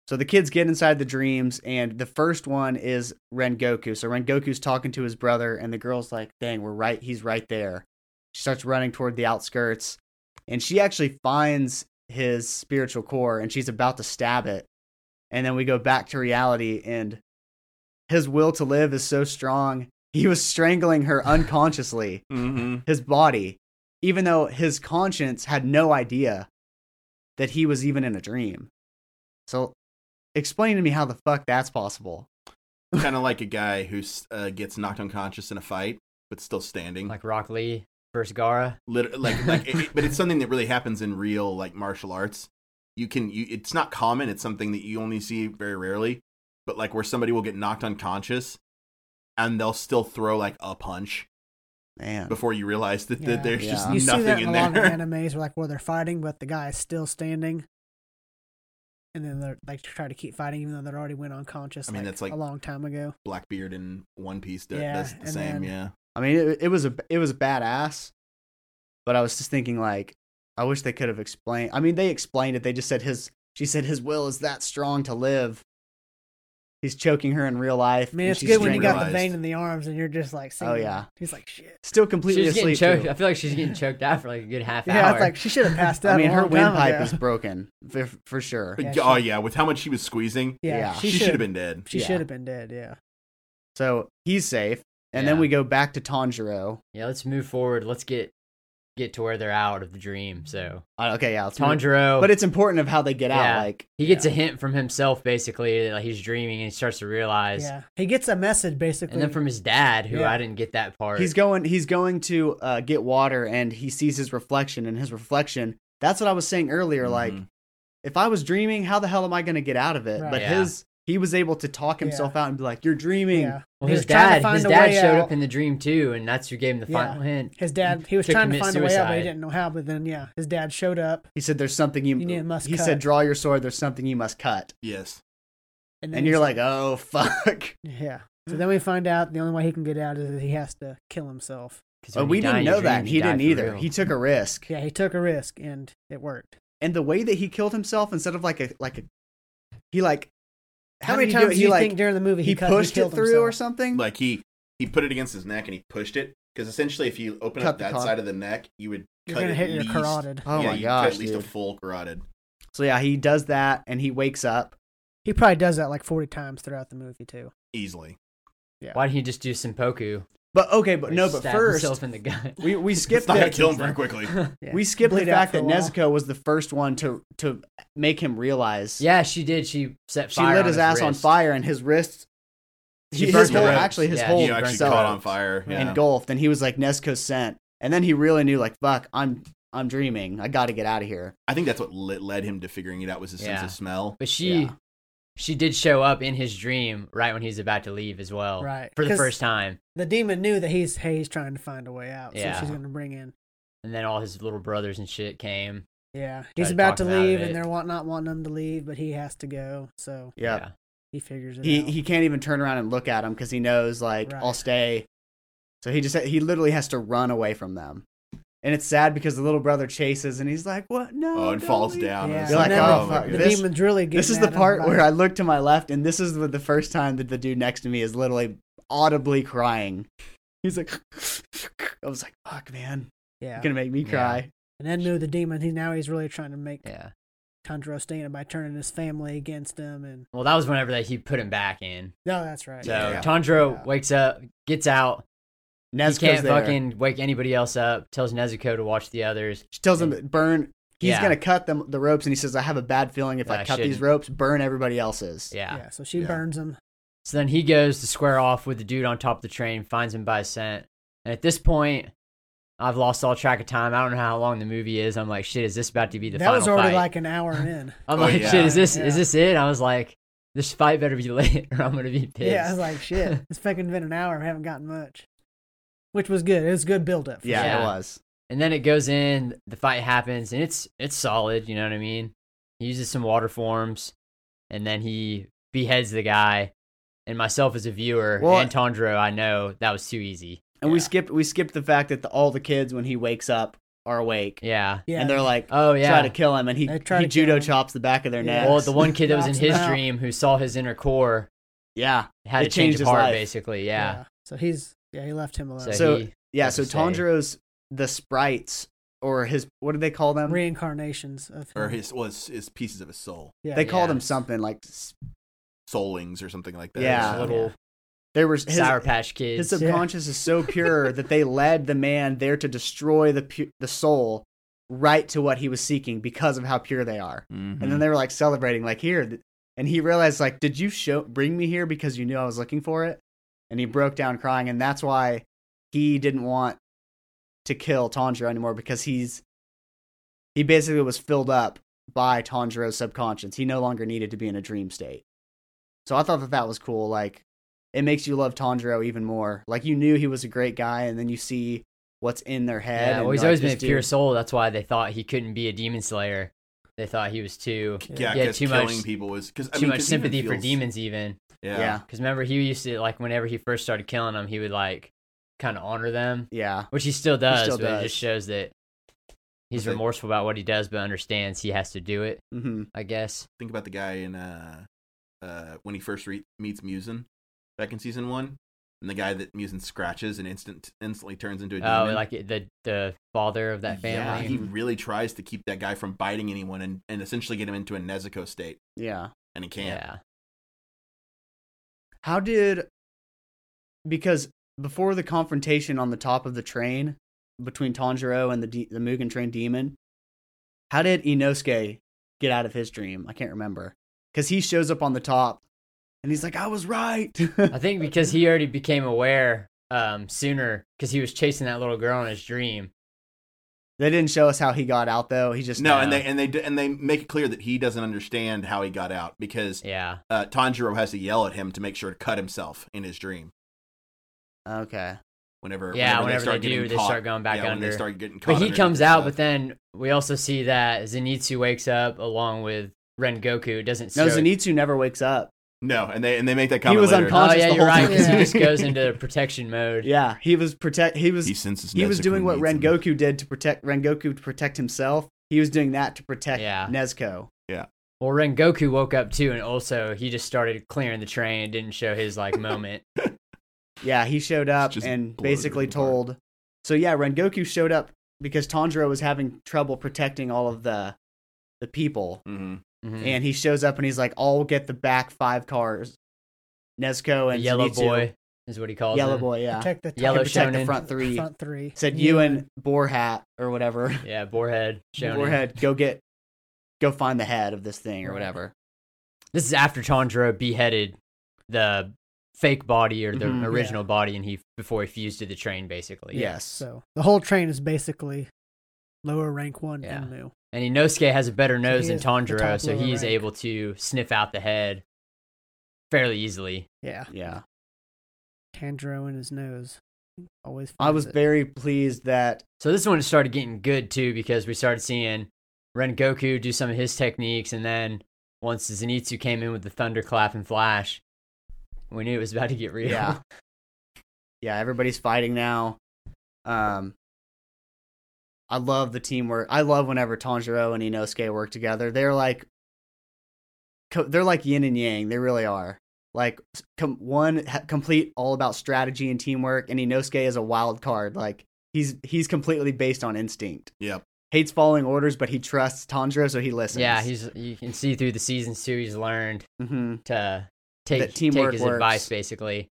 Speaker 1: So the kids get inside the dreams, and the first one is Rengoku. So Rengoku's talking to his brother, and the girl's like, "Dang, we're right. He's right there." She starts running toward the outskirts, and she actually finds his spiritual core, and she's about to stab it. And then we go back to reality, and his will to live is so strong. He was strangling her unconsciously
Speaker 4: (laughs) Mm-hmm.
Speaker 1: his body, even though his conscience had no idea that he was even in a dream. So, explain to me how the fuck that's possible.
Speaker 4: kind of like a guy who uh, gets knocked unconscious in a fight but still standing. Like,
Speaker 3: like Rock Lee versus Gara.
Speaker 4: Liter- like, like, it, it- but it's something that really happens in real like martial arts. You can, you, it's not common. It's something that you only see very rarely. But like where somebody will get knocked unconscious, and they'll still throw like a punch
Speaker 1: Man,
Speaker 4: before you realize that,
Speaker 2: Yeah.
Speaker 4: that there's just
Speaker 1: Yeah.
Speaker 2: you
Speaker 4: nothing
Speaker 2: see that in,
Speaker 4: in,
Speaker 2: a lot
Speaker 1: (laughs)
Speaker 2: of
Speaker 4: there.
Speaker 2: animes where like where they're fighting, but the guy is still standing, and then they're like try to keep fighting even though they're already went unconscious.
Speaker 4: I mean, that's like-
Speaker 2: a long time ago.
Speaker 4: (laughs) Blackbeard in One Piece does,
Speaker 2: Yeah,
Speaker 4: does the
Speaker 2: and
Speaker 4: same.
Speaker 2: then-
Speaker 4: yeah,
Speaker 1: I mean, it, it was a it was badass, but I was just thinking like, I wish they could have explained. I mean, they explained it. They just said his. She said his will is that strong to live. He's choking her in real life.
Speaker 2: I mean,
Speaker 1: and
Speaker 2: it's
Speaker 1: she's
Speaker 2: good when you
Speaker 1: strangling-
Speaker 2: got the
Speaker 4: Generalized.
Speaker 2: vein in the arms and you're just like, singing.
Speaker 1: Oh, yeah.
Speaker 2: he's like, shit.
Speaker 1: still
Speaker 3: She
Speaker 1: completely
Speaker 3: was getting
Speaker 1: asleep.
Speaker 3: choked.
Speaker 1: too.
Speaker 3: I feel like she's getting choked out for like a good half
Speaker 2: Yeah,
Speaker 3: hour.
Speaker 2: it's like she should have passed out.
Speaker 1: I mean,
Speaker 2: a
Speaker 1: her
Speaker 2: long time
Speaker 1: windpipe
Speaker 2: ago.
Speaker 1: is broken for, for sure.
Speaker 4: But-
Speaker 2: Yeah, she-
Speaker 4: oh yeah, with how much she was squeezing, ah,
Speaker 2: Yeah,
Speaker 1: Yeah.
Speaker 4: she,
Speaker 2: she,
Speaker 4: should have been dead.
Speaker 2: She
Speaker 1: Yeah.
Speaker 2: should have been dead. Yeah.
Speaker 1: So he's safe, and then
Speaker 3: Yeah.
Speaker 1: we go back to Tanjiro.
Speaker 3: yeah, let's move forward. Let's get get to where they're out of the dream. So
Speaker 1: Uh, okay, yeah, let's move-
Speaker 3: Tanjiro,
Speaker 1: But it's important of how they get out.
Speaker 3: Yeah.
Speaker 1: Like
Speaker 3: he gets
Speaker 1: yeah.
Speaker 3: a hint from himself basically that like, he's dreaming and he starts to realize.
Speaker 2: Yeah. He gets a message basically.
Speaker 3: And then from his dad, who
Speaker 2: Yeah.
Speaker 3: I didn't get that part.
Speaker 1: he's going he's going to uh, get water, and he sees his reflection, and his reflection. That's what I was saying earlier.
Speaker 3: Mm-hmm.
Speaker 1: Like
Speaker 4: Mhm.
Speaker 1: if I was dreaming, how the hell am I going to get out of it?
Speaker 2: Right.
Speaker 1: But
Speaker 3: Yeah.
Speaker 1: his he was able to talk himself out and be like, "You're dreaming."
Speaker 2: yeah. He
Speaker 3: Well, his
Speaker 2: was trying to
Speaker 3: dad,
Speaker 2: find
Speaker 3: his
Speaker 2: a
Speaker 3: dad
Speaker 2: way
Speaker 3: showed
Speaker 2: out.
Speaker 3: up in the dream too, and that's who gave him the
Speaker 2: Yeah.
Speaker 3: final hint.
Speaker 2: His dad, he was
Speaker 3: To
Speaker 2: trying to
Speaker 3: commit
Speaker 2: find a way out, but he
Speaker 3: suicide.
Speaker 2: didn't know how. But then, yeah, his dad showed up,
Speaker 1: He said, "There's something you,
Speaker 2: You need- must
Speaker 1: He
Speaker 2: cut.
Speaker 1: said, "Draw your sword." There's something you must cut.
Speaker 4: Yes,
Speaker 2: and
Speaker 1: And,
Speaker 2: then
Speaker 1: you're
Speaker 2: he's
Speaker 1: like, "Oh (laughs) fuck."
Speaker 2: yeah. So then we find out the only way he can get out is that he has to kill himself.
Speaker 3: 'Cause
Speaker 1: But
Speaker 3: when
Speaker 1: we
Speaker 3: you die
Speaker 1: didn't
Speaker 3: in your
Speaker 1: know that.
Speaker 3: dream,
Speaker 1: He
Speaker 3: you die
Speaker 1: didn't
Speaker 3: for
Speaker 1: either.
Speaker 3: real.
Speaker 1: He took a risk.
Speaker 2: Yeah, he took a risk and it worked.
Speaker 1: and the way that he killed himself instead of like a like a he like
Speaker 2: How,
Speaker 1: did he
Speaker 2: many times
Speaker 1: it?
Speaker 2: do you think during the movie
Speaker 1: he,
Speaker 2: he, cut,
Speaker 1: pushed it
Speaker 2: killed
Speaker 1: through
Speaker 2: himself?
Speaker 1: or something
Speaker 4: like he he put it against his neck and he pushed it because essentially, if you open
Speaker 1: Cut
Speaker 4: up
Speaker 1: the
Speaker 4: that
Speaker 1: car-
Speaker 4: side of the neck, you would
Speaker 2: You're
Speaker 4: cut
Speaker 2: gonna
Speaker 4: at
Speaker 2: hit your
Speaker 4: least-
Speaker 2: carotid.
Speaker 1: oh
Speaker 4: yeah,
Speaker 1: my
Speaker 4: you cut
Speaker 1: gosh
Speaker 4: at least
Speaker 1: dude.
Speaker 4: a full carotid.
Speaker 1: so yeah he does that and he wakes up
Speaker 2: He probably does that like forty times throughout the movie too.
Speaker 1: (laughs)
Speaker 4: easily.
Speaker 3: Why didn't he just do Senpoku?
Speaker 1: but okay but
Speaker 3: where he
Speaker 1: no but
Speaker 3: stabbed himself
Speaker 1: first
Speaker 3: in the gut.
Speaker 1: (laughs) we, we
Speaker 4: It's
Speaker 1: skipped
Speaker 4: not gonna
Speaker 1: it
Speaker 4: kill him very quickly.
Speaker 1: (laughs)
Speaker 2: Yeah.
Speaker 1: we skipped the
Speaker 2: Bleed out
Speaker 1: fact
Speaker 2: for a
Speaker 1: that
Speaker 2: while.
Speaker 1: nezuko was the first one to to make him realize
Speaker 3: yeah, she did. She set
Speaker 1: she
Speaker 3: fire.
Speaker 1: lit
Speaker 3: on
Speaker 1: his, ass on
Speaker 3: wrist.
Speaker 1: fire and his wrist
Speaker 3: She
Speaker 1: his
Speaker 3: burnt the
Speaker 1: whole
Speaker 3: ropes.
Speaker 1: actually his
Speaker 3: Yeah,
Speaker 1: whole
Speaker 3: she
Speaker 4: you know, actually
Speaker 1: self
Speaker 4: caught on fire.
Speaker 3: Right.
Speaker 4: Yeah.
Speaker 1: engulfed and he was like nezuko sent and then he really knew like fuck i'm i'm dreaming i gotta get out of here
Speaker 4: I think that's what le- led him to figuring it out was his sense
Speaker 3: Yeah.
Speaker 4: of smell.
Speaker 3: But she
Speaker 1: Yeah.
Speaker 3: she did show up in his dream right when he's about to leave as well.
Speaker 2: Right,
Speaker 3: For the
Speaker 2: 'cause-
Speaker 3: first time.
Speaker 2: The demon knew that he's hey, he's trying to find a way out,
Speaker 3: Yeah.
Speaker 2: so she's going to bring in.
Speaker 3: And then all his little brothers and shit came.
Speaker 2: Yeah, he's
Speaker 3: to
Speaker 2: about
Speaker 3: talk
Speaker 2: to
Speaker 3: him out of
Speaker 2: leave,
Speaker 3: it.
Speaker 2: and they're want, not wanting him to leave, but he has to go, so
Speaker 1: Yeah.
Speaker 2: he figures it
Speaker 1: He
Speaker 2: out.
Speaker 1: he can't even turn around and look at him because he knows like
Speaker 2: Right.
Speaker 1: I'll stay. So he just he literally has to run away from them, and it's sad because the little brother chases and he's like, "What? No!"
Speaker 4: Oh, and
Speaker 1: don't
Speaker 4: falls
Speaker 1: leave."
Speaker 4: down.
Speaker 2: yeah,
Speaker 4: It's
Speaker 1: You're
Speaker 2: and
Speaker 1: like,
Speaker 2: then
Speaker 1: oh,
Speaker 2: the-
Speaker 1: fuck,
Speaker 2: the
Speaker 1: this-
Speaker 2: demon's really getting
Speaker 1: This is
Speaker 2: at
Speaker 1: the
Speaker 2: him
Speaker 1: part
Speaker 2: about
Speaker 1: where
Speaker 2: it.
Speaker 1: I look to my left, and this is the first time that the dude next to me is literally audibly crying. He's like, (laughs) I was like, fuck, man.
Speaker 2: yeah,
Speaker 1: You're going to make me
Speaker 3: Yeah.
Speaker 1: cry.
Speaker 2: and then knew the demon. He now he's really trying to make
Speaker 3: Yeah.
Speaker 2: Tanjiro stay in it by turning his family against him, and
Speaker 3: Well, that was whenever that he put him back in.
Speaker 2: no, that's right.
Speaker 3: So
Speaker 4: Yeah.
Speaker 3: Tanjiro
Speaker 2: Yeah.
Speaker 3: wakes up, gets out.
Speaker 1: Nezuko's
Speaker 3: he can't
Speaker 1: there.
Speaker 3: fucking wake anybody else up. Tells Nezuko to watch the others.
Speaker 1: she tells him, to burn. He's
Speaker 3: Yeah.
Speaker 1: going to cut them, the ropes, and he says, I have a bad feeling if
Speaker 3: That
Speaker 1: I
Speaker 3: I
Speaker 1: cut these
Speaker 3: shouldn't."
Speaker 1: ropes, burn everybody else's.
Speaker 3: Yeah.
Speaker 2: Yeah, so she
Speaker 4: Yeah.
Speaker 2: burns him.
Speaker 3: So then he goes to square off with the dude on top of the train, finds him by scent. And at this point, I've lost all track of time. I don't know how long the movie is. I'm like, shit, is this about to be the
Speaker 2: that
Speaker 3: final
Speaker 2: was already
Speaker 3: fight?
Speaker 2: like
Speaker 1: (laughs)
Speaker 2: an hour in.
Speaker 3: I'm
Speaker 4: Oh,
Speaker 3: like,
Speaker 4: yeah.
Speaker 3: shit, is this is
Speaker 2: Yeah.
Speaker 3: this it? I was like, this fight better be (laughs) lit or I'm gonna be pissed.
Speaker 2: Yeah, I was like, shit,
Speaker 1: (laughs)
Speaker 2: it's fucking been an hour. We haven't gotten much, which was good. It was good build up.
Speaker 1: Yeah,
Speaker 3: Yeah.
Speaker 1: it was.
Speaker 3: and then it goes in, the fight happens, and it's it's solid. You know what I mean? He uses some water forms, and then he beheads the guy. And myself as a viewer
Speaker 1: Well-
Speaker 3: and Tondro, I know that was too easy.
Speaker 1: And we skipped we skipped the fact that the, all the kids, when he wakes up, are awake.
Speaker 3: Yeah.
Speaker 2: Yeah,
Speaker 1: And they're like,
Speaker 3: Oh yeah.
Speaker 1: try to kill him. And he,
Speaker 2: They try
Speaker 1: he
Speaker 2: to kill
Speaker 1: judo
Speaker 2: him.
Speaker 1: chops the back of their
Speaker 2: Yeah. Oh,
Speaker 1: necks.
Speaker 3: Well, the one kid that was in
Speaker 2: Knocks
Speaker 3: his
Speaker 2: him out.
Speaker 3: dream who saw his inner core
Speaker 1: yeah.
Speaker 3: had
Speaker 1: It
Speaker 3: a change
Speaker 1: changed
Speaker 3: of
Speaker 1: his
Speaker 3: heart,
Speaker 1: life.
Speaker 3: basically. Yeah.
Speaker 2: So he's yeah, he left him alone.
Speaker 3: So,
Speaker 1: So-
Speaker 3: he,
Speaker 1: Yeah,
Speaker 3: That's
Speaker 1: so
Speaker 3: a say.
Speaker 1: Tanjiro's the sprites or his what do they call them?
Speaker 2: reincarnations of him.
Speaker 1: Oh.
Speaker 4: or his was his pieces of his soul,
Speaker 2: yeah,
Speaker 1: they called
Speaker 3: yeah.
Speaker 1: him something like s-
Speaker 4: soulings or something like that.
Speaker 1: Yeah.
Speaker 3: his little
Speaker 1: there was his,
Speaker 3: Sour Patch
Speaker 1: his
Speaker 3: Kids.
Speaker 2: Yeah.
Speaker 1: subconscious is so
Speaker 2: (laughs)
Speaker 1: pure that they led the man there to destroy the pu- the soul right to what he was seeking because of how pure they are.
Speaker 4: Mhm.
Speaker 3: Mm-hmm.
Speaker 1: And
Speaker 3: Mm.
Speaker 1: then they were like celebrating like here th- and he realized like did you show bring me here because you knew I was looking for it? And he broke down crying and that's why he didn't want to kill Tanjiro anymore because he's he basically was filled up by Tanjiro's subconscious. He no longer needed to be in a dream state. So I thought that that was cool. Like it makes you love Tanjiro even more. Like you knew he was a great guy, and then you see what's in their head.
Speaker 3: yeah,
Speaker 1: and,
Speaker 3: well, he's
Speaker 1: like,
Speaker 3: always been a
Speaker 1: this
Speaker 3: pure
Speaker 1: dude-
Speaker 3: soul. That's why they thought he couldn't be a demon slayer. They thought he was too
Speaker 4: yeah,
Speaker 3: He had
Speaker 4: because
Speaker 3: too much-
Speaker 4: killing people was because
Speaker 3: too much sympathy for demons, even.
Speaker 4: Yeah,
Speaker 1: Yeah.
Speaker 3: Because remember, he used to like whenever he first started killing them, he would like kind of honor them,
Speaker 1: Yeah,
Speaker 3: which he still does.
Speaker 1: still
Speaker 3: but
Speaker 1: does.
Speaker 3: it just shows that he's
Speaker 4: That's it.
Speaker 3: remorseful about what he does, but understands he has to do it.
Speaker 1: hmm
Speaker 3: I guess.
Speaker 4: Think about the guy in uh, uh, when he first re- meets Musen back in season one, and the guy that Musen scratches and instant instantly turns into a demon.
Speaker 3: Oh, like it- the the father of that
Speaker 4: Yeah,
Speaker 3: family.
Speaker 4: he really tries to keep that guy from biting anyone and, and essentially get him into a Nezuko state,
Speaker 1: yeah.
Speaker 4: and he can't.
Speaker 3: yeah.
Speaker 1: How did? Because before the confrontation on the top of the train between Tanjiro and the de- the Mugen Train Demon, how did Inosuke get out of his dream? I can't remember because he shows up on the top, and he's like, "I was right."
Speaker 3: I think because he already became aware um, sooner because he was chasing that little girl in his dream.
Speaker 1: (laughs) They didn't show us how he got out though. He just
Speaker 4: No, and
Speaker 3: No.
Speaker 4: they and they d- and they make it clear that he doesn't understand how he got out because
Speaker 3: Yeah.
Speaker 4: uh, Tanjiro has to yell at him to make sure to cut himself in his dream.
Speaker 1: okay.
Speaker 4: Whenever,
Speaker 3: Yeah, whenever
Speaker 4: whenever, they
Speaker 3: they
Speaker 4: start
Speaker 3: do,
Speaker 4: getting
Speaker 3: they
Speaker 4: caught.
Speaker 3: start going back
Speaker 4: yeah, when they
Speaker 3: under.
Speaker 4: start getting caught.
Speaker 3: But he
Speaker 4: underneath
Speaker 3: comes
Speaker 4: the
Speaker 3: out,
Speaker 4: stuff.
Speaker 3: but then we also see that Zenitsu wakes up along with Ren Goku. It doesn't
Speaker 1: No,
Speaker 3: show-
Speaker 1: Zenitsu never wakes up.
Speaker 4: no, and they and they make that comment.
Speaker 1: was
Speaker 4: later.
Speaker 1: uncon-
Speaker 3: Oh
Speaker 1: conscious
Speaker 3: yeah,
Speaker 1: the
Speaker 3: you're
Speaker 1: whole
Speaker 3: right. Because he
Speaker 1: (laughs)
Speaker 2: time.
Speaker 3: just goes into protection mode.
Speaker 1: Yeah, he was protect. He was
Speaker 4: He
Speaker 1: he,
Speaker 4: senses
Speaker 1: was
Speaker 4: Nezuko
Speaker 1: doing what
Speaker 4: needs
Speaker 1: Ren
Speaker 4: him.
Speaker 1: Goku did to protect Ren Goku to protect himself. He was doing that to protect
Speaker 3: Yeah.
Speaker 1: Nezuko.
Speaker 3: Well, Ren Goku woke up too, and also he just started clearing the train. It didn't show
Speaker 1: (laughs)
Speaker 3: his like moment.
Speaker 1: Yeah, he showed up
Speaker 4: just
Speaker 1: and
Speaker 4: blows
Speaker 1: basically
Speaker 4: everything apart.
Speaker 1: told. So yeah, Ren Goku showed up because Tanjiro was having trouble protecting all of the the people,
Speaker 4: Mhm.
Speaker 3: Mhm.
Speaker 1: and he shows up and he's like, "I'll get the back five cars." Nezuko
Speaker 3: The
Speaker 1: and
Speaker 3: yellow
Speaker 1: Zenitsu-
Speaker 3: boy is what he calls
Speaker 1: yellow
Speaker 3: him.
Speaker 1: boy, yeah,
Speaker 2: protect the
Speaker 3: Yellow
Speaker 1: And protect the
Speaker 3: shonen.
Speaker 1: front three.
Speaker 2: front three.
Speaker 1: Said you and Boarhat or whatever. (laughs)
Speaker 3: Yeah, Boarhead. Shonen.
Speaker 1: Warhead, go get, go find the head of this thing or
Speaker 2: Right.
Speaker 1: whatever.
Speaker 3: This is after Chandra beheaded the fake body or the
Speaker 2: Mm-hmm,
Speaker 1: Mhm.
Speaker 3: original body, and he before he fused to the train basically.
Speaker 1: Yes.
Speaker 2: So the whole train is basically lower rank one
Speaker 3: Yeah.
Speaker 2: Inmu.
Speaker 3: And Inosuke has a better
Speaker 2: he
Speaker 3: nose
Speaker 2: is the
Speaker 3: than Tanjiro,
Speaker 2: top
Speaker 3: so
Speaker 2: lower
Speaker 3: he is
Speaker 2: rank.
Speaker 3: able to sniff out the head fairly easily.
Speaker 2: Yeah.
Speaker 1: Yeah.
Speaker 2: Tandro in his nose. Always.
Speaker 1: I was
Speaker 2: finds it.
Speaker 1: very pleased that
Speaker 3: So this one started getting good too because we started seeing Ren Goku do some of his techniques, and then once Zenitsu came in with the thunderclap and flash, we knew it was about to get real.
Speaker 1: Yeah. yeah, everybody's fighting now. Um I love the teamwork. I love whenever Tanjiro and Inosuke work together. They're like co- they're like yin and yang. They really are. Like s- com- one ha- complete all about strategy and teamwork and Inosuke is a wild card. Like he's he's completely based on instinct.
Speaker 3: (laughs)
Speaker 4: Yep.
Speaker 1: Hates following orders but he trusts Tanjiro so he listens.
Speaker 3: (laughs) yeah. He's you can see through the seasons too. He's learned
Speaker 4: (laughs)
Speaker 1: Mhm.
Speaker 3: to take take
Speaker 1: teamwork
Speaker 3: his
Speaker 1: works.
Speaker 3: advice basically.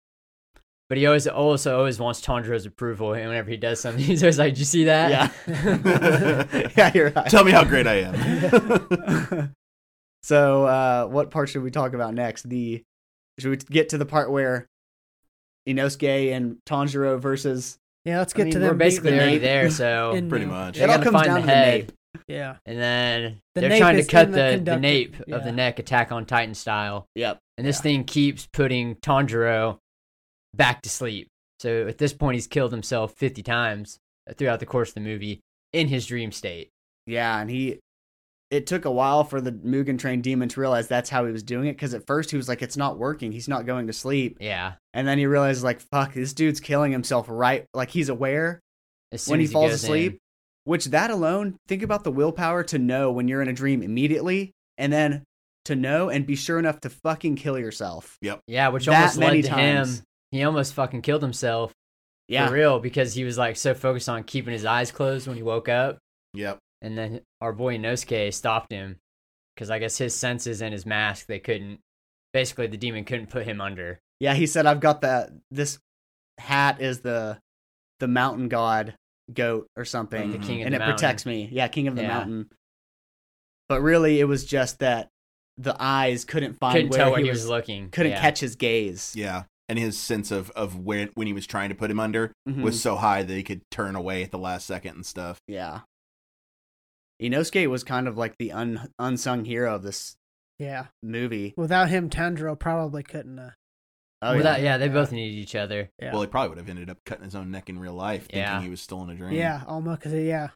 Speaker 3: But he always also always wants Tanjiro's approval, and whenever he does something, (laughs) he's always like, "Did you see that?"
Speaker 1: Yeah. (laughs) yeah, you're right.
Speaker 4: Tell me how great I am. (laughs)
Speaker 1: (laughs) so uh, what part should we talk about next the should we get to the part where inosuke and tanjiro versus
Speaker 2: Yeah, let's
Speaker 1: I
Speaker 2: get
Speaker 1: mean,
Speaker 2: to
Speaker 1: we're
Speaker 2: them.
Speaker 3: (laughs) We're basically
Speaker 2: beating
Speaker 3: already
Speaker 2: the
Speaker 3: there,
Speaker 2: nape
Speaker 1: Oh,
Speaker 3: so
Speaker 2: in
Speaker 4: Pretty
Speaker 2: nape.
Speaker 4: much.
Speaker 3: They
Speaker 1: it all
Speaker 3: gotta
Speaker 1: comes
Speaker 3: find
Speaker 1: down
Speaker 3: the
Speaker 1: to the
Speaker 3: head.
Speaker 1: nape.
Speaker 2: Yeah.
Speaker 3: and then
Speaker 2: The
Speaker 3: they're
Speaker 2: nape
Speaker 3: trying to
Speaker 2: is
Speaker 3: cut
Speaker 2: in
Speaker 3: the,
Speaker 2: the
Speaker 3: the,
Speaker 2: conductor.
Speaker 3: nape of
Speaker 2: Yeah.
Speaker 3: the neck attack on titan style
Speaker 1: yep
Speaker 3: and this
Speaker 1: Yeah.
Speaker 3: thing keeps putting tanjiro back to sleep so at this point he's killed himself 50 times throughout the course of the movie in his dream state
Speaker 1: yeah and he it took a while for the mugen train demon to realize that's how he was doing it because at first he was like it's not working he's not going to sleep
Speaker 3: yeah
Speaker 1: and then he realized like fuck this dude's killing himself right like he's aware
Speaker 3: as soon
Speaker 1: when he
Speaker 3: as
Speaker 1: falls
Speaker 3: goes in.
Speaker 1: asleep. Which that alone, think about the willpower to know when you're in a dream immediately, and then to know and be sure enough to fucking kill yourself.
Speaker 3: yeah which
Speaker 1: That
Speaker 3: almost
Speaker 1: many
Speaker 3: led to
Speaker 1: times.
Speaker 3: him he almost fucking killed himself for
Speaker 1: Yeah,
Speaker 3: real because he was like so focused on keeping his eyes closed when he woke up
Speaker 4: Yep.
Speaker 3: and then our boy Inosuke stopped him because I guess his senses and his mask they couldn't basically the demon couldn't put him under.
Speaker 1: yeah. He said, "I've got the this hat is the the mountain god goat or something,
Speaker 3: The
Speaker 4: Mhm.
Speaker 3: Mm-hmm. king
Speaker 1: Mm-hmm.
Speaker 3: of
Speaker 1: and
Speaker 3: the
Speaker 1: it
Speaker 3: mountain.
Speaker 1: protects me." Yeah, king of the
Speaker 3: Yeah.
Speaker 1: mountain. But really, it was just that the eyes couldn't find
Speaker 3: Couldn't
Speaker 1: where
Speaker 3: tell where
Speaker 1: he,
Speaker 3: he was, looking.
Speaker 1: couldn't
Speaker 3: Yeah.
Speaker 1: catch his gaze.
Speaker 4: Yeah. And his sense of of when when he was trying to put him under
Speaker 1: Mhm.
Speaker 3: Hmm.
Speaker 4: was so high that he could turn away at the last second and stuff.
Speaker 1: yeah. Inosuke was kind of like the un, unsung hero of this
Speaker 2: Yeah.
Speaker 1: movie.
Speaker 2: Without him, Tandro probably couldn't. Uh,
Speaker 1: Oh yeah.
Speaker 3: Without- yeah. they
Speaker 2: Yeah.
Speaker 3: both needed each other.
Speaker 2: yeah.
Speaker 4: Well, he probably would have ended up cutting his own neck in real life, thinking
Speaker 3: Yeah.
Speaker 4: he was still in a dream.
Speaker 2: yeah, almost. Cause uh, yeah,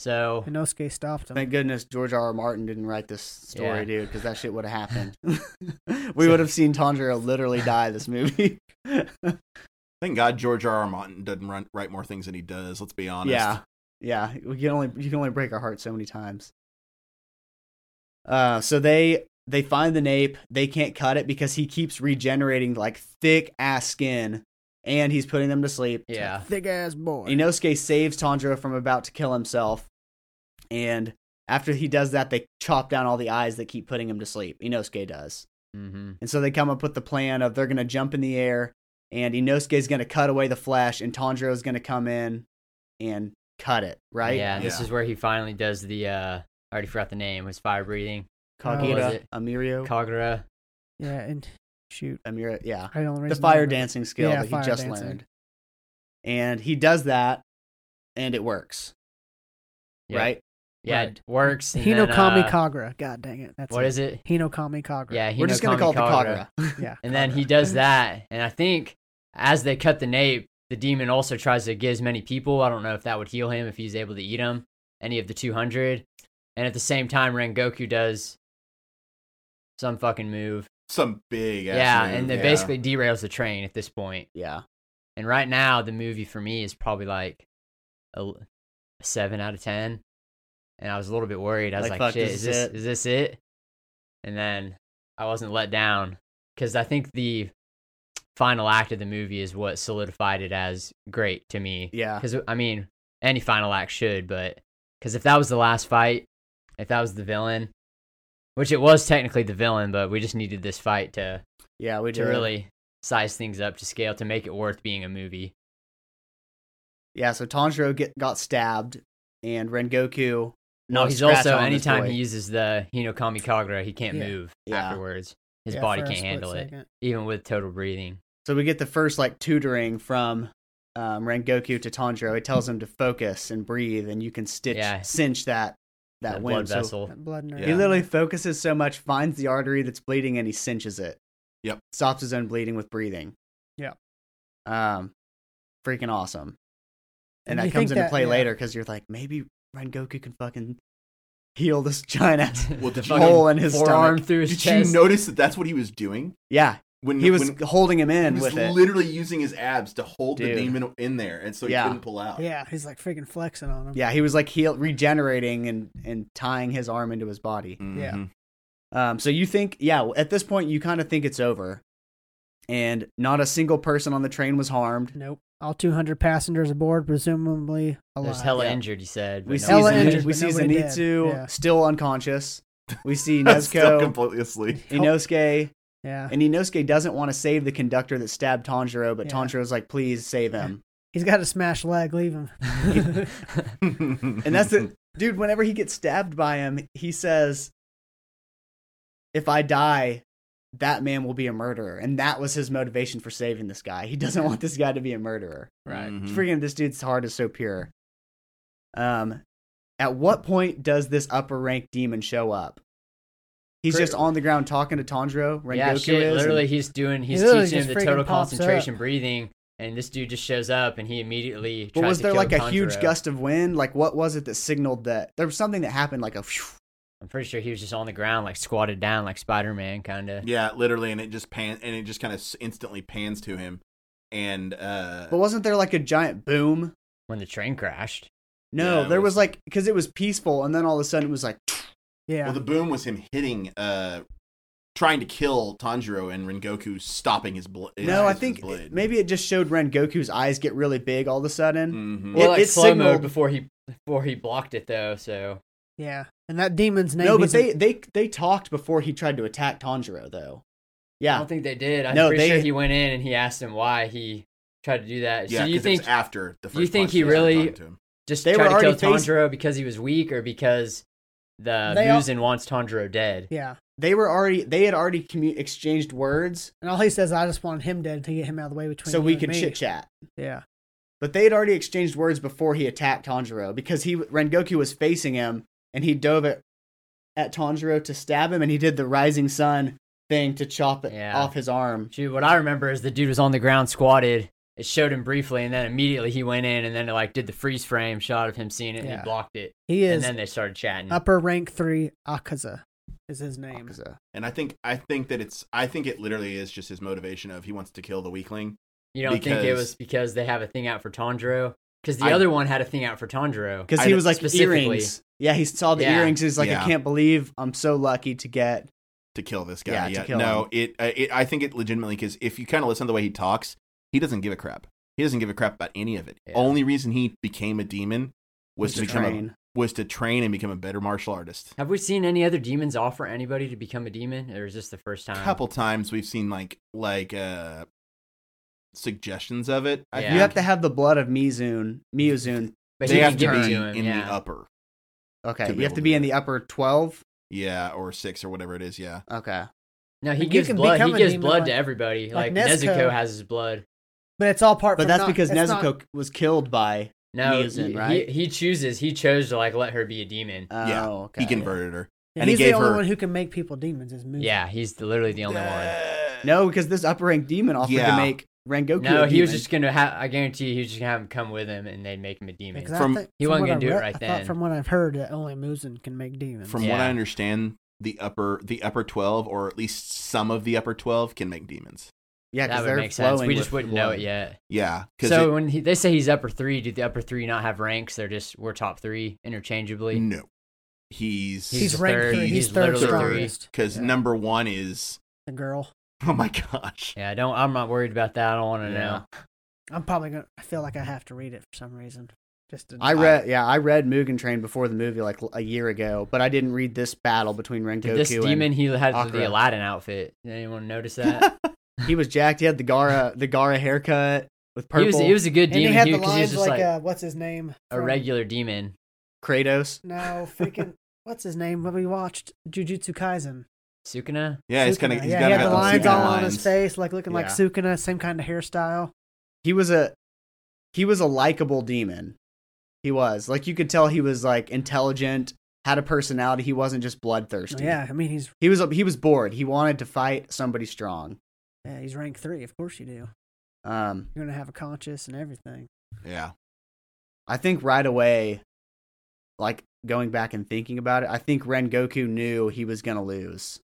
Speaker 3: So
Speaker 2: Inosuke stopped him.
Speaker 1: Thank goodness George R. R. Martin didn't write this story,
Speaker 3: Yeah.
Speaker 1: dude, because that shit would have
Speaker 3: (laughs)
Speaker 1: happened. (laughs) we would have seen Tanjiro literally die this movie. (laughs)
Speaker 4: Thank God George R. R. Martin doesn't run, write more things than he does. Let's be honest.
Speaker 1: yeah, yeah. We can only you can only break our heart so many times. Uh, so they they find the nape. They can't cut it because he keeps regenerating like thick ass skin, and he's putting them to sleep.
Speaker 3: yeah,
Speaker 2: Thick ass boy.
Speaker 1: Inosuke saves Tanjiro from about to kill himself, and after he does that, they chop down all the eyes that keep putting him to sleep. Inosuke does.
Speaker 3: hmm
Speaker 1: And so they come up with the plan of they're going to jump in the air and Inosuke's going to cut away the flesh and Tanjiro's going to come in and cut it, right?
Speaker 3: Yeah, this
Speaker 4: Yeah.
Speaker 3: is where he finally does the. uh I already forgot the name. Was fire breathing
Speaker 2: What was
Speaker 1: Kagura,
Speaker 3: it?
Speaker 1: Amirio,
Speaker 3: Kagura?
Speaker 2: yeah, and shoot,
Speaker 1: Amira, yeah.
Speaker 2: I don't.
Speaker 1: The fire dancing skill
Speaker 2: Yeah,
Speaker 1: that
Speaker 2: fire
Speaker 1: he just
Speaker 2: dancing.
Speaker 1: learned. And he does that and it works,
Speaker 3: Yeah.
Speaker 1: right?
Speaker 3: Yeah,
Speaker 2: Right.
Speaker 3: it works. and then,
Speaker 2: Hinokami
Speaker 3: uh,
Speaker 2: Kagura. God dang it. That's
Speaker 3: What is it?
Speaker 2: Hinokami Kagura.
Speaker 3: Yeah,
Speaker 1: We're just going to
Speaker 3: Hinokami
Speaker 1: call it the
Speaker 3: Kagura.
Speaker 1: Kagura.
Speaker 2: (laughs) Yeah.
Speaker 3: And then he does that, and I think as they cut the nape, the demon also tries to get as many people. I don't know if that would heal him if he's able to eat him, any of the 200. And at the same time, Rengoku does some fucking move.
Speaker 4: Some big ass.
Speaker 3: yeah,
Speaker 4: move,
Speaker 3: and then
Speaker 4: yeah.
Speaker 3: basically derails the train at this point.
Speaker 1: Yeah.
Speaker 3: And right now, the movie for me is probably like a, l- a 7 out of 10. And I was a little bit worried. I was
Speaker 1: Like,
Speaker 3: like,
Speaker 1: fuck,
Speaker 3: shit,
Speaker 1: this
Speaker 3: is
Speaker 1: is
Speaker 3: this,
Speaker 1: it?
Speaker 3: is this it? And then I wasn't let down because I think the final act of the movie is what solidified it as great to me.
Speaker 1: Yeah.
Speaker 3: Because, I mean, any final act should, but because if that was the last fight, if that was the villain, which it was technically the villain, but we just needed this fight to
Speaker 1: Yeah, we
Speaker 3: to
Speaker 1: did.
Speaker 3: really size things up to scale to make it worth being a movie.
Speaker 1: Yeah, so Tanjiro get, got stabbed and Rengoku
Speaker 3: No,
Speaker 1: knocked
Speaker 3: he's
Speaker 1: scratch
Speaker 3: also
Speaker 1: on this
Speaker 3: anytime
Speaker 1: boy.
Speaker 3: he uses the Hinokami Kagura, he can't
Speaker 2: Yeah.
Speaker 3: move
Speaker 1: Yeah.
Speaker 3: afterwards. His
Speaker 2: Yeah,
Speaker 3: body
Speaker 2: for a
Speaker 3: can't
Speaker 2: split
Speaker 3: handle it,
Speaker 2: second.
Speaker 3: even with total breathing.
Speaker 1: So we get the first like tutoring from um, Rengoku to Tanjiro. He tells him to focus and breathe, and you can stitch
Speaker 3: Yeah.
Speaker 1: cinch that that
Speaker 3: the
Speaker 1: wound.
Speaker 3: blood
Speaker 1: So
Speaker 3: (laughs) vessel.
Speaker 2: That blood nerve.
Speaker 4: Yeah.
Speaker 1: he literally focuses so much, finds the artery that's bleeding, and he cinches it.
Speaker 4: Yep.
Speaker 1: Stops his own bleeding with breathing.
Speaker 2: Yeah.
Speaker 1: Um, freaking awesome. And,
Speaker 2: And
Speaker 1: that comes
Speaker 2: you think
Speaker 1: into
Speaker 2: that-
Speaker 1: play
Speaker 2: yeah.
Speaker 1: later because you're like, maybe Rengoku can fucking heal this giant ass.
Speaker 4: Well,
Speaker 3: the
Speaker 4: did
Speaker 3: (laughs)
Speaker 4: you-
Speaker 3: fucking
Speaker 1: hole in his
Speaker 3: forearm
Speaker 1: stomach.
Speaker 3: through his
Speaker 4: Did
Speaker 3: chest.
Speaker 4: you notice that that's what he was doing
Speaker 1: yeah,
Speaker 4: when
Speaker 1: he was
Speaker 4: when-
Speaker 1: holding him
Speaker 4: he
Speaker 1: in
Speaker 4: was
Speaker 1: with it.
Speaker 4: literally using his abs to hold
Speaker 1: Dude.
Speaker 4: the demon in there, and so he
Speaker 1: Yeah.
Speaker 4: couldn't pull out.
Speaker 2: Yeah, he's like freaking flexing on him.
Speaker 1: yeah, he was like heal regenerating and and tying his arm into his body.
Speaker 2: Yeah.
Speaker 4: (laughs) Mhm.
Speaker 1: Um, so you think, yeah, at this point you kind of think it's over, and not a single person on the train was harmed.
Speaker 2: Nope. All 200 passengers aboard, presumably alive.
Speaker 3: There's hella
Speaker 1: Yeah.
Speaker 3: injured, he said. but
Speaker 1: We
Speaker 3: no
Speaker 1: see
Speaker 2: Hella
Speaker 1: Zan-
Speaker 2: injured,
Speaker 1: we
Speaker 2: but
Speaker 1: see
Speaker 2: nobody dead.
Speaker 1: Zenitsu
Speaker 2: Yeah.
Speaker 1: still unconscious. We see
Speaker 4: (laughs) Still
Speaker 1: Nezuko,
Speaker 4: completely asleep.
Speaker 1: Inosuke,
Speaker 2: Yeah.
Speaker 1: and Inosuke doesn't want to save the conductor that stabbed Tanjiro, but
Speaker 2: Yeah.
Speaker 1: Tanjiro's like, "Please save him."
Speaker 2: He's got a smashed leg. Leave him.
Speaker 1: (laughs) And that's
Speaker 4: (laughs)
Speaker 1: the dude. Whenever he gets stabbed by him, he says, "If I die, that man will be a murderer," and that was his motivation for saving this guy. He doesn't want this guy to be a murderer.
Speaker 4: Right. Mhm.
Speaker 3: Hmm.
Speaker 1: Freaking, this dude's heart is so pure. Um, at what point does this upper rank demon show up? He's just on the ground talking to Tanjiro. Rengoku
Speaker 3: (laughs) yeah, shit.
Speaker 1: is.
Speaker 3: literally, he's doing. He's
Speaker 2: He literally
Speaker 3: teaching him
Speaker 2: just
Speaker 3: the
Speaker 2: freaking
Speaker 3: total
Speaker 2: pops up.
Speaker 3: concentration breathing, and this dude just shows up, and he immediately.
Speaker 1: But
Speaker 3: tries
Speaker 1: was
Speaker 3: to
Speaker 1: there
Speaker 3: kill
Speaker 1: like a huge
Speaker 3: Tanjiro.
Speaker 1: gust of wind? Like, what was it that signaled that there was something that happened? Like a. Phew,
Speaker 3: I'm pretty sure he was just on the ground, like squatted down, like Spider-Man, kind of.
Speaker 4: yeah, literally, and it just pan and it just kind of instantly pans to him, and uh,
Speaker 1: but wasn't there like a giant boom
Speaker 3: When the train crashed,
Speaker 1: No,
Speaker 4: Yeah, it
Speaker 1: there was,
Speaker 4: was-
Speaker 1: like because it was peaceful, and then all of a sudden it was like
Speaker 2: Yeah.
Speaker 4: well, the boom was him hitting, uh, trying to kill Tanjiro, and Rengoku stopping his, bl- his
Speaker 1: no. I
Speaker 4: his
Speaker 1: think
Speaker 4: blade.
Speaker 1: it- maybe it just showed Ren Goku's eyes get really big all of a sudden.
Speaker 4: Mhm.
Speaker 1: Well, It- like, it slow-mo signaled-
Speaker 3: before he before he blocked it though. So
Speaker 2: yeah. And that demon's name
Speaker 1: No, but
Speaker 2: is
Speaker 1: they
Speaker 2: a-
Speaker 1: they they talked before he tried to attack Tanjiro though.
Speaker 3: I
Speaker 2: Oh.
Speaker 1: Yeah,
Speaker 3: don't think they did. I'm
Speaker 1: No,
Speaker 3: pretty
Speaker 1: they-
Speaker 3: sure he went in and he asked him why he tried to do that.
Speaker 4: yeah,
Speaker 3: so do you
Speaker 4: 'cause it was
Speaker 3: think
Speaker 4: after the first
Speaker 3: you think
Speaker 4: punch
Speaker 3: he
Speaker 4: that started
Speaker 3: really-
Speaker 4: talking to him.
Speaker 3: just
Speaker 1: They
Speaker 3: tried
Speaker 1: were
Speaker 3: to kill
Speaker 1: already facing-
Speaker 3: Tanjiro because he was weak, or because the
Speaker 2: They all-
Speaker 3: Musen wants Tanjiro dead?
Speaker 2: Yeah.
Speaker 1: they were already they had already commu- exchanged words,
Speaker 2: And all he says, I just wanted him dead to get him out of the way between
Speaker 1: so
Speaker 2: you
Speaker 1: we
Speaker 2: and
Speaker 1: could
Speaker 2: me."
Speaker 1: chit chat.
Speaker 2: Yeah.
Speaker 1: But they had already exchanged words before he attacked Tanjiro because he Rengoku was facing him and he dove at, at Tanjiro to stab him, and he did the rising sun thing to chop it
Speaker 3: Yeah.
Speaker 1: off his arm.
Speaker 3: Dude, what I remember is the dude was on the ground squatted. It showed him briefly, and then immediately he went in, and then it like did the freeze frame shot of him seeing it, and
Speaker 2: Yeah.
Speaker 3: he blocked it,
Speaker 2: He
Speaker 3: and
Speaker 2: is
Speaker 3: then they started chatting.
Speaker 2: upper rank three Akaza is his name.
Speaker 4: And I think I think that it's I think it literally is just his motivation of he wants to kill the weakling.
Speaker 3: you don't think it
Speaker 4: because-
Speaker 3: was because they have a thing out for Tanjiro? Because the
Speaker 4: I-
Speaker 3: other one had a thing out for Tanjiro.
Speaker 1: because
Speaker 4: I
Speaker 1: he
Speaker 4: don't-
Speaker 1: was like
Speaker 3: specifically-
Speaker 1: earrings. Yeah, he saw the
Speaker 3: Yeah.
Speaker 1: earrings. He's like, I
Speaker 4: Yeah.
Speaker 1: can't believe I'm so lucky to get.
Speaker 4: to kill this guy.
Speaker 1: Yeah,
Speaker 4: Yeah,
Speaker 1: to kill
Speaker 4: no,
Speaker 1: him.
Speaker 4: it, uh, it. I think it legitimately because if you kind of listen to the way he talks, he doesn't give a crap. He doesn't give a crap about any of it.
Speaker 3: Yeah.
Speaker 4: Only reason he became a demon was
Speaker 1: Mr.
Speaker 4: to become a,
Speaker 1: Train.
Speaker 4: was to train and become a better martial artist.
Speaker 3: Have we seen any other demons offer anybody to become a demon, or is this the first
Speaker 4: A
Speaker 3: time?
Speaker 4: couple times we've seen like like uh suggestions of it. I
Speaker 3: Yeah.
Speaker 4: think.
Speaker 1: You have to have the blood of Mizun. Miyuzun.
Speaker 3: but
Speaker 4: they
Speaker 3: he
Speaker 4: have
Speaker 3: can
Speaker 4: to
Speaker 3: give it
Speaker 4: be
Speaker 3: to him,
Speaker 4: in
Speaker 3: yeah.
Speaker 4: the upper,
Speaker 1: Okay,
Speaker 4: To be
Speaker 1: you have
Speaker 4: able
Speaker 1: to
Speaker 4: to
Speaker 1: be
Speaker 4: do
Speaker 1: in
Speaker 4: that.
Speaker 1: the upper twelve.
Speaker 4: yeah, or six or whatever it is. Yeah,
Speaker 1: Okay,
Speaker 3: No, he
Speaker 2: Like, you
Speaker 3: gives
Speaker 2: can
Speaker 3: blood. He
Speaker 2: become a
Speaker 3: gives
Speaker 2: demon,
Speaker 3: blood
Speaker 2: like-
Speaker 3: to everybody.
Speaker 2: like
Speaker 3: Like,
Speaker 2: Nezuko.
Speaker 3: Nezuko has his blood.
Speaker 2: But it's all part
Speaker 1: but
Speaker 2: from
Speaker 1: that's
Speaker 2: not-
Speaker 1: because
Speaker 2: it's
Speaker 1: Nezuko
Speaker 2: not-
Speaker 1: was killed by.
Speaker 3: No,
Speaker 1: Musen,
Speaker 3: he,
Speaker 1: right?
Speaker 3: he, he chooses. He chose to like let her be a demon.
Speaker 1: Oh,
Speaker 4: Yeah,
Speaker 1: okay.
Speaker 4: he converted her.
Speaker 2: yeah,
Speaker 4: and he
Speaker 2: he's
Speaker 4: gave
Speaker 2: the only
Speaker 4: her-
Speaker 2: one who can make people demons is Mugen.
Speaker 3: yeah, he's the, literally the only one.
Speaker 4: uh,
Speaker 1: No, because this upper rank demon offered to
Speaker 4: Yeah.
Speaker 1: make Rengoku.
Speaker 3: No,
Speaker 1: a
Speaker 3: he was
Speaker 1: demon.
Speaker 3: just gonna have. I guarantee you, he was just gonna have him come with him, and they'd make him a demon.
Speaker 2: Because I
Speaker 4: From-
Speaker 2: think-
Speaker 3: He
Speaker 2: from
Speaker 3: wasn't
Speaker 2: what
Speaker 3: gonna
Speaker 2: I
Speaker 3: do it
Speaker 2: read-
Speaker 3: right
Speaker 2: I thought
Speaker 3: then.
Speaker 2: From what I've heard, that only Musen can make demons.
Speaker 4: From what
Speaker 3: Yeah.
Speaker 4: I understand, the upper the upper twelve, or at least some of the upper twelve, can make demons.
Speaker 1: yeah,
Speaker 3: that
Speaker 1: because
Speaker 3: would
Speaker 1: they're
Speaker 3: make sense.
Speaker 1: flowing
Speaker 3: We just
Speaker 1: with
Speaker 3: wouldn't know
Speaker 1: blood.
Speaker 3: it yet.
Speaker 4: Yeah, because
Speaker 3: So when he, they say he's upper three, do the upper three not have ranks? They're just we're top three interchangeably.
Speaker 4: no, he's
Speaker 2: he's,
Speaker 3: He's the
Speaker 2: ranked
Speaker 3: third-
Speaker 2: third. He's,
Speaker 3: he's
Speaker 2: third
Speaker 4: literally three.
Speaker 2: strongest.
Speaker 4: because
Speaker 2: Yeah.
Speaker 4: number one is (laughs)
Speaker 2: The girl.
Speaker 4: oh my gosh,
Speaker 3: Yeah, I don't. I'm not worried about that. I don't want to
Speaker 1: Yeah.
Speaker 3: know.
Speaker 2: I'm probably gonna. I feel like I have to read it for some reason. Just to,
Speaker 1: I read, yeah, I read Mugen Train before the movie like l- a year ago, but I didn't read this battle between Rengoku
Speaker 3: Did this
Speaker 1: and
Speaker 3: demon he had
Speaker 1: Akira.
Speaker 3: the Aladdin outfit? Did anyone
Speaker 2: (laughs)
Speaker 3: notice that?
Speaker 1: He was jacked. He had the Gara, the Gara haircut with purple.
Speaker 3: he was. He was a good
Speaker 2: and he
Speaker 3: demon.
Speaker 2: had
Speaker 3: he-
Speaker 2: the
Speaker 3: 'cause he
Speaker 2: lines
Speaker 3: was just
Speaker 2: like,
Speaker 3: like,
Speaker 2: uh, what's his name?
Speaker 3: a
Speaker 2: from-
Speaker 3: regular demon.
Speaker 1: Kratos.
Speaker 2: No, freaking. (laughs) what's his name? When we watched Jujutsu Kaisen.
Speaker 3: Sukuna.
Speaker 4: yeah, he's
Speaker 2: Sukuna.
Speaker 4: kind of he's
Speaker 2: yeah,
Speaker 4: got
Speaker 2: he had
Speaker 4: about
Speaker 2: the lines
Speaker 4: Sukuna
Speaker 2: all on his
Speaker 4: lines.
Speaker 2: face, like looking like
Speaker 1: Yeah.
Speaker 2: Sukuna, same kind of hairstyle.
Speaker 1: He was a he was a likable demon. He was like you could tell he was like intelligent, had a
Speaker 3: Oh,
Speaker 1: personality. He wasn't just bloodthirsty.
Speaker 2: Yeah, I mean he's
Speaker 1: he was he was bored. He wanted to fight somebody strong.
Speaker 2: Yeah, he's rank three. Of course you do.
Speaker 1: Um,
Speaker 2: You're gonna have a conscience and everything.
Speaker 4: Yeah.
Speaker 1: I think right away, like going back and thinking about it, I think Ren Goku knew he was gonna lose.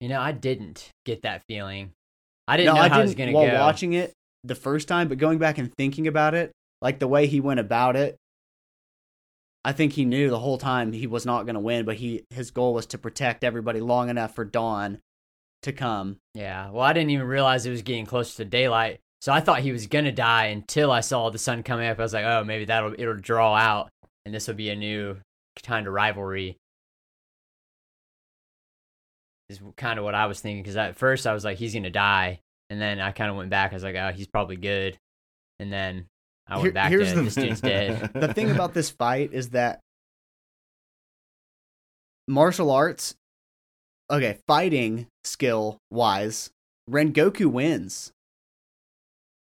Speaker 3: You know, I didn't get that feeling. I didn't know
Speaker 1: I
Speaker 3: how it was gonna
Speaker 1: didn't while
Speaker 3: go.
Speaker 1: watching it the first time, but going back and thinking about it, like the way he went about it, I think he knew the whole time he was not gonna win, but he his goal was to protect everybody long enough for dawn to come.
Speaker 3: Yeah. Well, I didn't even realize it was getting close to daylight, so I thought he was gonna die until I saw the sun coming up. I was like, oh, maybe that'll it'll draw out, and this will be a new kind of rivalry. Is kind of what I was thinking because at first I was like, he's gonna die, and then I kind of went back. I was like, oh, he's probably good, and then I went
Speaker 1: Here-
Speaker 3: back.
Speaker 1: here's
Speaker 3: to,
Speaker 1: the- (laughs)
Speaker 3: this dude's
Speaker 4: (laughs)
Speaker 3: dead.
Speaker 1: the thing about
Speaker 2: (laughs)
Speaker 1: this fight is that martial arts okay fighting skill wise rengoku wins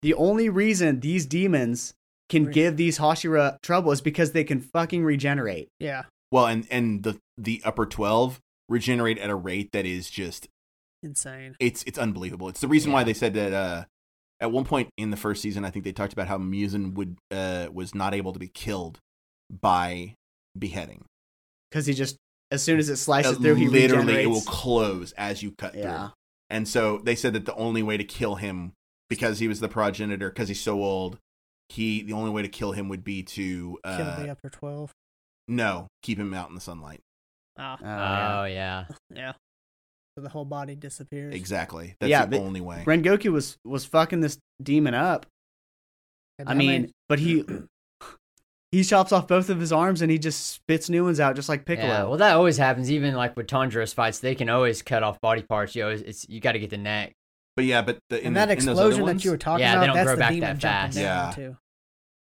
Speaker 1: the only reason these demons can
Speaker 2: Right.
Speaker 1: give these hashira trouble is because they can fucking regenerate
Speaker 2: Yeah,
Speaker 4: well, and and the the upper twelve regenerate at a rate that is just
Speaker 2: insane.
Speaker 4: it's it's unbelievable. It's the reason
Speaker 3: Yeah.
Speaker 4: why they said that uh, at one point in the first season, I think they talked about how Musen would uh, was not able to be killed by beheading.
Speaker 1: because he just as soon as it slices
Speaker 4: Uh,
Speaker 1: through he
Speaker 4: literally, it will
Speaker 1: regenerates.
Speaker 4: close as you cut
Speaker 1: Yeah.
Speaker 4: through. And so they said that the only way to kill him, because he was the progenitor, because he's so old, he the only way to kill him would be to
Speaker 2: Kill
Speaker 4: uh,
Speaker 2: the upper twelve.
Speaker 4: no keep him out in the sunlight.
Speaker 2: Ah,
Speaker 1: Oh,
Speaker 3: Oh
Speaker 1: yeah.
Speaker 3: yeah.
Speaker 2: yeah. So the whole body disappears.
Speaker 4: Exactly, that's
Speaker 1: Yeah,
Speaker 4: the
Speaker 1: but-
Speaker 4: only way.
Speaker 1: rengoku was was fucking this demon up
Speaker 2: And
Speaker 1: I
Speaker 2: that
Speaker 1: mean,
Speaker 2: man-
Speaker 1: but
Speaker 2: (clears throat)
Speaker 1: he he chops off both of his arms and he just spits new ones out, just like Piccolo.
Speaker 3: Yeah, well, that always happens. Even like with Tundras fights, they can always cut off body parts. You always, it's you got to get the neck.
Speaker 4: But yeah, but the, in
Speaker 2: and
Speaker 4: the-
Speaker 2: that
Speaker 4: in those other
Speaker 2: explosion that
Speaker 4: ones-
Speaker 2: you were talking
Speaker 3: Yeah, they
Speaker 2: about,
Speaker 3: don't
Speaker 2: that's
Speaker 3: grow
Speaker 2: the
Speaker 3: back
Speaker 2: demon
Speaker 3: that
Speaker 2: jumping
Speaker 3: fast.
Speaker 2: down
Speaker 4: Yeah.
Speaker 2: to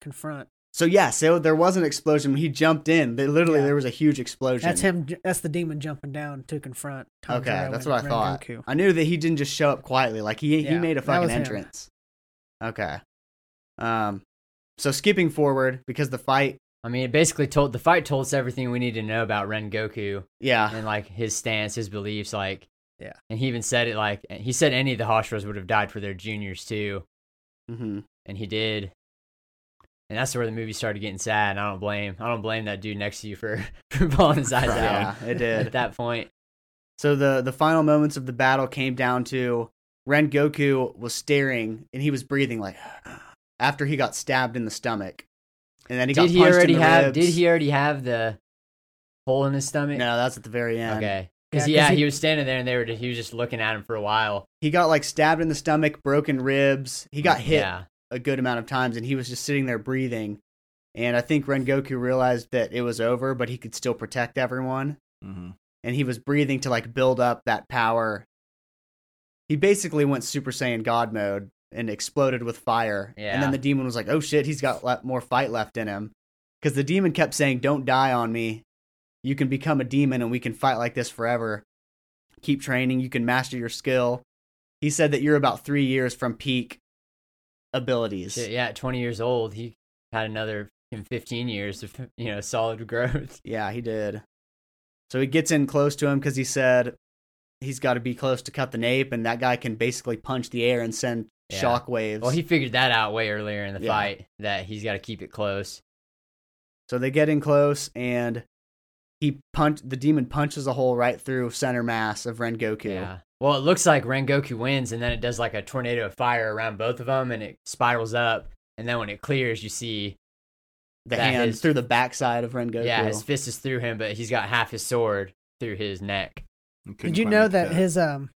Speaker 2: confront.
Speaker 1: so yeah, so there was an explosion. He jumped in. They, literally,
Speaker 2: Yeah.
Speaker 1: there was a huge explosion.
Speaker 2: That's him. ju- That's the demon jumping down to confront. Tanjiro
Speaker 1: Okay, that's
Speaker 2: and
Speaker 1: what I
Speaker 2: Ren
Speaker 1: thought.
Speaker 2: Goku.
Speaker 1: I knew that he didn't just show up quietly. Like he he
Speaker 2: Yeah,
Speaker 1: made a
Speaker 2: that was
Speaker 1: fucking
Speaker 2: him.
Speaker 1: entrance. Okay. Um. So skipping forward because the fight.
Speaker 3: I mean, it basically told the fight told us everything we need to know about
Speaker 1: (sighs)
Speaker 3: Ren Goku
Speaker 1: Yeah.
Speaker 3: and like his stance, his beliefs, like
Speaker 2: Yeah.
Speaker 3: And he even said it like he said any of the Hashiras would have died for their juniors too,
Speaker 1: hmm
Speaker 3: and he did. And that's where the movie started getting sad. And I don't blame I don't blame that dude next to you for, (laughs) for pulling his eyes out
Speaker 1: (laughs) Yeah. It did.
Speaker 3: at (laughs) that point.
Speaker 1: So the the final moments of the battle came down to Ren Goku was staring and he was breathing like (sighs) after he got stabbed in the stomach, and then he got
Speaker 3: did he
Speaker 1: punched
Speaker 3: already
Speaker 1: in the
Speaker 3: have?
Speaker 1: ribs.
Speaker 3: Did he already have the hole in his stomach?
Speaker 1: No, that's at the very end.
Speaker 3: Okay. Because
Speaker 2: Yeah,
Speaker 3: yeah,
Speaker 2: 'cause
Speaker 3: he,
Speaker 2: he-
Speaker 3: was standing there and they were just, he was just looking at him for a while.
Speaker 1: He got like stabbed in the stomach, broken ribs. He got hit
Speaker 3: Mm, Yeah.
Speaker 1: a good amount of times, and he was just sitting there breathing. And I think Ren Goku realized that it was over, but he could still protect everyone.
Speaker 4: Mhm.
Speaker 1: And he was breathing to like build up that power. He basically went Super Saiyan God mode and exploded with fire. And
Speaker 3: Yeah.
Speaker 1: then the demon was like, "Oh shit, he's got le- more fight left in him," because the demon kept saying, "Don't die on me. You can become a demon, and we can fight like this forever. Keep training. You can master your skill." He said that you're about three years from peak abilities.
Speaker 3: Shit, yeah. At 20 years old, he had another in 15 years of, (laughs) you know, solid growth.
Speaker 1: Yeah, he did. So he gets in close to him because he said he's got to be close to cut the nape, and that guy can basically punch the air and send
Speaker 3: Yeah.
Speaker 1: shock waves.
Speaker 3: Well, he figured that out way earlier in the
Speaker 1: Yeah.
Speaker 3: fight that he's got to keep it close.
Speaker 1: so they get in close, and he punch the demon punches a hole right through center mass of Ren Goku.
Speaker 3: Yeah. Well, it looks like Rengoku wins and then it does like a tornado of fire around both of them and it spirals up. And then when it clears, you see,
Speaker 1: The
Speaker 3: That
Speaker 1: hand
Speaker 3: is-
Speaker 1: through the backside of Ren Goku.
Speaker 3: yeah, his fist is through him, but he's got half his sword through his neck.
Speaker 4: Couldn't
Speaker 2: Did you
Speaker 4: quite
Speaker 2: know
Speaker 4: make
Speaker 2: that his um,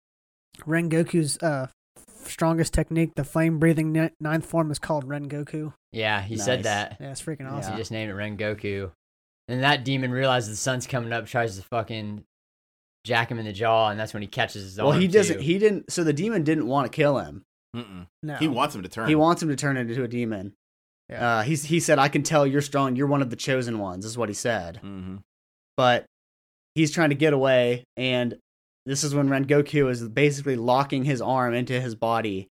Speaker 2: Ren Goku's uh strongest technique, the flame breathing ni- ninth form, is called Ren
Speaker 1: (laughs)
Speaker 2: Goku?
Speaker 3: Yeah, he
Speaker 1: Nice.
Speaker 3: said that.
Speaker 2: Yeah, it's freaking
Speaker 3: So
Speaker 2: awesome.
Speaker 3: He just named it Ren Goku. And that demon realizes the sun's coming up, tries to fucking jack him in the jaw, and that's when he catches his
Speaker 1: Well,
Speaker 3: arm.
Speaker 1: he doesn't.
Speaker 3: too.
Speaker 1: He didn't. So the demon didn't want to kill him.
Speaker 4: Mm-mm.
Speaker 2: No,
Speaker 4: He wants him to turn.
Speaker 1: He wants him to turn into a demon.
Speaker 2: Yeah.
Speaker 1: Uh, he's, he said, "I can tell you're strong. You're one of the chosen ones." Is what he said.
Speaker 4: Mhm.
Speaker 1: but he's trying to get away and this is when Rengoku is basically locking his arm into his body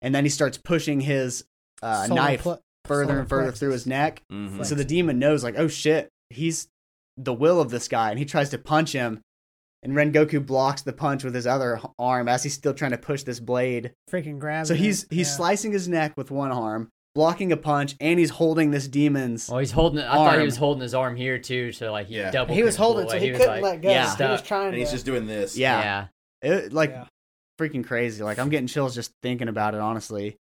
Speaker 1: and then he starts pushing his uh,
Speaker 2: Solar
Speaker 1: knife
Speaker 2: pl-
Speaker 1: further
Speaker 2: solar
Speaker 1: and further
Speaker 2: plexus.
Speaker 1: through his neck
Speaker 4: Mhm.
Speaker 1: so the demon knows like oh shit he's the will of this guy and he tries to punch him and Ren Goku blocks the punch with his other h- arm as he's still trying to push this blade.
Speaker 2: Freaking grab.
Speaker 1: So he's he's slicing his neck with one arm, blocking a punch, and he's holding this demon's.
Speaker 3: Oh, he's holding. I thought he
Speaker 1: Arm.
Speaker 3: was holding his arm here too, so like he
Speaker 4: Yeah.
Speaker 3: double.
Speaker 2: he was
Speaker 3: control
Speaker 2: holding, so
Speaker 3: it.
Speaker 2: he, couldn't
Speaker 3: like,
Speaker 2: let go.
Speaker 3: Yeah,
Speaker 2: he was
Speaker 3: stuck.
Speaker 2: trying.
Speaker 4: and he's
Speaker 2: to,
Speaker 4: just doing this.
Speaker 1: Yeah.
Speaker 3: yeah.
Speaker 1: It, like
Speaker 2: Yeah.
Speaker 1: freaking crazy. Like I'm getting chills just thinking about it, honestly.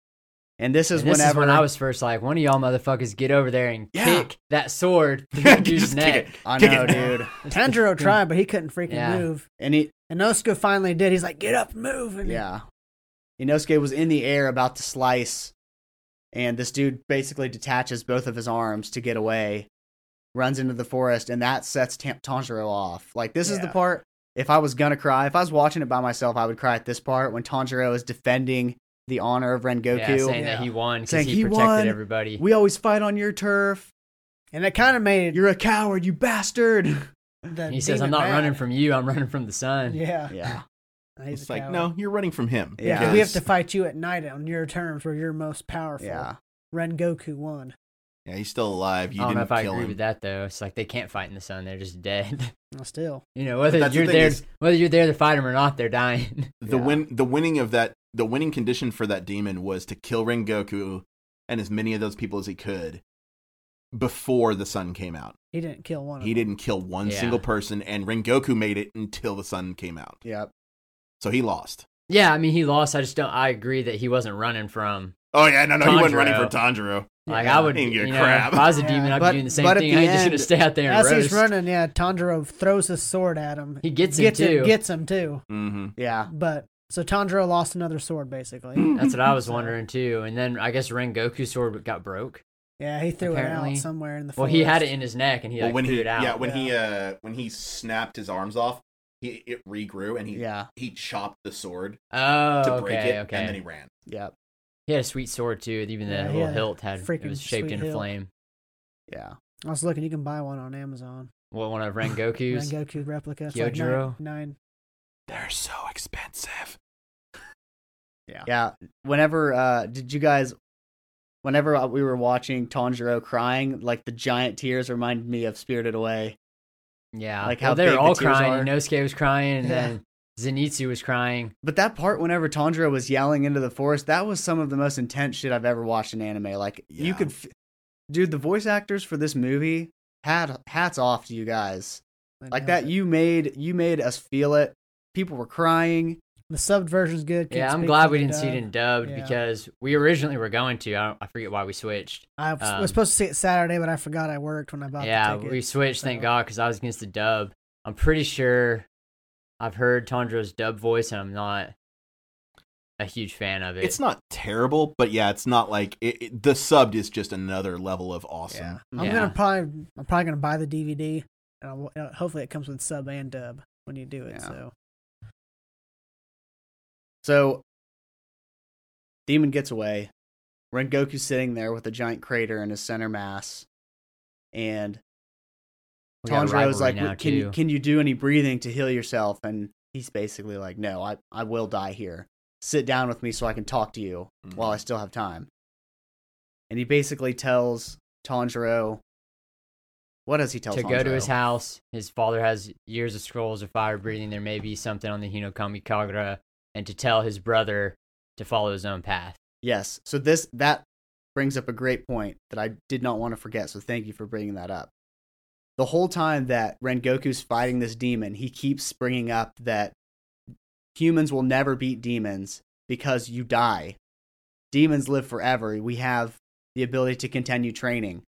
Speaker 1: And this is
Speaker 3: And this
Speaker 1: whenever
Speaker 3: is when I was first like, one of y'all motherfuckers get over there and
Speaker 1: Yeah.
Speaker 3: kick that sword through
Speaker 4: Yeah,
Speaker 3: the dude's
Speaker 4: just kick
Speaker 3: neck.
Speaker 4: it.
Speaker 1: I
Speaker 4: Kick
Speaker 1: know,
Speaker 4: it.
Speaker 1: dude. (laughs)
Speaker 2: Tanjiro tried, but he couldn't freaking
Speaker 3: Yeah.
Speaker 2: move.
Speaker 1: And he,
Speaker 2: And Nosuke finally did. He's like, "Get up, move!" And
Speaker 1: yeah, Inosuke was in the air about to slice, and this dude basically detaches both of his arms to get away, runs into the forest, and that sets Tan Tanjiro off. Like this is the
Speaker 2: Yeah.
Speaker 1: part. If I was gonna cry, if I was watching it by myself, I would cry at this part when Tanjiro is defending the honor of Ren Goku.
Speaker 3: Yeah, saying that
Speaker 2: Yeah.
Speaker 3: he won because
Speaker 1: Saying
Speaker 3: he,
Speaker 1: he
Speaker 3: protected
Speaker 1: won.
Speaker 3: everybody.
Speaker 1: we always fight on your turf.
Speaker 2: and it kind of made
Speaker 1: You're a coward, you bastard. (laughs)
Speaker 2: the.
Speaker 3: And he says, "I'm
Speaker 2: demon
Speaker 3: not
Speaker 2: mad.
Speaker 3: running from you. I'm running from the sun."
Speaker 2: Yeah,
Speaker 1: Yeah.
Speaker 2: He's
Speaker 4: It's
Speaker 2: a
Speaker 4: like,
Speaker 2: coward.
Speaker 4: no, you're running from him.
Speaker 2: Yeah,
Speaker 1: Yeah.
Speaker 2: 'cause we have to
Speaker 4: because-
Speaker 2: fight you at night on your terms where you're most powerful.
Speaker 1: Yeah.
Speaker 2: Ren Goku won.
Speaker 4: Yeah, he's still alive. You
Speaker 3: I don't know
Speaker 4: didn't
Speaker 3: if I
Speaker 4: kill
Speaker 3: agree
Speaker 4: him.
Speaker 3: with that though. It's like they can't fight in the sun; they're just dead. (laughs)
Speaker 2: Well, Still,
Speaker 3: you know, whether
Speaker 4: that's the
Speaker 3: you're
Speaker 4: thing
Speaker 3: there,
Speaker 4: is-
Speaker 3: whether you're there to fight them or not, they're dying. (laughs)
Speaker 4: The
Speaker 1: Yeah.
Speaker 4: win, the winning of that, the winning condition for that demon was to kill Rengoku and as many of those people as he could before the sun came out.
Speaker 2: he didn't kill one.
Speaker 4: He
Speaker 2: of them.
Speaker 4: didn't kill one
Speaker 3: Yeah.
Speaker 4: single person, and Rengoku made it until the sun came out.
Speaker 1: Yep.
Speaker 4: So he lost.
Speaker 3: yeah, I mean, he lost. I just don't. I agree that he wasn't running from.
Speaker 4: Oh yeah, no, no, he wasn't
Speaker 3: Tanjiro.
Speaker 4: running for Tanjiro.
Speaker 3: Like
Speaker 1: Yeah.
Speaker 3: I would,
Speaker 4: He didn't
Speaker 3: you
Speaker 4: give a
Speaker 3: know,
Speaker 4: crap.
Speaker 3: if I was a
Speaker 2: Yeah.
Speaker 3: demon, I'd
Speaker 1: But-
Speaker 3: be doing the same
Speaker 1: but at
Speaker 3: thing.
Speaker 1: the
Speaker 3: I ain't just gonna
Speaker 1: end-
Speaker 3: stay out there and
Speaker 2: As
Speaker 3: roast.
Speaker 2: he's running, yeah, Tanjiro throws his sword at him.
Speaker 3: He gets him,
Speaker 2: gets
Speaker 3: too.
Speaker 2: gets him too.
Speaker 4: Mm-hmm.
Speaker 1: Yeah.
Speaker 2: But so Tanjiro lost another sword basically.
Speaker 3: (laughs)
Speaker 4: (clears throat)
Speaker 3: That's what
Speaker 2: (laughs)
Speaker 3: I was wondering too. And then I guess Ren Goku's sword got broke.
Speaker 2: yeah, he threw it
Speaker 3: Apparently.
Speaker 2: out somewhere in the.
Speaker 3: Well,
Speaker 2: Forest.
Speaker 3: he had it in his neck, and he
Speaker 4: Well,
Speaker 3: like,
Speaker 4: when
Speaker 3: threw
Speaker 4: he
Speaker 3: it out.
Speaker 4: yeah, when he uh when he snapped his arms off, he it regrew and he
Speaker 1: Yeah.
Speaker 4: he chopped the sword
Speaker 3: oh,
Speaker 4: to
Speaker 3: okay,
Speaker 4: break it,
Speaker 3: okay.
Speaker 4: and then he ran.
Speaker 1: Yep.
Speaker 3: He had a sweet sword too. Even the
Speaker 2: Yeah, he
Speaker 3: little
Speaker 2: had a
Speaker 3: hilt had it
Speaker 2: freaking
Speaker 3: was shaped
Speaker 2: sweet
Speaker 3: in a
Speaker 2: hilt.
Speaker 3: flame.
Speaker 1: Yeah.
Speaker 2: I was looking. You can buy one on Amazon.
Speaker 3: What one of Ren
Speaker 2: Ren
Speaker 3: Goku's?
Speaker 2: Goku replica. It's like nine,
Speaker 3: Kyojuro?
Speaker 2: nine.
Speaker 4: They're so expensive.
Speaker 1: Yeah. Yeah. Whenever uh did you guys whenever uh, we were watching Tanjiro crying, like the giant tears reminded me of Spirited Away.
Speaker 3: Yeah,
Speaker 1: Like
Speaker 3: well,
Speaker 1: how
Speaker 3: they were
Speaker 1: big the
Speaker 3: all
Speaker 1: tears
Speaker 3: crying.
Speaker 1: are.
Speaker 3: Inosuke was crying, and
Speaker 2: Yeah.
Speaker 3: then Zenitsu was crying.
Speaker 1: But that part whenever Tanjiro was yelling into the forest, that was some of the most intense shit I've ever watched in anime. Like you
Speaker 4: Yeah.
Speaker 1: could f- Dude, the voice actors for this movie had hats off to you guys.
Speaker 2: I
Speaker 1: Like
Speaker 2: nailed
Speaker 1: that
Speaker 2: it.
Speaker 1: you made you made us feel it. People were crying.
Speaker 2: The subbed version's good.
Speaker 3: Yeah,
Speaker 2: Can't
Speaker 3: I'm
Speaker 2: speak
Speaker 3: glad
Speaker 2: to
Speaker 3: we
Speaker 2: the
Speaker 3: didn't see it
Speaker 2: dub.
Speaker 3: in dubbed
Speaker 2: Yeah.
Speaker 3: because we originally were going to. I, don't, I forget why we switched.
Speaker 2: I was,
Speaker 3: um,
Speaker 2: was supposed to see it Saturday, but I forgot I worked when I bought
Speaker 3: yeah,
Speaker 2: the ticket.
Speaker 3: we switched. Thank
Speaker 2: so-
Speaker 3: God, because I was against the dub. I'm pretty sure I've heard Tanjiro's dub voice, and I'm not a huge fan of it.
Speaker 4: It's not terrible, but yeah, it's not like it, it- the subbed is just another level of awesome.
Speaker 2: Yeah. I'm
Speaker 3: Yeah.
Speaker 2: gonna probably I'm probably gonna buy the DVD and I'll, uh, hopefully it comes with sub and dub when you do it.
Speaker 1: Yeah.
Speaker 2: So
Speaker 1: So, Demon gets away. Ren Goku's sitting there with a giant crater in his center mass, and
Speaker 3: We got a
Speaker 1: Tanjiro's like,
Speaker 3: rivalry now,
Speaker 1: "Can you
Speaker 3: too."
Speaker 1: can you do any breathing to heal yourself?" And he's basically like, "No, I I will die here. Sit down with me so I can talk to you
Speaker 4: Mhm.
Speaker 1: while I still have time." And he basically tells Tanjiro, "What does he tell
Speaker 3: to go to
Speaker 1: Tanjiro?
Speaker 3: his house. His father has years of scrolls of fire breathing. There may be something on the Hinokami Kagura, and to tell his brother to follow his own path.
Speaker 1: Yes. So this that brings up a great point that I did not want to forget. So thank you for bringing that up. The whole time that Rengoku's fighting this demon, he keeps bringing up that humans will never beat demons because you die. Demons live forever. We have the ability to continue training.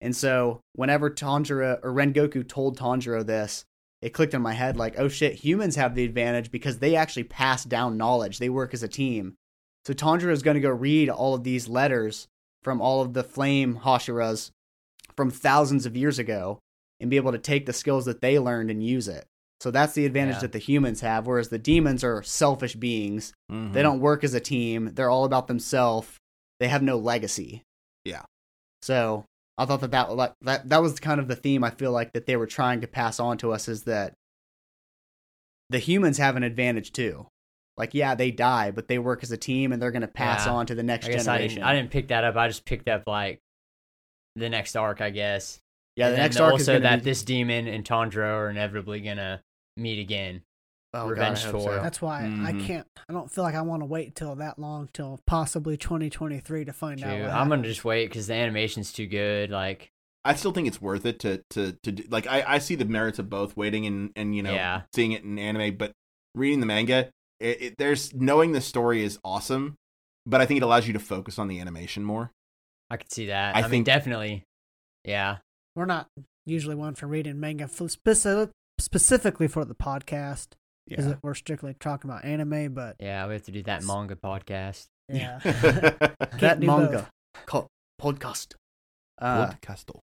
Speaker 1: And so whenever Tanjiro or Rengoku told Tanjiro this, it clicked in my head like, oh shit, humans have the advantage because they actually pass down knowledge. They work as a team. So Tanjiro is going to go read all of these letters from all of the flame Hashiras from thousands of years ago and be able to take the skills that they learned and use it. So that's the advantage
Speaker 3: Yeah.
Speaker 1: that the humans have, whereas the demons are selfish beings.
Speaker 4: Mhm.
Speaker 1: They
Speaker 3: Mm.
Speaker 1: don't work as a team, they're all about themselves. They have no legacy.
Speaker 4: Yeah.
Speaker 1: So I thought that that, like, that that was kind of the theme I feel like that they were trying to pass on to us is that the humans have an advantage too. Like, yeah, they die, but they work as a team and they're going to pass
Speaker 3: Yeah.
Speaker 1: on to the next
Speaker 3: I guess I
Speaker 1: generation.
Speaker 3: didn't, I didn't pick that up. I just picked up like the next arc, I guess.
Speaker 1: yeah,
Speaker 3: And
Speaker 1: the
Speaker 3: then
Speaker 1: next arc
Speaker 3: also
Speaker 1: is gonna
Speaker 3: that
Speaker 1: be-
Speaker 3: this demon and Tondro are inevitably gonna meet again.
Speaker 1: Oh, God, I
Speaker 3: Revenge
Speaker 1: hope so.
Speaker 3: Tour.
Speaker 2: That's why I
Speaker 3: Mm-hmm.
Speaker 4: Mhm.
Speaker 2: can't. I don't feel like I want to wait till that long, till possibly 2023 to find out.
Speaker 3: Dude,
Speaker 2: what
Speaker 3: I'm gonna
Speaker 2: happens.
Speaker 3: just wait because the animation's too good. Like,
Speaker 4: I still think it's worth it to to to do, like I I see the merits of both waiting and and you know
Speaker 3: Yeah.
Speaker 4: seeing it in anime, but reading the manga, it, it, there's knowing the story is awesome, but I think it allows you to focus on the animation more.
Speaker 3: I could see that.
Speaker 4: I
Speaker 3: I, mean,
Speaker 4: think-
Speaker 3: definitely. Yeah,
Speaker 2: We're not usually one for reading manga f- speci- specifically for the podcast. Is
Speaker 1: Yeah.
Speaker 2: that we're strictly talking about anime, but
Speaker 3: yeah. We have to do that
Speaker 2: S-
Speaker 3: manga podcast.
Speaker 4: (laughs)
Speaker 2: yeah.
Speaker 3: (laughs)
Speaker 1: That
Speaker 2: do both.
Speaker 1: manga called podcast. Uh,
Speaker 4: Castle.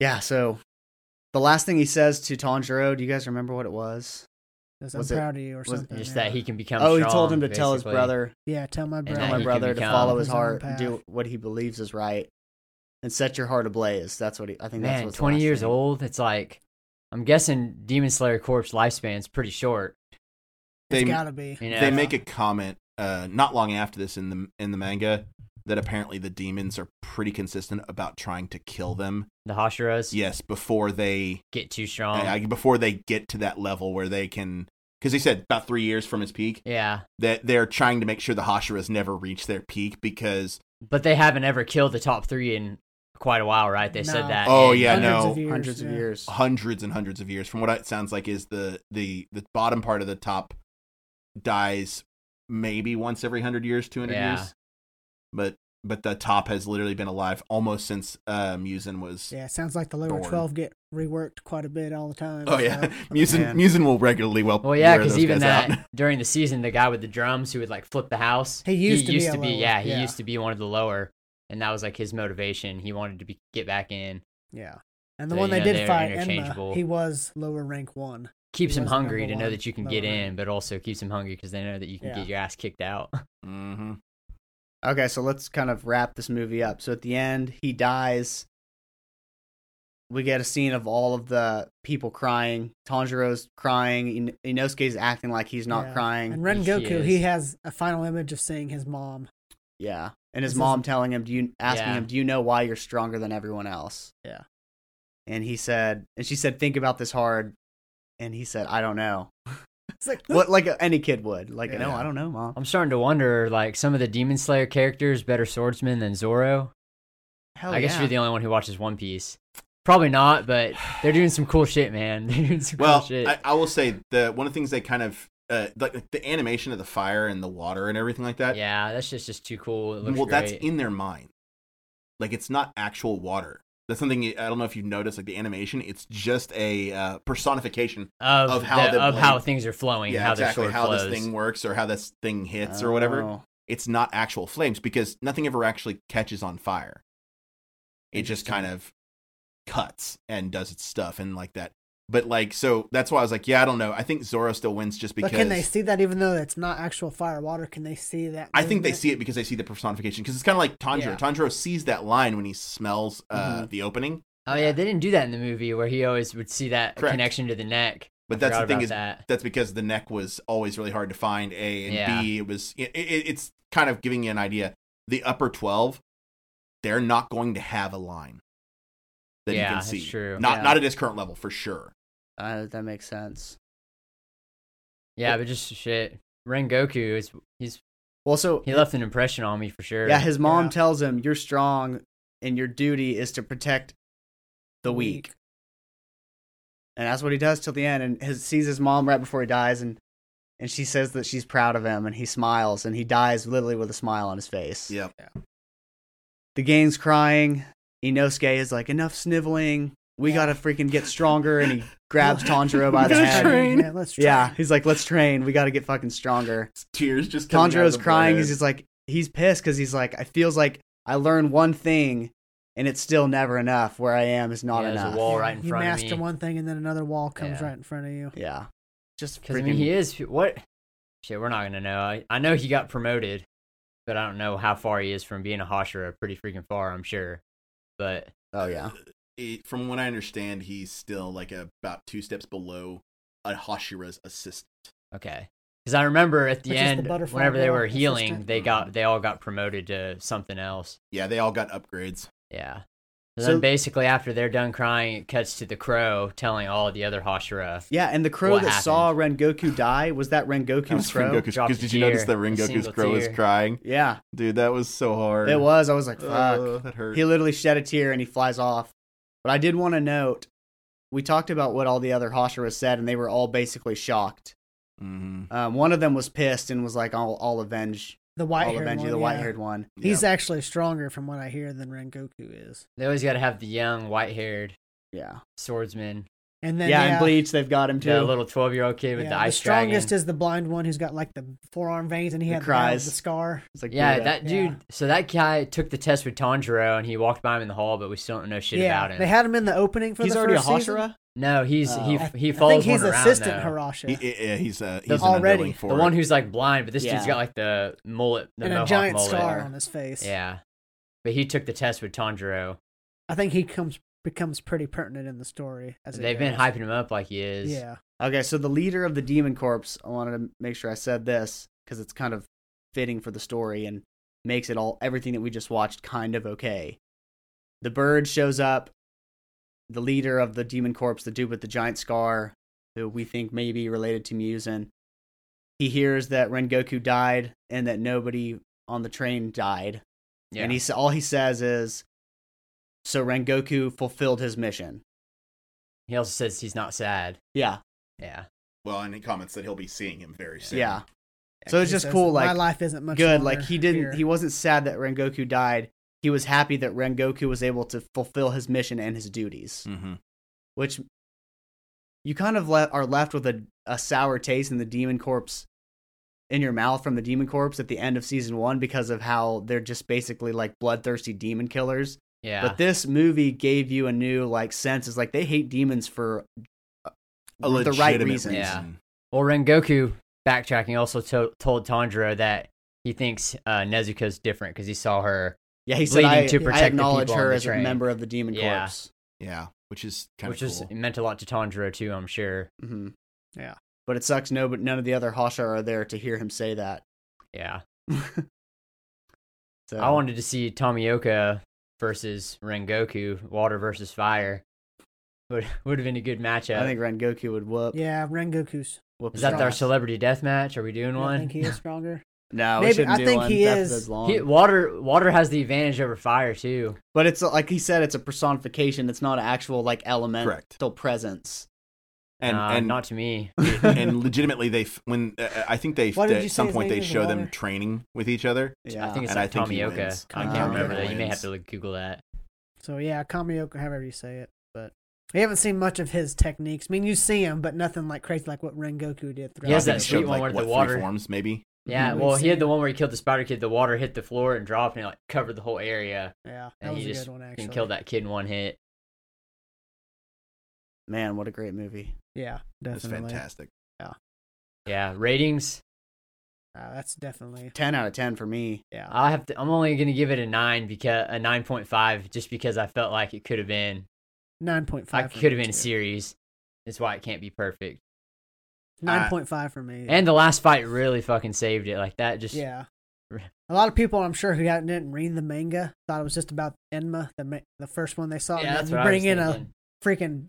Speaker 1: yeah. So the last thing he says to Tanjiro, do you guys remember what it was?
Speaker 2: 'Cause
Speaker 1: Was it-
Speaker 2: I'm proud of you or
Speaker 1: was it
Speaker 2: something.
Speaker 3: Just
Speaker 2: yeah.
Speaker 3: that he can become.
Speaker 1: oh,
Speaker 3: strong,
Speaker 1: he told him to tell his
Speaker 3: basically.
Speaker 1: brother,
Speaker 2: Yeah, tell my
Speaker 3: that
Speaker 1: tell my
Speaker 2: brother.
Speaker 3: he can
Speaker 1: brother to
Speaker 3: become-
Speaker 1: follow his
Speaker 2: His own
Speaker 1: heart,
Speaker 2: path.
Speaker 1: do what he believes is right, and set your heart ablaze. That's what he. I think that's
Speaker 3: Man,
Speaker 1: what's the
Speaker 3: 20
Speaker 1: last
Speaker 3: years
Speaker 1: thing.
Speaker 3: old. It's like, I'm guessing Demon Slayer Corp's lifespan's pretty short.
Speaker 4: They-
Speaker 2: it's gotta be.
Speaker 3: You know,
Speaker 4: They make a comment uh not long after this in the in the manga that apparently the demons are pretty consistent about trying to kill them.
Speaker 3: the Hashiras
Speaker 4: Yes, before they
Speaker 3: get too strong.
Speaker 4: uh, before they get to that level where they can because he said about three years from his peak
Speaker 3: yeah,
Speaker 4: that they're trying to make sure the Hashiras never reach their peak because
Speaker 3: but they haven't ever killed the top three in quite a while, right? They said
Speaker 2: No.
Speaker 3: that.
Speaker 4: Oh,
Speaker 3: in-
Speaker 4: yeah,
Speaker 2: hundreds
Speaker 4: no.
Speaker 2: of years,
Speaker 1: hundreds of
Speaker 2: yeah.
Speaker 1: years.
Speaker 4: hundreds and hundreds of years from what it sounds like is the the the bottom part of the top dies maybe once every 100 years 200
Speaker 3: Yeah.
Speaker 4: years but but the top has literally been alive almost since uh Musen was
Speaker 2: Yeah, it sounds like the lower
Speaker 4: Born.
Speaker 2: 12 get reworked quite a bit all the time.
Speaker 4: (laughs) oh
Speaker 2: (laughs)
Speaker 4: yeah (laughs)
Speaker 2: so-
Speaker 4: Musen
Speaker 1: man.
Speaker 4: Musen will regularly well
Speaker 3: Well, yeah,
Speaker 4: wear
Speaker 3: because
Speaker 4: those
Speaker 3: even
Speaker 4: guys
Speaker 3: that (sighs)
Speaker 4: out.
Speaker 3: during the season, the guy with the drums who would like flip the house.
Speaker 2: He used to be a lower,
Speaker 3: yeah, he
Speaker 2: yeah.
Speaker 3: used to be one of the lower, and that was like his motivation. He wanted to be get back in,
Speaker 2: Yeah. And the
Speaker 3: So,
Speaker 2: one
Speaker 3: you
Speaker 2: they
Speaker 3: know,
Speaker 2: did
Speaker 3: they're
Speaker 2: fight,
Speaker 3: interchangeable.
Speaker 2: Enma, he was lower rank one.
Speaker 3: keeps
Speaker 2: He
Speaker 3: him
Speaker 2: was
Speaker 3: hungry
Speaker 2: number
Speaker 3: to know
Speaker 2: one
Speaker 3: that you can
Speaker 2: lower
Speaker 3: get
Speaker 2: rank.
Speaker 3: in, but also keeps him hungry because they know that you can
Speaker 2: Yeah.
Speaker 3: get your ass kicked out. (laughs)
Speaker 4: Mhm.
Speaker 1: Okay, so let's kind of wrap this movie up. So at the end, he dies. We get a scene of all of the people crying. Tanjiro's crying. In- Inosuke's acting like he's not
Speaker 2: Yeah.
Speaker 1: crying.
Speaker 2: And Ren
Speaker 3: He
Speaker 2: Goku,
Speaker 3: is.
Speaker 2: he has a final image of seeing his mom.
Speaker 1: yeah, and his
Speaker 2: This is-
Speaker 1: mom telling him, "Do you asking
Speaker 3: Yeah.
Speaker 1: him, do you know why you're stronger than everyone else?"
Speaker 2: Yeah.
Speaker 1: And he said, and she said, "Think about this hard." And he said, "I don't know."
Speaker 2: It's like,
Speaker 1: What like any kid would. Like, no,
Speaker 4: Yeah.
Speaker 1: I don't know, mom.
Speaker 3: I'm starting to wonder, like some of the Demon Slayer characters, better swordsmen than
Speaker 2: Oh,
Speaker 3: Zoro.
Speaker 1: Hell
Speaker 3: I guess
Speaker 1: yeah.
Speaker 3: you're the only one who watches One Piece. Probably not, but they're doing some cool shit, man. (laughs) They're doing some
Speaker 4: (laughs) well
Speaker 3: cool shit.
Speaker 4: I, I will say the one of the things they kind of uh like the animation of the fire and the water and everything like that
Speaker 3: yeah, that's just just too cool. It looks
Speaker 4: well that's
Speaker 3: great.
Speaker 4: in their mind like it's not actual water that's something you- i don't know if you've noticed like the animation it's just a uh, personification
Speaker 3: of,
Speaker 4: of how
Speaker 3: how
Speaker 4: the
Speaker 3: of how
Speaker 4: blade-
Speaker 3: things are flowing,
Speaker 4: yeah
Speaker 3: how
Speaker 4: exactly
Speaker 3: their sword
Speaker 4: how
Speaker 3: flows.
Speaker 4: this thing works or how this thing hits or whatever
Speaker 1: Oh.
Speaker 4: it's not actual flames because nothing ever actually catches on fire it just kind of cuts and does its stuff and like that but like so that's why i was like yeah i don't know i think zoro still wins just because
Speaker 2: but can they see that even though it's not actual fire water? Can they see that?
Speaker 4: I think they
Speaker 2: movement?
Speaker 4: see it because they see the personification. Because it's kind of like Tanjiro.
Speaker 3: Yeah.
Speaker 4: Tanjiro sees that line when he smells uh,
Speaker 2: Mm-hmm.
Speaker 4: the opening,
Speaker 3: Oh yeah, they didn't do that in the movie where he always would see that
Speaker 4: Correct.
Speaker 3: connection to the neck.
Speaker 4: But
Speaker 3: I
Speaker 4: that's the
Speaker 3: forgot
Speaker 4: thing
Speaker 3: about
Speaker 4: is
Speaker 3: that.
Speaker 4: that's because the neck was always really hard to find. A and
Speaker 3: Yeah.
Speaker 4: B, it was it, it, it's kind of giving you an idea. The upper twelve, they're not going to have a line that
Speaker 3: Yeah,
Speaker 4: you can
Speaker 3: that's
Speaker 4: see.
Speaker 3: true.
Speaker 4: Not
Speaker 3: Yeah.
Speaker 4: not at his current level for sure.
Speaker 1: Uh, that makes sense.
Speaker 3: Yeah, but just shit. Ren Goku is he's
Speaker 1: Well, so
Speaker 3: he left an impression on me for sure.
Speaker 1: Yeah, his mom
Speaker 2: Yeah.
Speaker 1: tells him, "You're strong, and your duty is to protect the
Speaker 2: (laughs)
Speaker 1: weak." And that's what he does till the end. And his, sees his mom right before he dies, and and she says that she's proud of him, and he smiles, and he dies literally with a smile on his face.
Speaker 4: Yep.
Speaker 1: The gang's crying. Inosuke is like, "Enough sniveling. We
Speaker 2: Yeah.
Speaker 1: gotta freaking get stronger." And he grabs Tanjiro by the
Speaker 4: Let's
Speaker 1: head.
Speaker 4: train.
Speaker 2: Yeah, let's train.
Speaker 1: Yeah, he's like, "Let's train. We gotta get fucking stronger."
Speaker 4: Tears just coming out of
Speaker 1: Tanjiro's
Speaker 4: the
Speaker 1: crying.
Speaker 4: forehead.
Speaker 1: He's just like he's pissed because he's like, I feels like I learned one thing, and it's still never enough. Where I am is not
Speaker 3: Yeah, there's a
Speaker 1: enough.
Speaker 3: wall right in
Speaker 2: you
Speaker 3: front of
Speaker 2: master
Speaker 3: me.
Speaker 2: one thing and then another wall comes
Speaker 3: Yeah.
Speaker 2: right in front of you.
Speaker 1: Yeah, just
Speaker 3: because
Speaker 1: freaking.
Speaker 3: I mean he is what shit. We're not gonna know. I, I know he got promoted, but I don't know how far he is from being a Hashira. Pretty freaking far, I'm sure. But
Speaker 1: oh yeah,
Speaker 4: Uh, It- from what I understand, he's still like about two steps below a Hashira's assistant.
Speaker 3: okay, because I remember at the
Speaker 2: Which is the
Speaker 3: end,
Speaker 2: butterfly
Speaker 3: whenever they
Speaker 2: girl
Speaker 3: were healing,
Speaker 2: assistant.
Speaker 3: they got they all got promoted to something else.
Speaker 4: Yeah, they all got upgrades.
Speaker 3: Yeah, And
Speaker 1: So-
Speaker 3: then basically, after they're done crying, it cuts to the crow telling all the other Hashira.
Speaker 1: Yeah, and the crow
Speaker 3: What
Speaker 1: that saw Rengoku die was that Rengoku's
Speaker 4: That was
Speaker 1: crow.
Speaker 4: Rengoku's
Speaker 3: dropped
Speaker 4: because
Speaker 3: a
Speaker 4: did you notice that
Speaker 3: tear, a
Speaker 4: Rengoku's
Speaker 3: single
Speaker 4: crow was
Speaker 3: tear.
Speaker 4: crying?
Speaker 1: Yeah,
Speaker 4: Dude, that was so hard.
Speaker 1: it was. I was like, fuck.
Speaker 4: Oh, that hurt.
Speaker 1: he literally shed a tear and he flies off. But I did want to note, we talked about what all the other Hashiras said, and they were all basically shocked.
Speaker 4: hmm
Speaker 1: Um, one of them was pissed and was like, "I'll, I'll avenge,
Speaker 2: The white
Speaker 1: I'll
Speaker 2: hair.
Speaker 1: avenge you." The white-haired one.
Speaker 2: He's actually stronger, from what I hear, than Rengoku is.
Speaker 3: They always got to have the young, white haired
Speaker 1: Yeah,
Speaker 3: swordsman.
Speaker 2: And
Speaker 1: yeah.
Speaker 2: then uh,
Speaker 1: And Bleach, they've got him too.
Speaker 3: The little 12 year old kid with
Speaker 2: yeah,
Speaker 3: the ice
Speaker 2: strongest
Speaker 3: dragon.
Speaker 2: is the blind one who's got like the forearm veins, and he
Speaker 1: Who
Speaker 2: had the, guy with
Speaker 1: cries.
Speaker 2: the scar.
Speaker 1: It's like,
Speaker 3: yeah,
Speaker 1: Buddha.
Speaker 3: that dude. So that guy took the test with Tanjiro and he walked by him in the hall, but we still don't know shit
Speaker 2: yeah,
Speaker 3: about him.
Speaker 2: they had him in the opening for
Speaker 1: He's
Speaker 2: the
Speaker 1: already a
Speaker 2: first
Speaker 1: Hashira.
Speaker 2: season.
Speaker 3: no, he's
Speaker 1: Oh.
Speaker 3: he
Speaker 1: I-
Speaker 3: he
Speaker 2: I think
Speaker 3: follows
Speaker 2: he's
Speaker 3: one around.
Speaker 2: assistant
Speaker 3: though.
Speaker 2: Harasha.
Speaker 4: He- yeah, yeah, he's uh, he's an
Speaker 2: already-
Speaker 4: underling for
Speaker 3: The
Speaker 4: it.
Speaker 3: one who's like blind, but this dude's
Speaker 1: Yeah.
Speaker 3: got like the mullet, the
Speaker 2: and a
Speaker 3: mohawk
Speaker 2: giant
Speaker 3: mullet.
Speaker 2: scar on his face.
Speaker 3: Yeah, but he took the test with Tanjiro.
Speaker 2: I think he comes becomes pretty pertinent in the story. As it
Speaker 3: They've been
Speaker 2: goes.
Speaker 3: hyping him up like he is.
Speaker 2: Yeah,
Speaker 1: Okay, so the leader of the Demon Corpse, I wanted to make sure I said this because it's kind of fitting for the story and makes it all everything that we just watched kind of okay. The bird shows up, the leader of the Demon Corpse, the dude with the giant scar, who we think may be related to Musen. He hears that Rengoku died and that nobody on the train died,
Speaker 3: yeah.
Speaker 1: and he sa- all he says is, "So Rengoku fulfilled his mission."
Speaker 3: he also says he's not sad.
Speaker 1: Yeah,
Speaker 3: Yeah,
Speaker 4: well, and he comments that hell be seeing him very soon.
Speaker 1: yeah. So it's
Speaker 2: He
Speaker 1: just
Speaker 2: says,
Speaker 1: cool,
Speaker 2: my
Speaker 1: like
Speaker 2: life isn't much
Speaker 1: good. Like
Speaker 2: longer
Speaker 1: he didn't.
Speaker 2: here."
Speaker 1: He wasn't sad that Rengoku died. He was happy that Rengoku was able to fulfill his mission and his
Speaker 3: Hmm.
Speaker 1: duties,
Speaker 4: Mm-hmm.
Speaker 1: which you kind of le- are left with a, a sour taste in the demon corpse in your mouth from the demon corpse at the end of season one because of how they're just basically like bloodthirsty demon killers.
Speaker 3: yeah.
Speaker 1: But this movie gave you a new like sense. It's like they hate demons for uh,
Speaker 4: A
Speaker 1: the
Speaker 4: legitimate
Speaker 1: right reasons.
Speaker 3: Yeah. well, Rengoku backtracking also to- told Tanjiro that he thinks uh, Nezuko's different because he saw her,
Speaker 1: Yeah, he said
Speaker 3: Bleeding
Speaker 1: I,
Speaker 3: to
Speaker 1: I
Speaker 3: protect the
Speaker 1: acknowledge
Speaker 3: people on
Speaker 1: her
Speaker 3: the
Speaker 1: as a
Speaker 3: train."
Speaker 1: member of the demon
Speaker 3: Yeah.
Speaker 1: corpse.
Speaker 4: Yeah, which is kind
Speaker 3: which
Speaker 4: of cool.
Speaker 3: is meant a lot to Tanjiro too. I'm sure.
Speaker 1: Mm-hmm.
Speaker 2: Yeah.
Speaker 1: But it sucks. No, but none of the other Hasha are there to hear him say that.
Speaker 3: Yeah,
Speaker 1: So
Speaker 3: I wanted to see Tomioka versus Rengoku, water versus fire. Would would have been a good matchup.
Speaker 1: I think Rengoku would whoop.
Speaker 2: yeah, Rengoku's.
Speaker 1: whoop
Speaker 3: Is
Speaker 1: his
Speaker 3: that our
Speaker 1: ass.
Speaker 3: celebrity death match? Are we doing
Speaker 2: I
Speaker 3: one?
Speaker 2: think he is stronger.
Speaker 1: No, we
Speaker 2: Maybe-
Speaker 1: shouldn't
Speaker 2: I
Speaker 1: do
Speaker 2: think
Speaker 1: one.
Speaker 2: he
Speaker 1: That
Speaker 2: is-
Speaker 1: episode's
Speaker 4: Um,
Speaker 1: long.
Speaker 3: He- water water has the advantage over fire too.
Speaker 1: but it's like he said, it's a personification. It's not an actual like elemental
Speaker 4: Correct.
Speaker 1: presence.
Speaker 4: And
Speaker 3: Uh,
Speaker 4: and
Speaker 3: not (laughs) to me.
Speaker 4: (laughs) and legitimately they f- when uh, I think they f-
Speaker 2: What did you
Speaker 4: at
Speaker 2: say
Speaker 4: some
Speaker 2: his
Speaker 4: point
Speaker 2: name
Speaker 4: they
Speaker 2: is,
Speaker 4: show them
Speaker 2: Water?
Speaker 4: training with each other.
Speaker 1: yeah.
Speaker 3: I think it's
Speaker 4: And I
Speaker 3: like
Speaker 4: think he
Speaker 3: Tomioka.
Speaker 4: wins.
Speaker 3: I
Speaker 2: Tomioka
Speaker 3: can't remember that. You may
Speaker 4: wins.
Speaker 3: have to look, Google that.
Speaker 2: So yeah, Kamioka, however you say it, but we haven't seen much of his techniques. I mean, you see him, but nothing like crazy like what Rengoku did. Throughout
Speaker 3: He has
Speaker 4: I
Speaker 3: that
Speaker 4: think it
Speaker 2: the-
Speaker 3: sweet
Speaker 4: showed,
Speaker 3: one where the
Speaker 4: what, three
Speaker 3: water-
Speaker 4: forms maybe.
Speaker 3: Yeah,
Speaker 2: Mhm.
Speaker 3: well,
Speaker 2: We've
Speaker 3: he had
Speaker 2: seen
Speaker 3: the
Speaker 2: it.
Speaker 3: one where he killed the spider kid. The water hit the floor and dropped, and it like covered the whole area.
Speaker 2: Yeah, that
Speaker 3: And
Speaker 2: was
Speaker 3: he
Speaker 2: a
Speaker 3: just
Speaker 2: good one actually.
Speaker 3: And killed that kid in one hit.
Speaker 1: Man, what a great movie.
Speaker 2: Yeah,
Speaker 4: That's
Speaker 2: definitely.
Speaker 4: fantastic.
Speaker 3: Yeah, ratings.
Speaker 2: Uh, that's definitely.
Speaker 1: Ten out of ten for me.
Speaker 2: Yeah.
Speaker 3: I have to. I'm only gonna give it a nine because a nine point five, just because I felt like it could have been.
Speaker 2: Nine point
Speaker 3: I
Speaker 2: five.
Speaker 3: could have been a series. That's why it can't be perfect.
Speaker 2: Nine point five for me.
Speaker 3: And the last fight really fucking saved it. Like that just
Speaker 2: yeah,
Speaker 3: (laughs)
Speaker 2: a lot of people I'm sure who hadn't- didn't read the manga thought it was just about Enma, the ma- the first one they saw.
Speaker 3: Yeah,
Speaker 2: and
Speaker 3: that's
Speaker 2: then
Speaker 3: what
Speaker 2: you bring in
Speaker 3: I was
Speaker 2: a freaking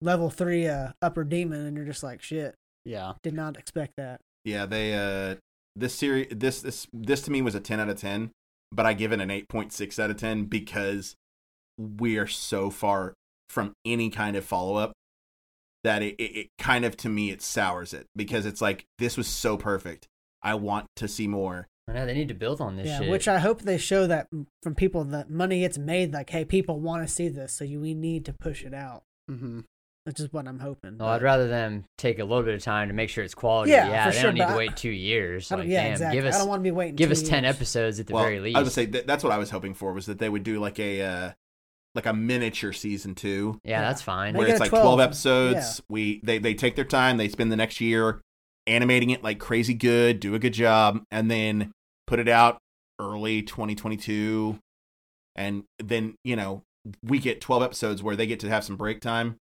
Speaker 2: level three uh, upper demon, and you're just like, shit,
Speaker 1: Yeah.
Speaker 2: did not expect that.
Speaker 4: Yeah, they uh this series this this this to me was a 10 out of 10, but I give it an 8.6 out of 10 because we are so far from any kind of follow-up that it, it, it kind of to me it sours it because it's like this was so perfect. I want to see more.
Speaker 3: I know they need to build on this
Speaker 2: yeah,
Speaker 3: shit.
Speaker 2: which I hope they show that m- from people that money gets made. Like, hey, people want to see this, so you, we need to push it out.
Speaker 1: Mm-hmm.
Speaker 2: Which is what I'm hoping.
Speaker 3: well, Oh, I'd
Speaker 2: but-
Speaker 3: rather them take a little bit of time to make sure it's quality.
Speaker 2: Yeah,
Speaker 3: Yeah,
Speaker 2: for
Speaker 3: they
Speaker 2: sure,
Speaker 3: don't need
Speaker 2: but
Speaker 3: to
Speaker 2: I-
Speaker 3: wait two years.
Speaker 2: I don't-
Speaker 3: Like,
Speaker 2: yeah,
Speaker 3: damn,
Speaker 2: exactly.
Speaker 3: give
Speaker 2: I
Speaker 3: us
Speaker 2: don't want to be waiting.
Speaker 3: give
Speaker 2: two
Speaker 3: us ten
Speaker 2: years.
Speaker 3: episodes at the
Speaker 4: well,
Speaker 3: very least.
Speaker 4: I would say that, that's what I was hoping for was that they would do like a uh like a miniature season 2
Speaker 3: yeah, that's fine.
Speaker 2: Make
Speaker 4: where
Speaker 2: it
Speaker 4: it's
Speaker 2: a
Speaker 4: like
Speaker 2: 12.
Speaker 4: 12 episodes we they, they take their time they spend the next year animating it like crazy good do a good job and then put it out early 2022 and then you know we get 12 episodes where they get to have some break time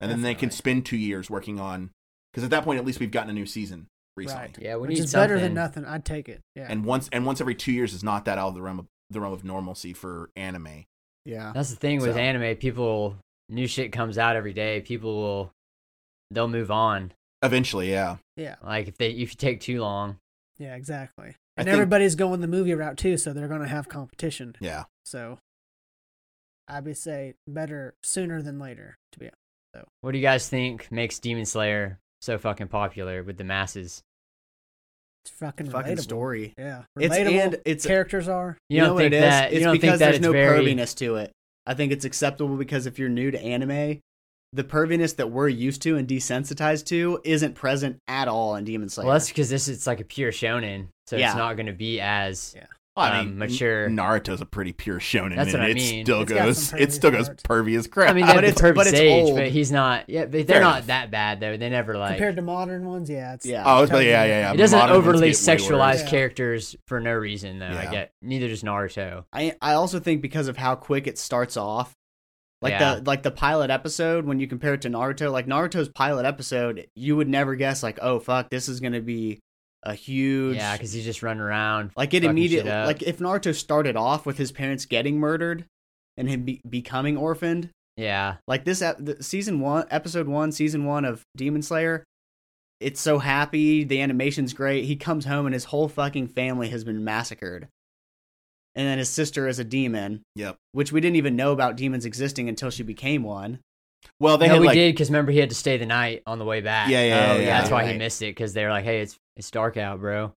Speaker 4: and then they can
Speaker 3: Definitely.
Speaker 4: spend two years working on because at that point at least we've gotten a new season recently
Speaker 2: Right.
Speaker 3: Yeah, we
Speaker 2: Which
Speaker 3: need
Speaker 2: is
Speaker 3: something.
Speaker 2: better than nothing. I'd take it. Yeah.
Speaker 4: and once and once every two years is not that out of the realm of the realm of normalcy for anime
Speaker 1: Yeah.
Speaker 3: That's the thing with
Speaker 1: So-
Speaker 3: anime. People, new shit comes out every day. People will, they'll move on.
Speaker 4: Eventually, yeah.
Speaker 2: Yeah,
Speaker 3: Like if they if you take too long,
Speaker 2: yeah, exactly.
Speaker 4: I
Speaker 2: And
Speaker 4: think-
Speaker 2: everybody's going the movie route too, so they're gonna have competition.
Speaker 4: Yeah.
Speaker 2: So I'd be say better sooner than later. To be honest.
Speaker 3: what do you guys think makes Demon Slayer so fucking popular with the masses?
Speaker 2: it's fucking
Speaker 1: Fucking
Speaker 2: relatable.
Speaker 1: story.
Speaker 2: Yeah,
Speaker 1: It's-
Speaker 2: relatable.
Speaker 1: and it's-
Speaker 2: characters are.
Speaker 3: You, don't
Speaker 1: what
Speaker 3: think
Speaker 1: it is?
Speaker 3: that
Speaker 1: It's
Speaker 3: you don't
Speaker 1: because
Speaker 3: think that
Speaker 1: there's
Speaker 3: it's
Speaker 1: no
Speaker 3: very
Speaker 1: perviness to it. I think it's acceptable because if you're new to anime, the perviness that we're used to and desensitized to isn't present at all in Demon Slayer.
Speaker 3: well. That's because this it's like a pure shonen, so
Speaker 1: Yeah.
Speaker 3: it's not going to be as
Speaker 4: I
Speaker 3: Um,
Speaker 4: mean,
Speaker 3: mature.
Speaker 4: N- Naruto's a pretty pure shonen,
Speaker 3: That's
Speaker 4: and
Speaker 3: what I
Speaker 4: it
Speaker 3: mean.
Speaker 4: still
Speaker 2: It's got
Speaker 4: goes,
Speaker 2: some
Speaker 4: it still
Speaker 2: pervy
Speaker 4: goes
Speaker 2: parts.
Speaker 4: pervy as crap.
Speaker 3: I mean, they have
Speaker 1: But
Speaker 3: the
Speaker 1: it's-
Speaker 3: perfect
Speaker 1: but it's
Speaker 3: age,
Speaker 1: old.
Speaker 3: but he's not. Yeah, they-
Speaker 4: Fair
Speaker 3: they're not
Speaker 4: enough.
Speaker 3: that bad though. They never like.
Speaker 2: compared to modern ones, yeah, it's
Speaker 1: yeah.
Speaker 4: oh, it's, but yeah, yeah, yeah.
Speaker 3: it doesn't
Speaker 4: Modern ones
Speaker 3: overly
Speaker 4: get way
Speaker 3: sexualize
Speaker 4: worse.
Speaker 2: Yeah.
Speaker 3: characters for no reason though. I
Speaker 4: Yeah.
Speaker 3: get neither does Naruto.
Speaker 1: I I also think because of how quick it starts off, like
Speaker 3: Yeah.
Speaker 1: the like the pilot episode when you compare it to Naruto, like Naruto's pilot episode, you would never guess like, oh fuck, this is gonna be a huge.
Speaker 3: Yeah, because he's just running around.
Speaker 1: like it
Speaker 3: fucking
Speaker 1: immediately,
Speaker 3: shit up.
Speaker 1: like if Naruto started off with his parents getting murdered and him be- becoming orphaned,
Speaker 3: Yeah,
Speaker 1: like this ep- the season one, episode one, season one of Demon Slayer. It's so happy. The animation's great. He comes home and his whole fucking family has been massacred. And then his sister is a demon
Speaker 4: Yep.
Speaker 1: which we didn't even know about demons existing until she became one.
Speaker 4: Well, they
Speaker 3: no,
Speaker 4: had
Speaker 3: we
Speaker 4: like,
Speaker 3: did because remember he had to stay the night on the way back.
Speaker 4: Yeah, yeah,
Speaker 3: Oh,
Speaker 4: yeah, yeah.
Speaker 3: that's why he
Speaker 1: Right.
Speaker 3: missed it because they were like, "Hey, it's it's dark out, bro."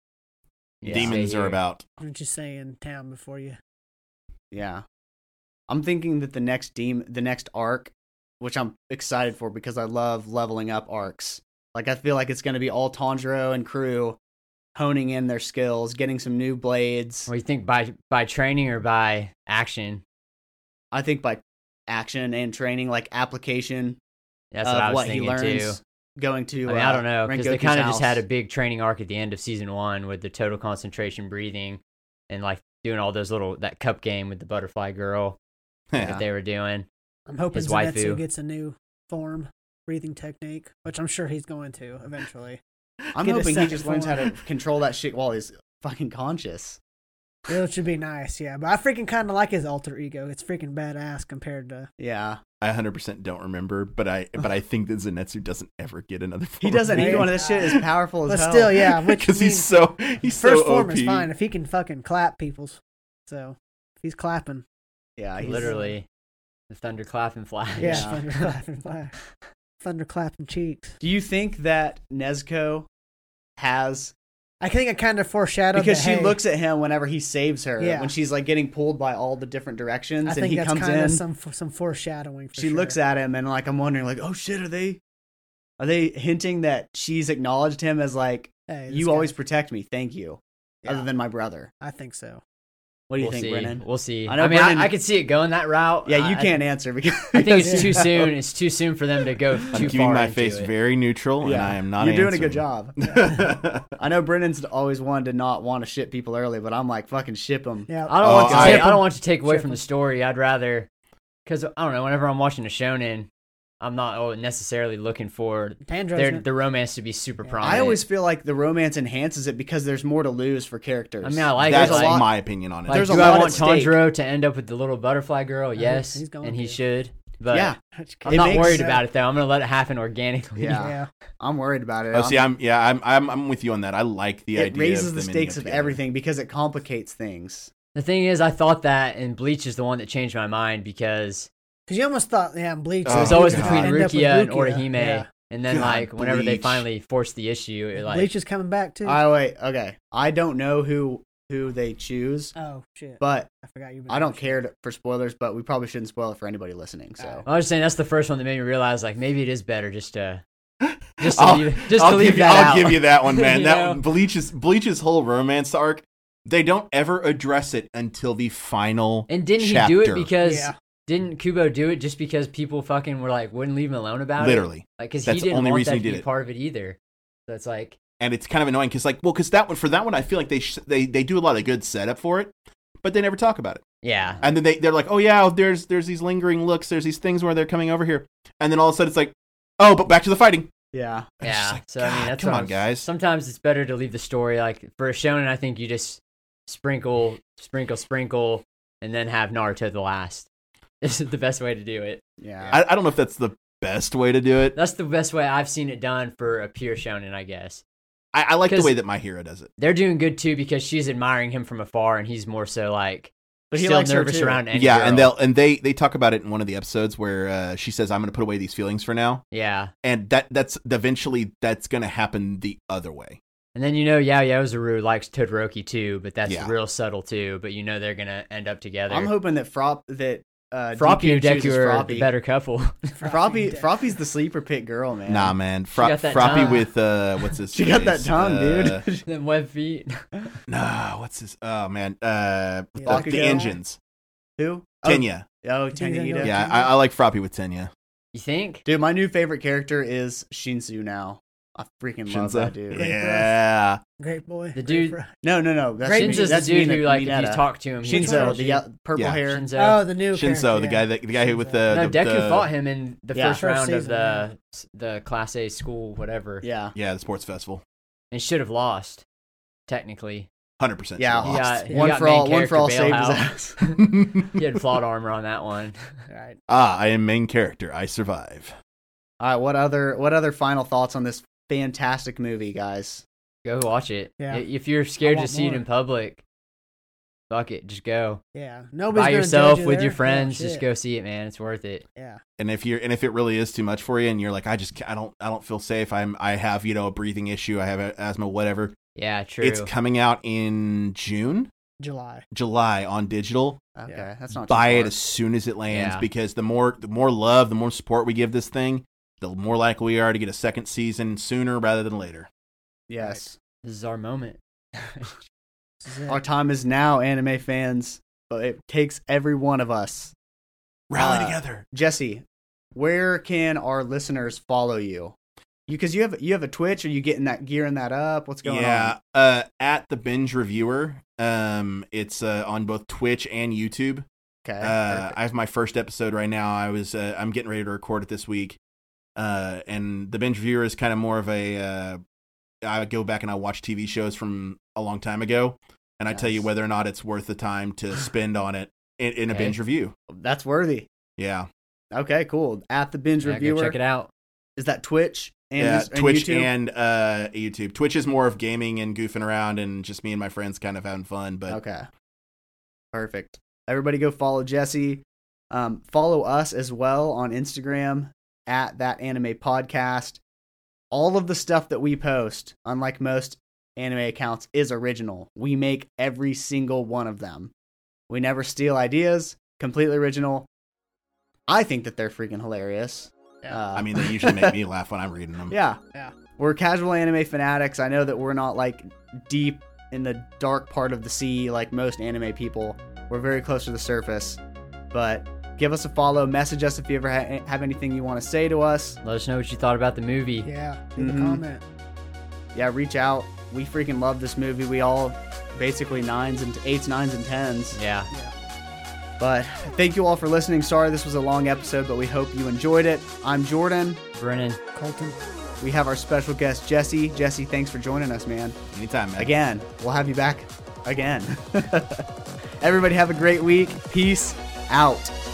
Speaker 3: Yeah,
Speaker 4: demons
Speaker 3: stay
Speaker 4: are
Speaker 3: here.
Speaker 4: about. (laughs)
Speaker 2: Didn't you say in town before you?
Speaker 1: Yeah. I'm thinking that the next demon, the next arc, which I'm excited for because I love leveling up arcs. Like I feel like it's going to be all Tanjiro and crew honing in their skills, getting some new blades.
Speaker 3: Well, you think by by training or by action?
Speaker 1: I think by action and training, like application
Speaker 3: That's
Speaker 1: of
Speaker 3: what I was
Speaker 1: what he
Speaker 3: thinking
Speaker 1: learns
Speaker 3: too.
Speaker 1: going to.
Speaker 3: I mean,
Speaker 1: uh,
Speaker 3: I don't know because they
Speaker 1: Rengoku's
Speaker 3: kind of just had a
Speaker 1: house.
Speaker 3: big training arc at the end of season one with the total concentration breathing and like doing all those little that cup game with the butterfly girl that they were doing.
Speaker 2: I'm hoping
Speaker 3: His
Speaker 2: Zenetsu
Speaker 3: waifu.
Speaker 2: gets a new form breathing technique, which I'm sure he's going to eventually.
Speaker 1: I'm
Speaker 2: get a
Speaker 1: hoping he
Speaker 2: second
Speaker 1: just learns how to
Speaker 2: form.
Speaker 1: control that shit while he's fucking conscious.
Speaker 2: it should be nice, yeah. But I freaking kind of like his alter ego. It's freaking badass compared to.
Speaker 1: Yeah.
Speaker 4: I 100% don't remember, but I but I think that Zenetsu doesn't ever get another. Form.
Speaker 1: He doesn't need
Speaker 2: Maybe.
Speaker 4: (laughs)
Speaker 1: one of this shit as (laughs) powerful
Speaker 2: But
Speaker 1: as hell.
Speaker 2: still, yeah. Which
Speaker 4: because
Speaker 2: I mean,
Speaker 4: he's so he's
Speaker 2: first
Speaker 4: so
Speaker 2: form
Speaker 4: OP.
Speaker 2: is fine if he can fucking clap people's. So if he's clapping.
Speaker 1: Yeah, he's
Speaker 3: Literally, the thunderclap and flash.
Speaker 1: Yeah.
Speaker 2: Yeah, (laughs) thunder clapping flash, thunder clapping cheeks.
Speaker 1: Do you think that Nezuko has
Speaker 2: I think I kind of foreshadowed
Speaker 1: because
Speaker 2: that,
Speaker 1: she
Speaker 2: hey,
Speaker 1: looks at him whenever he saves her
Speaker 2: Yeah.
Speaker 1: when she's like getting pulled by all the different directions
Speaker 2: I
Speaker 1: and
Speaker 2: think
Speaker 1: he
Speaker 2: that's
Speaker 1: comes
Speaker 2: kinda
Speaker 1: in
Speaker 2: some some foreshadowing. For
Speaker 1: she
Speaker 2: sure.
Speaker 1: looks at him and like I'm wondering like oh shit are they are they hinting that she's acknowledged him as like
Speaker 2: Hey, this
Speaker 1: you
Speaker 2: guy-
Speaker 1: always protect me thank you
Speaker 2: Yeah.
Speaker 1: other than my brother
Speaker 2: I think so.
Speaker 1: what do you
Speaker 3: we'll
Speaker 1: think
Speaker 3: see.
Speaker 1: Brennan
Speaker 3: We'll see.
Speaker 1: I
Speaker 3: I,
Speaker 1: know
Speaker 3: mean,
Speaker 1: Brennan-
Speaker 3: I, I could see it going that route.
Speaker 1: yeah you
Speaker 3: I-
Speaker 1: can't answer (laughs) because
Speaker 3: I think it's too soon. It's too soon for them to go too
Speaker 4: I'm keeping
Speaker 3: far
Speaker 4: my
Speaker 3: into
Speaker 4: face
Speaker 3: it.
Speaker 4: very neutral, and I am not.
Speaker 1: you're doing a good
Speaker 4: (laughs)
Speaker 1: job
Speaker 4: job.
Speaker 1: I know Brennan's always wanted to not want to ship people early but I'm like fucking ship them
Speaker 2: Yeah,
Speaker 3: I don't
Speaker 4: Oh,
Speaker 3: want to.
Speaker 4: I-
Speaker 3: take, I don't want to take away
Speaker 2: Ship
Speaker 3: from the
Speaker 2: him.
Speaker 3: story. I'd rather, because I don't know. Whenever I'm watching a shonen, I'm not oh, necessarily looking for
Speaker 2: Tandro's
Speaker 3: their
Speaker 2: gonna-
Speaker 3: the romance to be super prominent.
Speaker 1: I always feel like the romance enhances it because there's more to lose for characters.
Speaker 3: I mean, I like
Speaker 4: That's
Speaker 3: it. Like,
Speaker 4: my opinion on it.
Speaker 3: like,
Speaker 1: There's a
Speaker 3: do I
Speaker 1: lot at
Speaker 3: want
Speaker 1: stake.
Speaker 3: Tanjiro to end up with the little butterfly girl?
Speaker 2: think
Speaker 3: Yes,
Speaker 2: he's going
Speaker 3: and he
Speaker 2: to.
Speaker 3: should. But
Speaker 1: yeah,
Speaker 2: (laughs)
Speaker 3: I'm
Speaker 1: It
Speaker 3: not
Speaker 1: makes-
Speaker 3: worried about it though. I'm gonna let it happen organically.
Speaker 1: Yeah.
Speaker 2: yeah.
Speaker 1: I'm worried about it.
Speaker 4: Oh,
Speaker 1: I'm-
Speaker 4: see, I'm yeah, I'm I'm I'm with you on that. I like the
Speaker 1: it
Speaker 4: idea.
Speaker 1: raises
Speaker 4: of
Speaker 1: the
Speaker 4: them ending
Speaker 1: stakes
Speaker 4: up
Speaker 1: of
Speaker 4: together.
Speaker 1: everything because it complicates things.
Speaker 3: (laughs) The thing is, I thought that, and Bleach is the one that changed my mind because
Speaker 2: Because you almost thought, yeah, Bleach.
Speaker 4: So
Speaker 3: it
Speaker 4: Oh,
Speaker 3: was always
Speaker 4: God.
Speaker 3: between
Speaker 2: End up with
Speaker 3: Rukia and
Speaker 2: Rukia,
Speaker 3: Orihime,
Speaker 2: yeah.
Speaker 3: and then
Speaker 4: God,
Speaker 3: like whenever they
Speaker 4: Bleach.
Speaker 3: finally forced the issue, it, like
Speaker 2: Bleach is coming back too.
Speaker 1: I wait. Okay, I don't know who who they choose,
Speaker 2: oh shit!
Speaker 1: but
Speaker 2: I forgot you.
Speaker 1: I don't care to- for spoilers. But we probably shouldn't spoil it for anybody listening. So
Speaker 3: I was just saying that's the first one that made me realize like maybe it is better just
Speaker 4: (laughs)
Speaker 3: to just to
Speaker 4: I'll,
Speaker 3: leave, just
Speaker 4: I'll
Speaker 3: to leave
Speaker 4: give you,
Speaker 3: that
Speaker 4: I'll
Speaker 3: out.
Speaker 4: give you that one, man.
Speaker 3: You
Speaker 4: that
Speaker 3: know?
Speaker 4: one, Bleach's Bleach's whole romance arc. They don't ever address it until the final.
Speaker 3: (laughs) and didn't
Speaker 4: chapter.
Speaker 3: he do it because
Speaker 2: Yeah.
Speaker 3: didn't Kubo do it just because people fucking were like wouldn't leave him alone about it?
Speaker 4: literally,
Speaker 3: Like because he
Speaker 4: That's the
Speaker 3: didn't
Speaker 4: only
Speaker 3: want
Speaker 4: reason
Speaker 3: that
Speaker 4: he
Speaker 3: to
Speaker 4: did
Speaker 3: be
Speaker 4: it.
Speaker 3: part of it either. So it's like
Speaker 4: and it's kind of annoying because like, well, because that one for that one, I feel like they sh- they they do a lot of good setup for it, but they never talk about it.
Speaker 3: yeah,
Speaker 4: And then they they're like, oh yeah, there's there's these lingering looks, there's these things where they're coming over here, and then all of a sudden it's like, oh, but back to the fighting.
Speaker 1: yeah,
Speaker 4: And it's
Speaker 3: yeah.
Speaker 4: just like,
Speaker 3: so I mean
Speaker 4: God,
Speaker 3: that's
Speaker 4: come
Speaker 3: what
Speaker 4: on,
Speaker 3: I'm-
Speaker 4: guys.
Speaker 3: Sometimes it's better to leave the story like for a shonen. I think you just sprinkle, sprinkle, sprinkle, and then have Naruto the last. (laughs) This is the best way to do it.
Speaker 1: Yeah.
Speaker 4: I, I don't know if that's the best way to do it.
Speaker 3: That's the best way I've seen it done for a pure shonen, I guess.
Speaker 4: I, I like the
Speaker 3: 'Cause-
Speaker 4: way that my hero does it.
Speaker 3: They're doing good too because she's admiring him from afar, and he's more so like
Speaker 1: But he
Speaker 3: still
Speaker 1: likes her,
Speaker 3: nervous
Speaker 1: too.
Speaker 3: around. Any
Speaker 4: yeah, and
Speaker 3: girl.
Speaker 4: they'll and they they talk about it in one of the episodes where uh, she says, "I'm going to put away these feelings for now,"
Speaker 3: yeah,
Speaker 4: and that that's eventually that's going to happen the other way.
Speaker 3: and then you know, yeah, Yaozuru likes Todoroki too, but that's
Speaker 4: Yeah.
Speaker 3: real subtle too. But you know they're gonna end up together.
Speaker 1: I'm hoping that Frop that uh,
Speaker 3: Froppy and
Speaker 1: DQ chooses
Speaker 3: Deku are
Speaker 1: Froppy.
Speaker 3: the better couple. (laughs)
Speaker 1: Froppy,
Speaker 2: Froppy-
Speaker 1: Froppy's the sleeper pick girl, man.
Speaker 4: Nah, man, Fro-
Speaker 3: got that
Speaker 4: Froppy
Speaker 3: tongue.
Speaker 4: with
Speaker 1: (laughs)
Speaker 4: uh, what's his?
Speaker 1: she got that
Speaker 4: face?
Speaker 1: tongue,
Speaker 4: Uh,
Speaker 1: dude.
Speaker 3: Them web feet.
Speaker 4: Nah, what's his? Oh man, uh, with
Speaker 2: Yeah.
Speaker 4: the, the
Speaker 1: Bakugo?
Speaker 4: engines.
Speaker 1: (laughs) Who? Oh,
Speaker 4: Tenya.
Speaker 1: Oh,
Speaker 2: Tenya
Speaker 1: Tenya.
Speaker 2: Ito.
Speaker 4: yeah, I, I like Froppy with Tenya.
Speaker 3: You think?
Speaker 1: Dude, my new favorite character is Shinsu now. I freaking love
Speaker 4: Shinzo.
Speaker 1: that dude.
Speaker 2: Great
Speaker 4: Yeah,
Speaker 2: Great boy.
Speaker 3: The
Speaker 2: great
Speaker 3: dude-
Speaker 2: fro-
Speaker 1: No, no, no. That's
Speaker 2: Great
Speaker 1: me.
Speaker 3: Shinzo's the
Speaker 1: That's
Speaker 3: dude
Speaker 1: Mina-
Speaker 3: who, like, if you
Speaker 1: Mineta.
Speaker 3: talk to him, he
Speaker 1: Shinzo,
Speaker 3: tells
Speaker 1: the
Speaker 3: you.
Speaker 1: ye- purple
Speaker 4: Yeah.
Speaker 1: hair.
Speaker 3: Shinzo.
Speaker 2: Oh, the new
Speaker 4: Shinzo,
Speaker 2: character,
Speaker 4: the guy
Speaker 2: yeah.
Speaker 4: that the guy who with
Speaker 2: Shinzo.
Speaker 4: the
Speaker 3: no,
Speaker 4: the,
Speaker 3: Deku
Speaker 4: the-
Speaker 3: fought him in the
Speaker 1: Yeah.
Speaker 3: first,
Speaker 2: First
Speaker 3: round of
Speaker 2: season,
Speaker 3: the the Class A school, whatever,
Speaker 1: Yeah.
Speaker 4: Yeah, the sports festival.
Speaker 3: and should have lost.
Speaker 2: (laughs)
Speaker 3: Technically,
Speaker 4: Hundred percent.
Speaker 1: Yeah.
Speaker 3: he got, he
Speaker 1: one,
Speaker 3: got
Speaker 1: for
Speaker 3: main
Speaker 1: all, one for
Speaker 3: character
Speaker 1: all saved his
Speaker 3: bailout.
Speaker 1: ass.
Speaker 3: he had flawed armor on that one. (laughs)
Speaker 2: Right.
Speaker 4: ah, I am main character. I survive.
Speaker 1: All right, what other what other final thoughts on this fantastic movie, guys?
Speaker 3: Go watch it.
Speaker 2: Yeah.
Speaker 3: I- If you're scared to
Speaker 2: want
Speaker 3: see it in
Speaker 2: more.
Speaker 3: public, fuck it. Just go
Speaker 2: Yeah. Nobody's
Speaker 3: by
Speaker 2: gonna
Speaker 3: yourself
Speaker 2: judge you
Speaker 3: with your
Speaker 2: there.
Speaker 3: friends.
Speaker 2: Yeah,
Speaker 3: just
Speaker 2: shit.
Speaker 3: go see it, man. It's worth it.
Speaker 2: Yeah.
Speaker 4: And if you're and if it really is too much for you, and you're like, I just ca- I don't I don't feel safe. I'm I have you know a breathing issue. I have a- asthma. Whatever.
Speaker 3: Yeah, true.
Speaker 4: It's coming out in June,
Speaker 2: July.
Speaker 4: July on digital.
Speaker 1: Okay, that's not too
Speaker 4: Buy it
Speaker 1: far.
Speaker 4: as soon as it lands
Speaker 3: Yeah.
Speaker 4: because the more the more love, the more support we give this thing, the more likely we are to get a second season sooner rather than later.
Speaker 1: Yes.
Speaker 3: this is our moment.
Speaker 2: This is it.
Speaker 1: Our time is now, anime fans, but it takes every one of us.
Speaker 4: Rally
Speaker 1: Uh,
Speaker 4: together.
Speaker 1: Jesse, where can our listeners follow you? You because you have you have a Twitch. Are you getting that gearing that up? What's going
Speaker 4: yeah, uh, at the binge reviewer. Um, it's uh, on both Twitch and YouTube.
Speaker 1: on? Okay.
Speaker 4: Uh,
Speaker 1: Eh, perfect.
Speaker 4: I have my first episode right now. I was uh, I'm getting ready to record it this week, uh, and the binge viewer is kind of more of a. Uh, I go back and I watch TV shows from a long time ago, and I tell you
Speaker 1: Nice.
Speaker 4: whether or not it's worth the time to spend on it in, in a
Speaker 3: Okay.
Speaker 4: binge review.
Speaker 1: That's worthy.
Speaker 4: Yeah,
Speaker 1: Okay, cool. At the binge
Speaker 3: (laughs) Yeah, go
Speaker 1: reviewer
Speaker 3: check it out.
Speaker 1: is that Twitch and,
Speaker 4: yeah.
Speaker 1: is- and
Speaker 4: Twitch
Speaker 1: YouTube?
Speaker 4: and uh, YouTube. Twitch is more of gaming and goofing around, and just me and my friends kind of having fun. But
Speaker 1: okay, perfect. Everybody, go follow Jesse. Um, follow us as well on Instagram at that anime podcast. All of the stuff that we post, unlike most anime accounts, is original. We make every single one of them. We never steal ideas. Completely original. I think that they're freaking hilarious.
Speaker 2: Yeah.
Speaker 1: Uh,
Speaker 4: I mean, they
Speaker 1: (laughs)
Speaker 4: usually make me laugh when I'm reading them.
Speaker 1: Yeah.
Speaker 2: Yeah.
Speaker 1: We're casual anime fanatics. I know that we're not like deep in the dark part of the sea like most anime people. We're very close to the surface. But give us a follow. Message us if you ever ha- have anything you want to say to us.
Speaker 3: Let us know what you thought about the movie.
Speaker 2: yeah. Leave
Speaker 4: Mm-hmm.
Speaker 1: Mhm.
Speaker 2: a comment.
Speaker 1: Yeah, reach out. We freaking love this movie. We all basically nines and eights, nines, and tens.
Speaker 3: Yeah.
Speaker 1: But thank you all for listening. Sorry this was a long episode, but we hope you enjoyed it. I'm Jordan.
Speaker 3: Brennan,
Speaker 2: Colton.
Speaker 1: We have our special guest, Jesse. Jesse, thanks for joining us, man.
Speaker 4: Anytime, man.
Speaker 1: again. We'll have (laughs) you back again. Everybody have a great week. Peace out.